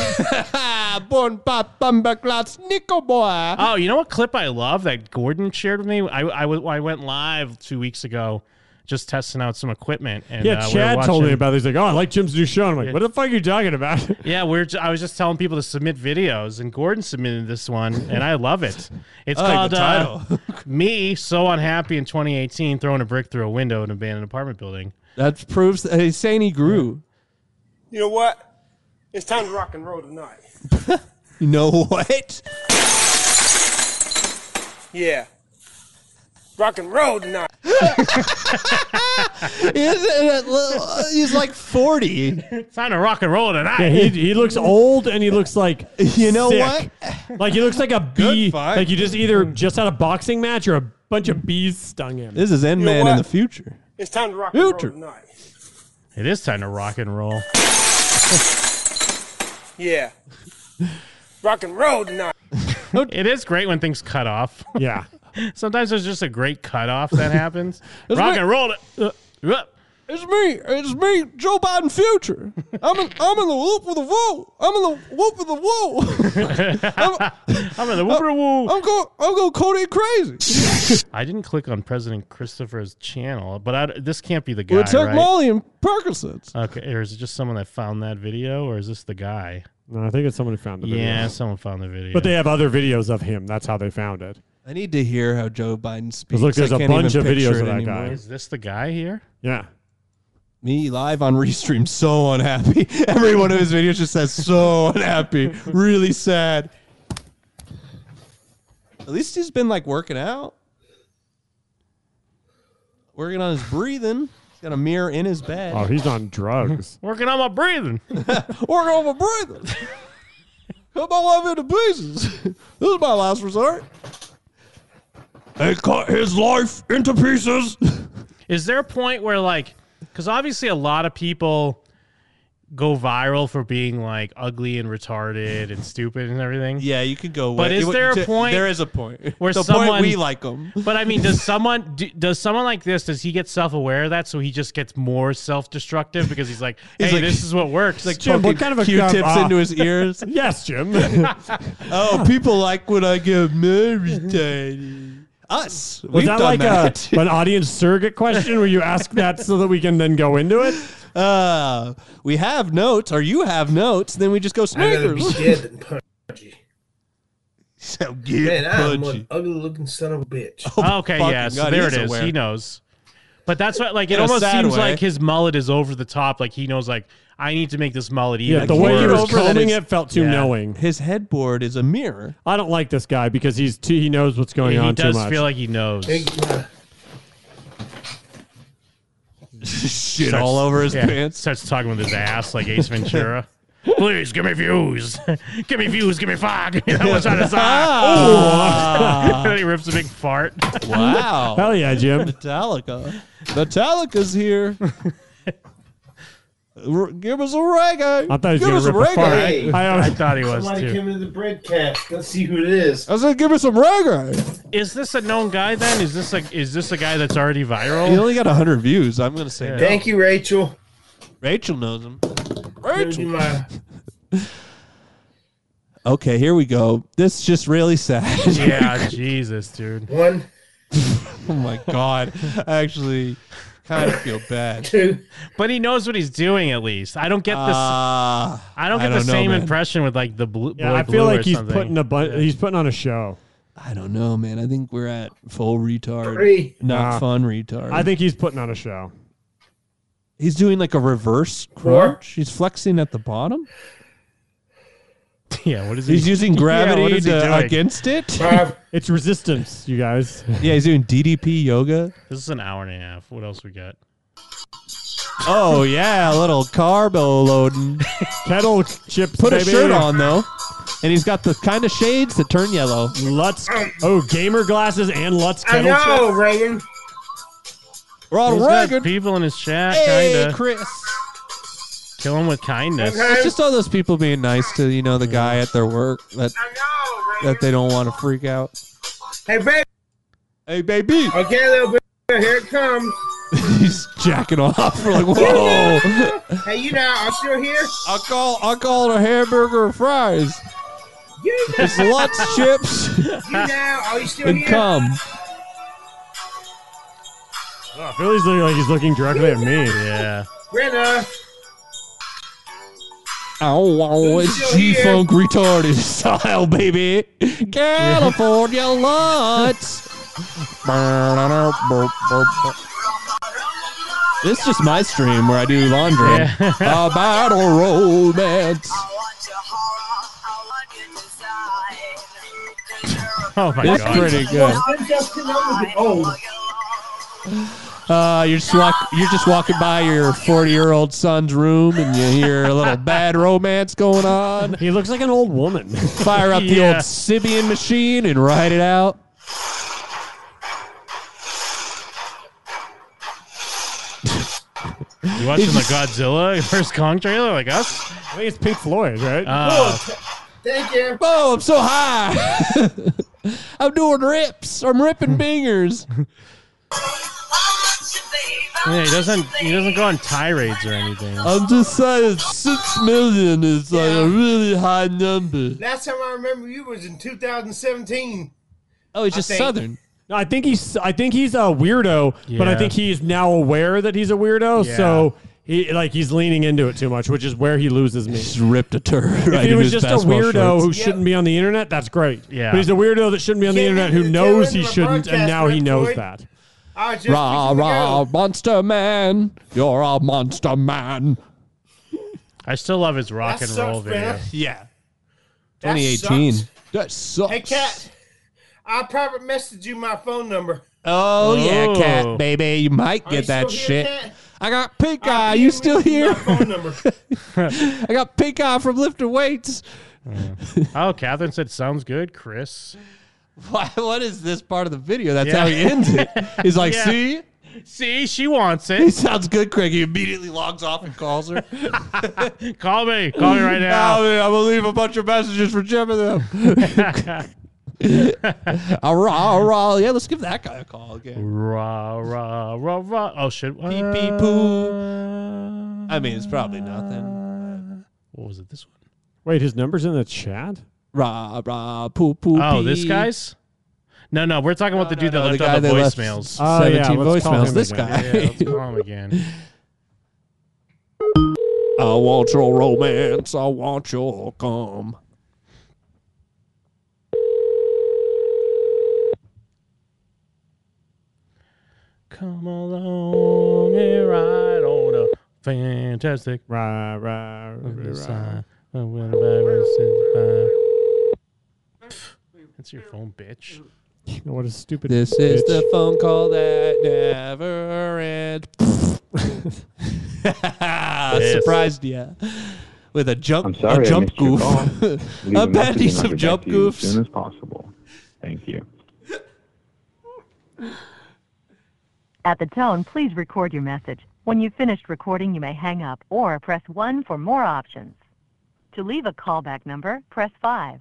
Speaker 8: Born Papa Mbaklat's Nico Boy.
Speaker 6: Oh, you know what clip I love that Gordon shared with me? I, I, w- I went live two weeks ago just testing out some equipment. And,
Speaker 4: Yeah,
Speaker 6: uh, we were
Speaker 4: Chad told me
Speaker 6: watching-
Speaker 4: about. It. He's like, "Oh, I like Jim's new show." And I'm like, "What the fuck are you talking about?"
Speaker 6: Yeah, we're. Ju- I was just telling people to submit videos, and Gordon submitted this one, and I love it. It's
Speaker 8: I like
Speaker 6: called
Speaker 8: the
Speaker 6: uh, "Me So Unhappy in 2018 Throwing a Brick Through a Window in an Abandoned Apartment Building."
Speaker 8: That proves that he's saying he grew.
Speaker 17: You know what? It's time to rock and roll tonight.
Speaker 8: You know what?
Speaker 17: Yeah. Rock and roll tonight.
Speaker 8: Isn't it li- he's like 40.
Speaker 6: It's time to rock and roll tonight.
Speaker 4: Yeah, he, he looks old and he looks like
Speaker 8: You know
Speaker 4: sick. Like he looks like a bee.
Speaker 8: fight.
Speaker 4: Like you just either just had a boxing match or a bunch of bees stung him.
Speaker 8: This is N
Speaker 17: know
Speaker 8: Man in
Speaker 17: what?
Speaker 8: the future.
Speaker 17: It's time to rock and roll
Speaker 8: Future.
Speaker 17: tonight.
Speaker 6: It is time to rock and roll.
Speaker 17: Yeah. Rock and roll tonight.
Speaker 6: It is great when things cut off.
Speaker 4: yeah.
Speaker 6: Sometimes there's just a great cutoff that happens. Rock and roll it.
Speaker 4: Uh,
Speaker 5: It's me. It's me, Joe Biden future. I'm in, I'm in the loop with the woo. I'm in the whoop with the woo.
Speaker 6: I'm in the
Speaker 4: uh,
Speaker 6: whooper woo.
Speaker 5: I'm going. I'm going Cody crazy.
Speaker 6: I didn't click on President Christopher's channel, but I, this can't be the guy.
Speaker 5: With Tech
Speaker 6: right?
Speaker 5: Molly and Parkinson's.
Speaker 6: Okay, or is it just someone that found that video, or is this the guy?
Speaker 4: No, I think it's someone who found the video.
Speaker 6: Yeah, someone found the video.
Speaker 4: But they have other videos of him. That's how they found it.
Speaker 8: I need to hear how Joe Biden speaks.
Speaker 4: 'Cause look, there's
Speaker 8: a
Speaker 4: a bunch of videos of that guy.
Speaker 6: Is this the guy here?
Speaker 4: Yeah.
Speaker 8: Me live on Restream, so unhappy. Every one of his videos just says so unhappy, really sad. At least he's been like working out, working on his breathing. He's got a mirror in his bed.
Speaker 4: Oh, he's on drugs.
Speaker 6: Working on my breathing.
Speaker 5: Working on my breathing. Cut my life into pieces. this is my last resort.
Speaker 8: They cut Uh, his life into pieces.
Speaker 6: Is there a point where like, because obviously a lot of people go viral for being like ugly and retarded and stupid and everything.
Speaker 8: Yeah, you could go.
Speaker 6: But
Speaker 8: way-
Speaker 6: is
Speaker 8: it-
Speaker 6: there a
Speaker 8: t-
Speaker 6: point?
Speaker 8: There is a point.
Speaker 6: where
Speaker 8: the
Speaker 6: someone
Speaker 8: point we like him.
Speaker 6: But I mean, does someone do, does someone like this? Does he get self aware of that? So he just gets more self destructive because he's like, hey,
Speaker 8: He's like-
Speaker 6: this is what works.
Speaker 8: Like poking Q-tips into his ears.
Speaker 4: yes, Jim.
Speaker 8: oh, people like when I get married, Daddy. Us.
Speaker 4: Was that like a, an audience surrogate question where you ask that so that we can then go into it?
Speaker 8: Uh, we have notes, or you have notes. Then we just go
Speaker 18: I'd rather be
Speaker 8: sneakers.
Speaker 18: dead than punchy.
Speaker 8: So
Speaker 18: Man,
Speaker 8: get
Speaker 18: I'm
Speaker 8: punchy.
Speaker 18: an ugly looking son of a bitch.
Speaker 6: Oh, okay,
Speaker 8: fucking
Speaker 6: yeah. So
Speaker 8: God,
Speaker 6: there
Speaker 8: he
Speaker 6: it
Speaker 8: is
Speaker 6: is.
Speaker 8: aware.
Speaker 6: He knows. But that's what like it
Speaker 8: In a
Speaker 6: almost
Speaker 8: sad
Speaker 6: seems
Speaker 8: way.
Speaker 6: like his mullet is over the top. Like he knows like I need to make this mullet even.
Speaker 4: Yeah, the way he
Speaker 6: more-
Speaker 4: was combing it felt too
Speaker 6: Yeah.
Speaker 4: knowing.
Speaker 8: His headboard is a mirror.
Speaker 4: I don't like this guy because he's too, he knows what's going
Speaker 6: Yeah,
Speaker 4: on
Speaker 6: he does
Speaker 4: too much.
Speaker 6: feel like he knows.
Speaker 8: Shit all over his pants.
Speaker 6: Starts talking with his ass like Ace Ventura. Please give me views. give me views. Give me fog. That was on his eye.
Speaker 8: Ah.
Speaker 6: and then he rips a big fart.
Speaker 8: Wow.
Speaker 4: Hell yeah, Jim.
Speaker 8: Metallica. Metallica's here. R- Give us a reggae.
Speaker 4: I thought he was
Speaker 8: give
Speaker 4: gonna
Speaker 8: us a
Speaker 4: rip a
Speaker 8: reggae.
Speaker 4: fart.
Speaker 18: Hey,
Speaker 4: I always-
Speaker 6: thought he was
Speaker 18: Somebody
Speaker 6: too.
Speaker 18: came into the broadcast. Let's see who it is.
Speaker 8: I said, give us some reggae.
Speaker 6: Is this a known guy then? Is this a is this a guy that's already viral?
Speaker 8: He only got 100 views. I'm going to say no.
Speaker 18: Thank you, Rachel.
Speaker 8: Rachel knows him.
Speaker 18: Rachel. My,
Speaker 8: Okay, here we go. This is just really sad.
Speaker 6: yeah, Jesus, dude.
Speaker 18: one,
Speaker 8: oh my God. I actually kind of feel bad.
Speaker 18: two.
Speaker 6: But he knows what he's doing at least. I don't get this.
Speaker 8: Uh,
Speaker 6: I don't get the
Speaker 8: know,
Speaker 6: same
Speaker 8: man.
Speaker 6: impression with like the blue.
Speaker 4: Yeah,
Speaker 6: boy
Speaker 4: I feel
Speaker 6: blue
Speaker 4: like
Speaker 6: or
Speaker 4: he's
Speaker 6: something.
Speaker 4: putting a bu- he's putting on a show.
Speaker 8: I don't know, man. I think we're at full retard.
Speaker 18: Three.
Speaker 8: Not
Speaker 4: Nah.
Speaker 8: fun retard.
Speaker 4: I think he's putting on a show.
Speaker 8: he's doing like a reverse
Speaker 18: Four.
Speaker 8: crunch. He's flexing at the bottom.
Speaker 6: Yeah, what is he?
Speaker 8: He's using
Speaker 6: Yeah,
Speaker 8: gravity
Speaker 6: what is he
Speaker 8: to-
Speaker 6: doing?
Speaker 8: against it.
Speaker 18: Five.
Speaker 4: It's resistance, you guys.
Speaker 8: yeah, he's doing DDP yoga.
Speaker 6: This is an hour and a half. What else we got?
Speaker 8: Oh yeah, a little carbo loading.
Speaker 4: Kettle chips.
Speaker 8: Put a
Speaker 4: baby.
Speaker 8: shirt on though, and he's got the kind of shades that turn yellow.
Speaker 4: Lutz.
Speaker 6: Um,
Speaker 4: Oh, gamer glasses and Lutz
Speaker 18: I
Speaker 4: kettle chips.
Speaker 18: know, Reagan.
Speaker 8: We're on
Speaker 6: He's got
Speaker 8: record.
Speaker 6: people in his chat,
Speaker 8: Hey,
Speaker 6: kinda
Speaker 8: Chris.
Speaker 6: kill him with kindness.
Speaker 18: Okay.
Speaker 8: It's just all those people being nice to you know the guy at their work that
Speaker 18: I know,
Speaker 8: that they don't want to freak out.
Speaker 18: Hey, baby.
Speaker 8: Hey, baby.
Speaker 18: Okay, little bit. Here it comes.
Speaker 8: He's jacking off. We're like, whoa.
Speaker 18: Hey, you know, I'm still here.
Speaker 8: I'll call I'll call it a hamburger and fries.
Speaker 18: You know,
Speaker 8: It's lots chips
Speaker 18: you know, are you still
Speaker 8: and
Speaker 18: here?
Speaker 8: cum.
Speaker 4: Oh, Philly's looking like he's looking directly at me.
Speaker 6: Yeah,
Speaker 18: Brenna.
Speaker 8: Ow, ow, it's
Speaker 18: Still
Speaker 8: G
Speaker 18: here.
Speaker 8: Funk retarded style, baby. California lots. This is just my stream where I do laundry.
Speaker 6: Yeah.
Speaker 8: A battle romance.
Speaker 6: Oh my
Speaker 8: It's
Speaker 6: god.
Speaker 8: pretty good.
Speaker 18: I'm just getting over the- Oh,
Speaker 8: Uh, you're just walk, you're just walking by your 40 year old son's room and you hear a little bad romance going on.
Speaker 4: He looks like an old woman.
Speaker 8: Fire up the
Speaker 6: Yeah.
Speaker 8: old Sibian machine and ride it out.
Speaker 6: You watching the Godzilla first Kong trailer like us?
Speaker 4: I think it's Pink Floyd, right?
Speaker 6: Uh,
Speaker 18: thank you.
Speaker 8: Whoa, I'm so Oh, high. I'm doing rips. I'm ripping bingers.
Speaker 6: Yeah, he doesn't. He doesn't go on tirades or anything.
Speaker 8: I'm just saying, six million is like a really high number.
Speaker 19: Last time I remember you was in 2017.
Speaker 8: Oh, he's
Speaker 19: I just think. Southern.
Speaker 4: No, I think he's I think he's a weirdo, but I
Speaker 6: Yeah.
Speaker 4: think he's now aware that he's a weirdo.
Speaker 6: Yeah.
Speaker 4: So he like he's leaning into it too much, which is where he loses me. He's
Speaker 8: ripped a turd.
Speaker 4: if
Speaker 8: right
Speaker 4: he
Speaker 8: in
Speaker 4: was
Speaker 8: his
Speaker 4: just a
Speaker 8: basketball
Speaker 4: weirdo
Speaker 8: shorts.
Speaker 4: who
Speaker 8: Yeah.
Speaker 4: shouldn't be on the internet, that's great.
Speaker 8: Yeah.
Speaker 4: but he's a weirdo that shouldn't be on the internet who knows he shouldn't, and now he knows that.
Speaker 19: I was just
Speaker 8: Rah, rah, monster man. You're a monster man.
Speaker 6: I still love his rock
Speaker 19: That
Speaker 6: and roll
Speaker 19: sucks, man.
Speaker 6: video.
Speaker 20: Yeah.
Speaker 19: That
Speaker 8: 2018.
Speaker 19: sucks.
Speaker 8: That sucks.
Speaker 19: Hey, Cat, I private messaged you my phone number.
Speaker 8: Oh, yeah,
Speaker 19: Oh.
Speaker 8: cat baby, you might
Speaker 19: Are
Speaker 8: get
Speaker 19: you
Speaker 8: that
Speaker 19: still
Speaker 8: shit.
Speaker 19: here, Cat?
Speaker 8: I got pink eye. You still here?
Speaker 19: Phone number.
Speaker 8: I got pink eye from lifting weights.
Speaker 6: Oh, Catherine said, "Sounds good, Chris."
Speaker 8: Why, what is this part of the video? That's
Speaker 6: Yeah.
Speaker 8: how he ends it. He's like,
Speaker 6: Yeah.
Speaker 8: "See,
Speaker 6: See, she wants it.
Speaker 8: he sounds good, Craig." He immediately logs off and calls her.
Speaker 6: Call me. Call me right now.
Speaker 8: Oh, man, I'm gonna leave a bunch of messages for Jim and them. Ah, rah, ah, rah. Yeah, let's give that guy a call again.
Speaker 6: Rah, rah, rah, rah. Oh, shit. Pee,
Speaker 8: pee, poo. I mean, it's probably nothing.
Speaker 6: What was it? This one?
Speaker 4: Wait, his number's in the chat.
Speaker 8: Rah, rah, poo, poo.
Speaker 6: Oh, this
Speaker 8: pee.
Speaker 6: guy's? No, no. We're talking about the dude that
Speaker 8: no, the
Speaker 6: left out
Speaker 8: guy
Speaker 6: the
Speaker 8: that left Ah,
Speaker 6: voicemails.
Speaker 8: s- 17 voicemails. This guy.
Speaker 6: Yeah, let's call him again.
Speaker 8: I want your romance. I want your cum.
Speaker 6: Come along and ride on a fantastic Oh,
Speaker 4: ride, ride,
Speaker 6: ride. That's your phone, bitch.
Speaker 4: What a stupid.
Speaker 8: This is the phone call that never ends. Surprised you with a jump.
Speaker 21: I'm sorry
Speaker 8: a
Speaker 21: I
Speaker 8: jump
Speaker 21: missed your
Speaker 8: goof.
Speaker 21: call. Leave
Speaker 8: a
Speaker 21: message and
Speaker 8: patty
Speaker 21: I'll
Speaker 8: some
Speaker 21: get
Speaker 8: jump
Speaker 21: back to you
Speaker 8: goofs.
Speaker 21: As soon as possible. Thank you.
Speaker 7: At the tone, please record your message. When you've finished recording, you may hang up or press 1 for more options. To leave a callback number, press 5.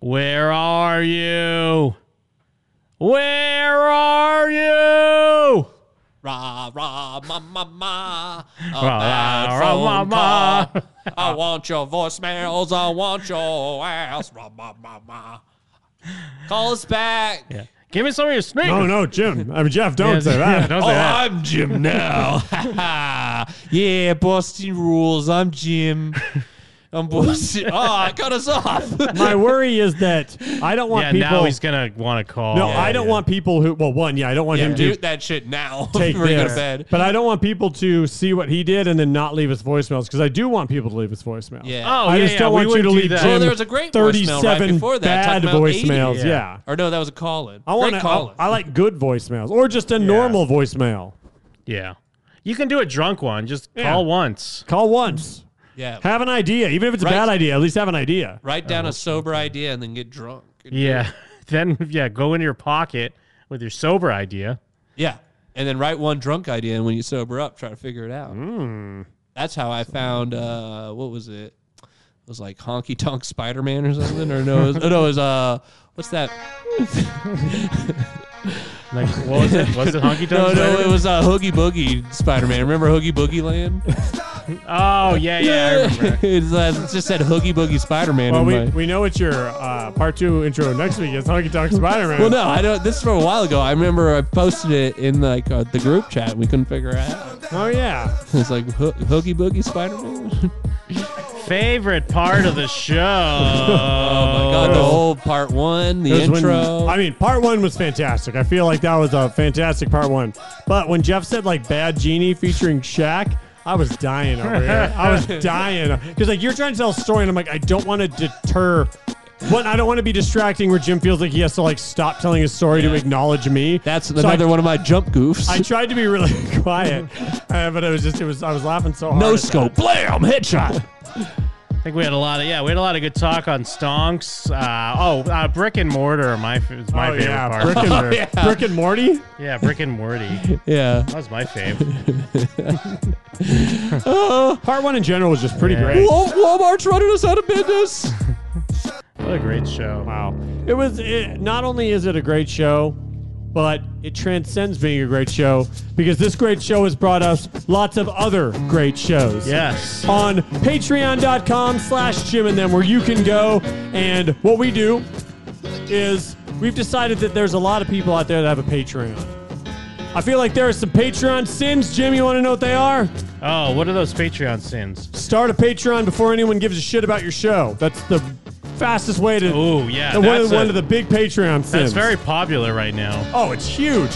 Speaker 6: Where are you? Where are you?
Speaker 8: Rah, rah, ma, ma, ma. A
Speaker 6: Rah,
Speaker 8: bad
Speaker 6: rah,
Speaker 8: phone
Speaker 6: rah, ma,
Speaker 8: call. I want your voicemails. I want your ass. Rah, ma, ma, ma. Call us back.
Speaker 6: Yeah. Give me some of your sneakers.
Speaker 4: No, no, Jim. I mean Jeff. Don't
Speaker 6: Yeah,
Speaker 4: say
Speaker 6: yeah,
Speaker 4: that.
Speaker 6: don't say
Speaker 8: oh,
Speaker 6: that.
Speaker 8: I'm Jim now. yeah, Boston rules. I'm Jim. I'm Boston. Oh, I cut us off.
Speaker 4: My worry is that I don't want
Speaker 6: Yeah,
Speaker 4: people.
Speaker 6: now he's gonna want to call.
Speaker 4: no, I don't want people who. Well, one, yeah, I don't want
Speaker 8: yeah,
Speaker 4: him to
Speaker 8: mute that shit now.
Speaker 4: take
Speaker 8: before you go to
Speaker 4: this.
Speaker 8: bed.
Speaker 4: But I don't want people to see what he did and then not leave his voicemails because I do want people to leave his voicemail.
Speaker 8: Yeah.
Speaker 6: Oh,
Speaker 4: I
Speaker 6: yeah,
Speaker 4: just
Speaker 6: yeah,
Speaker 4: don't want
Speaker 6: we
Speaker 4: you
Speaker 6: would
Speaker 4: to
Speaker 6: do
Speaker 4: leave
Speaker 6: that.
Speaker 4: Jim
Speaker 8: Well, there was a great voicemail right
Speaker 4: 37
Speaker 8: before that.
Speaker 4: bad
Speaker 8: talking about 80.
Speaker 4: voicemails. Yeah.
Speaker 8: Or no, that was a call in.
Speaker 4: oh. I want
Speaker 8: Great
Speaker 4: to.
Speaker 8: call
Speaker 4: I, I like good voicemails or just a normal voicemail.
Speaker 6: Yeah, you can do a drunk one. Just
Speaker 4: Yeah.
Speaker 6: call once.
Speaker 4: Call once.
Speaker 8: Yeah.
Speaker 4: Have an idea, even if it's
Speaker 8: Right.
Speaker 4: a bad idea. At least have an idea.
Speaker 8: Write down a sober idea and then get drunk.
Speaker 6: Yeah. Then yeah, go in your pocket with your sober idea.
Speaker 8: Yeah. And then write one drunk idea and when you sober up, try to figure it out.
Speaker 4: Mm.
Speaker 8: That's how I found uh what was it? It was like honky tonk Spider Man or something, or no? It was, oh, no, it was uh, what's that?
Speaker 6: Like what was it? Was it honky tonk?
Speaker 8: No, no,
Speaker 6: Spider-Man?
Speaker 8: it was uh, Hoogie Boogie Spider Man. Remember Hoogie Boogie Land?
Speaker 6: Oh yeah, yeah. I remember.
Speaker 8: it's, uh, it just said Hoogie Boogie Spider Man.
Speaker 4: Well,
Speaker 8: in
Speaker 4: we,
Speaker 8: my...
Speaker 4: we know what your uh, part two intro next week is Honky Tonk Spider Man.
Speaker 8: Well, no, I don't. This is from a while ago. I remember I posted it in like uh, the group chat. and We couldn't figure it out.
Speaker 4: Oh, yeah.
Speaker 8: It's like ho- Hoogie Boogie Spider Man.
Speaker 6: Favorite part of the show.
Speaker 8: Oh my god, the whole part one, the
Speaker 4: It was when-
Speaker 8: intro.
Speaker 4: I mean, part one was fantastic. I feel like that was a fantastic part one. But when Jeff said like "Bad Genie" featuring Shaq, I was dying over here. I was dying because like you're trying to tell a story, and I'm like, I don't want to deter. What I don't want to be distracting where Jim feels like he has to like stop telling his story to acknowledge me.
Speaker 8: That's
Speaker 4: So
Speaker 8: another
Speaker 4: I,
Speaker 8: one of my jump goofs.
Speaker 4: I tried to be really quiet, uh, but it was just it was I was laughing so hard. at
Speaker 8: no
Speaker 4: that.
Speaker 8: scope, blam, headshot.
Speaker 6: I think we had a lot of yeah, we had a lot of good talk on stonks. Uh, oh, uh, brick and mortar are my f- is my
Speaker 4: Oh,
Speaker 6: favorite
Speaker 4: yeah,
Speaker 6: part.
Speaker 4: brick and,
Speaker 6: Sure.
Speaker 4: brick and Morty.
Speaker 6: yeah, brick and morty.
Speaker 8: Yeah.
Speaker 6: That was my fave.
Speaker 4: Part one in general was just pretty
Speaker 6: Yeah.
Speaker 4: great.
Speaker 8: Walmart's running us out of business.
Speaker 6: That What a great show.
Speaker 4: Wow. It was it, not only is it a great show, but it transcends being a great show because this great show has brought us lots of other great shows.
Speaker 6: Yes.
Speaker 4: On patreon.com slash Jim and them where you can go and what we do is we've decided that there's a lot of people out there that have a Patreon. I feel like there are some Patreon sins. Jim, you want to know what they are?
Speaker 6: Oh, what are those Patreon sins?
Speaker 4: Start a Patreon before anyone gives a shit about your show. That's the fastest way to.
Speaker 6: Oh, yeah,
Speaker 4: One, of,
Speaker 6: that's a-
Speaker 4: one of the big Patreon sins.
Speaker 6: That's very popular right now.
Speaker 4: Oh, it's huge.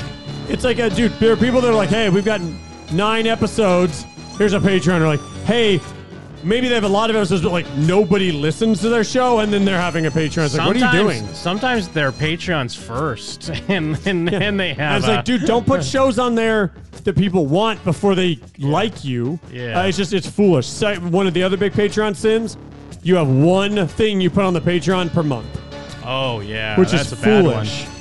Speaker 4: It's like, uh, dude, there are people that are like, hey, we've gotten nine episodes. Here's a Patreon. They're like, hey, maybe they have a lot of episodes, but like nobody listens to their show, and then they're having a Patreon. It's like, what are you doing?
Speaker 6: Sometimes they're Patreons first, and and, and they have.
Speaker 4: I was
Speaker 6: a-
Speaker 4: like, dude, don't put shows on there that people want before they like you.
Speaker 6: Yeah.
Speaker 4: Uh, it's just, it's foolish. So, one of the other big Patreon sins, you have one thing you put on the Patreon per month,
Speaker 6: Oh yeah,
Speaker 4: which
Speaker 6: that's
Speaker 4: is
Speaker 6: a bad
Speaker 4: foolish.
Speaker 6: one.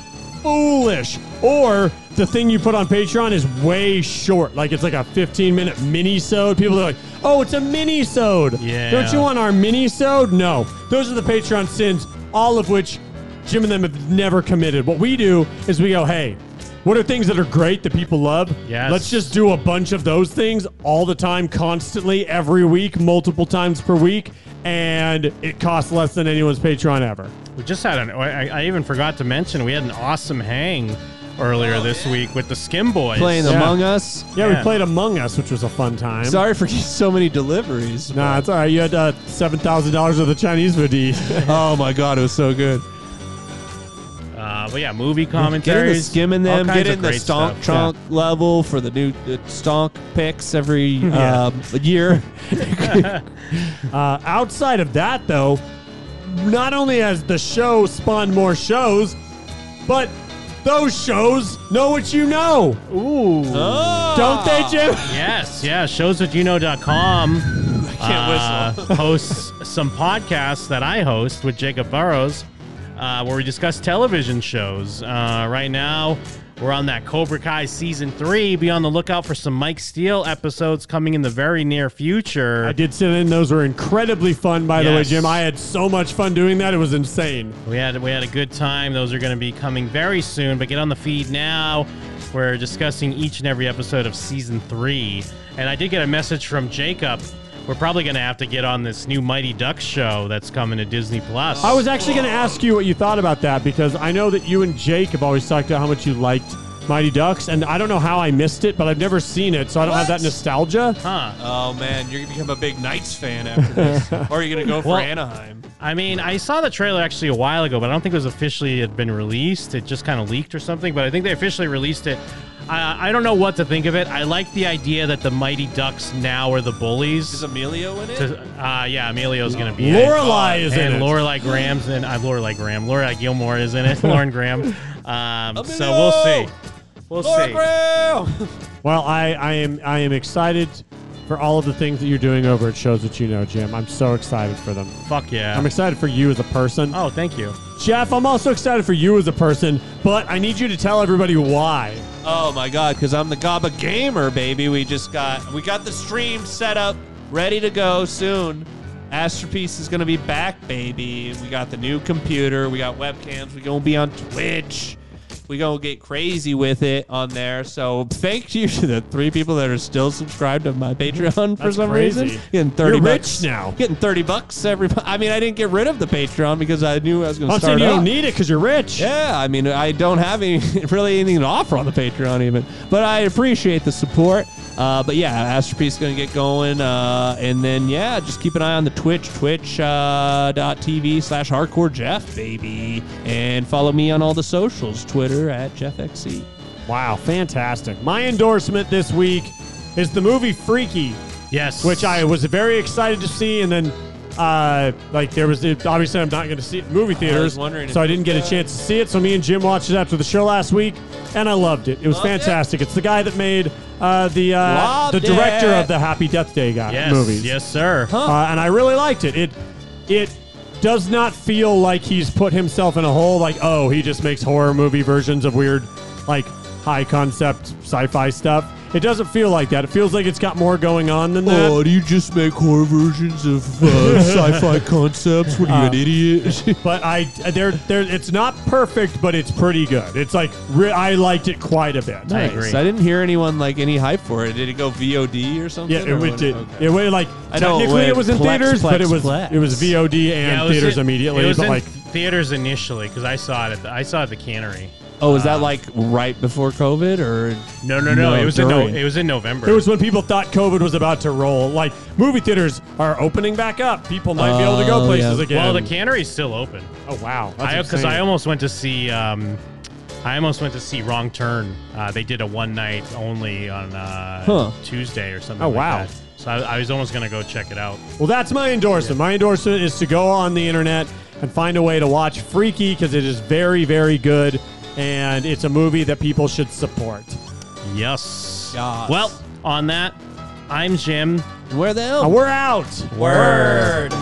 Speaker 4: Foolish. Or the thing you put on Patreon is way short. Like it's like a 15 minute mini sode. People are like, oh, it's a mini sode.
Speaker 6: Yeah.
Speaker 4: Don't you want our mini sode? No. Those are the Patreon sins, all of which Jim and them have never committed. What we do is we go, hey, what are things that are great that people love?
Speaker 6: Yes.
Speaker 4: Let's just do a bunch of those things all the time, constantly, every week, multiple times per week, and it costs less than anyone's Patreon ever.
Speaker 6: We just had an. I, I even forgot to mention we had an awesome hang earlier this week with the Skim Boys
Speaker 4: Playing Among
Speaker 5: Us.
Speaker 4: Yeah,
Speaker 6: Yeah.
Speaker 4: we played Among Us, which was a fun time.
Speaker 5: Sorry for so many deliveries.
Speaker 4: Nah, it's all right. You had uh, seven thousand dollars of the Chinese food to eat.
Speaker 5: oh my god, it was so good.
Speaker 6: Uh, but yeah, movie
Speaker 5: Get in the
Speaker 6: commentaries.
Speaker 5: skimming
Speaker 6: all
Speaker 5: them.
Speaker 6: kinds
Speaker 5: Get
Speaker 6: of
Speaker 5: in the
Speaker 6: great
Speaker 5: stonk
Speaker 6: stuff.
Speaker 5: trunk level for the new uh, stonk picks every um, year.
Speaker 4: Uh, outside of that, though, not only has the show spawned more shows, but those shows know what you know. Ooh, don't they, Jim?
Speaker 6: Yes, yeah. Showswhatyouknow.com. I
Speaker 4: can't
Speaker 6: whistle. uh, hosts some podcasts that I host with Jacob Burrows, uh, where we discuss television shows. Uh, right now, we're on that Cobra Kai season three. Be on the lookout for some Mike Steele episodes coming in the very near future.
Speaker 4: I did sit in; those were incredibly fun. By the way,
Speaker 6: Yes.
Speaker 4: Jim, I had so much fun doing that; it was insane.
Speaker 6: We had we had a good time. Those are going to be coming very soon, but get on the feed now. We're discussing each and every episode of season three. And I did get a message from Jacob. We're probably going to have to get on this new Mighty Ducks show that's coming to Disney Plus.
Speaker 4: I was actually going to ask you what you thought about that because I know that you and Jake have always talked about how much you liked Mighty Ducks, and I don't know how I missed it, but I've never seen it, so I don't have that nostalgia.
Speaker 6: Huh.
Speaker 8: Oh man, you're gonna become a big Knights fan after this, or you're gonna go for
Speaker 6: Well,
Speaker 8: Anaheim.
Speaker 6: I mean, I saw the trailer actually a while ago, but I don't think it was officially had been released. It just kind of leaked or something, but I think they officially released it. I, I don't know what to think of it. I like the idea that the Mighty Ducks now are the bullies. Is
Speaker 8: Emilio in it?
Speaker 6: uh, yeah, Emilio's going to be
Speaker 4: Lorelai
Speaker 6: in it.
Speaker 4: is in
Speaker 6: and
Speaker 4: it.
Speaker 6: Lorelai Graham's in. Uh, Lorelai Graham. Lorelai Gilmore is in it. Lauren Graham. Um, so we'll see. We'll see.
Speaker 4: Well, I, I am I am excited for all of the things that you're doing over at shows that you know, Jim. I'm so excited for them.
Speaker 6: Fuck yeah.
Speaker 4: I'm excited for you as a person.
Speaker 6: Oh, thank you.
Speaker 4: Jeff, I'm also excited for you as a person, but I need you to tell everybody why.
Speaker 8: Oh my god, because I'm the Gaba gamer, baby. We just got we got the stream set up, ready to go soon. Astropiece is gonna be back, baby. We got the new computer, we got webcams, we gonna be on Twitch. We gonna get crazy with it on there. So thank you to the three people that are still subscribed to my Patreon for
Speaker 5: That's
Speaker 8: some
Speaker 5: crazy.
Speaker 8: reason. Getting 30
Speaker 5: You're rich
Speaker 8: bucks
Speaker 4: now.
Speaker 8: Getting 30 bucks every I mean I didn't get rid of the Patreon because I knew I was gonna
Speaker 4: I'm
Speaker 8: start
Speaker 4: saying Oh, you
Speaker 8: up.
Speaker 4: don't need it because you're rich.
Speaker 8: Yeah, I mean, I don't have any really anything to offer on the Patreon even, but I appreciate the support. Uh, but yeah, Astropiece is going to get going, uh, and then yeah, just keep an eye on the Twitch, Twitch uh, dot TV slash Hardcore Jeff baby, and follow me on all the socials, Twitter at E. JeffXC.
Speaker 4: Wow, fantastic. My endorsement this week is the movie Freaky.
Speaker 6: Yes.
Speaker 4: Which I was very excited to see, and then, uh, like, there was obviously I'm not going to see it in movie theaters.
Speaker 8: wondering if
Speaker 4: so I
Speaker 8: you-
Speaker 4: didn't get a chance to see it. So me and Jim watched it after the show last week, and I loved it. It was fantastic. It's the guy that made uh, the uh,
Speaker 6: Loved
Speaker 4: the director
Speaker 6: it.
Speaker 4: of the Happy Death Day guy
Speaker 6: Yes,
Speaker 4: movies.
Speaker 6: yes, sir.
Speaker 4: Uh, and I really liked it. It it does not feel like he's put himself in a hole. Like oh, he just makes horror movie versions of weird, like high concept sci-fi stuff. It doesn't feel like that. It feels like it's got more going on than that.
Speaker 5: Oh, do you just make horror versions of uh, sci-fi concepts? What are you,
Speaker 4: Uh,
Speaker 5: an idiot?
Speaker 4: but I, there, there. It's not perfect, but it's pretty good. It's like re- I liked it quite a bit.
Speaker 8: Nice. I didn't hear anyone like any hype for it. Did it go VOD or something?
Speaker 4: Yeah, it
Speaker 8: or
Speaker 4: went
Speaker 8: what?
Speaker 4: did.
Speaker 8: Okay.
Speaker 4: It went like
Speaker 8: I know it
Speaker 4: technically
Speaker 8: went
Speaker 4: it was in
Speaker 8: plex,
Speaker 4: theaters,
Speaker 8: plex,
Speaker 4: but it was
Speaker 8: plex.
Speaker 4: it was VOD and
Speaker 6: Yeah, it was
Speaker 4: theaters
Speaker 6: in-
Speaker 4: immediately.
Speaker 6: It was
Speaker 4: but
Speaker 6: in
Speaker 4: like
Speaker 6: theaters initially because I saw it. At the, I saw it at the cannery.
Speaker 8: Oh, was that like right before COVID or
Speaker 6: No, no, no. it was in no,
Speaker 8: during?
Speaker 6: it was in November.
Speaker 4: it was when people thought COVID was about to roll. Like movie theaters are opening back up. People might be able to go
Speaker 8: Oh,
Speaker 4: places
Speaker 8: yeah.
Speaker 4: again.
Speaker 6: Well, the cannery's still open.
Speaker 4: Oh wow!
Speaker 6: Because I, almost went to see. Um, I almost went to see Wrong Turn. Uh, they did a one night only on uh,
Speaker 4: Huh.
Speaker 6: Tuesday or something.
Speaker 4: Oh,
Speaker 6: like
Speaker 4: wow.
Speaker 6: that. So I, I was almost gonna go check it out.
Speaker 4: Well, that's my endorsement. My endorsement is to go on the internet and find a way to watch Freaky because it is very, very good, and it's a movie that people should support.
Speaker 6: Yes. Well, on that, I'm Jim.
Speaker 8: Where the hell?
Speaker 4: we're out.
Speaker 8: Word.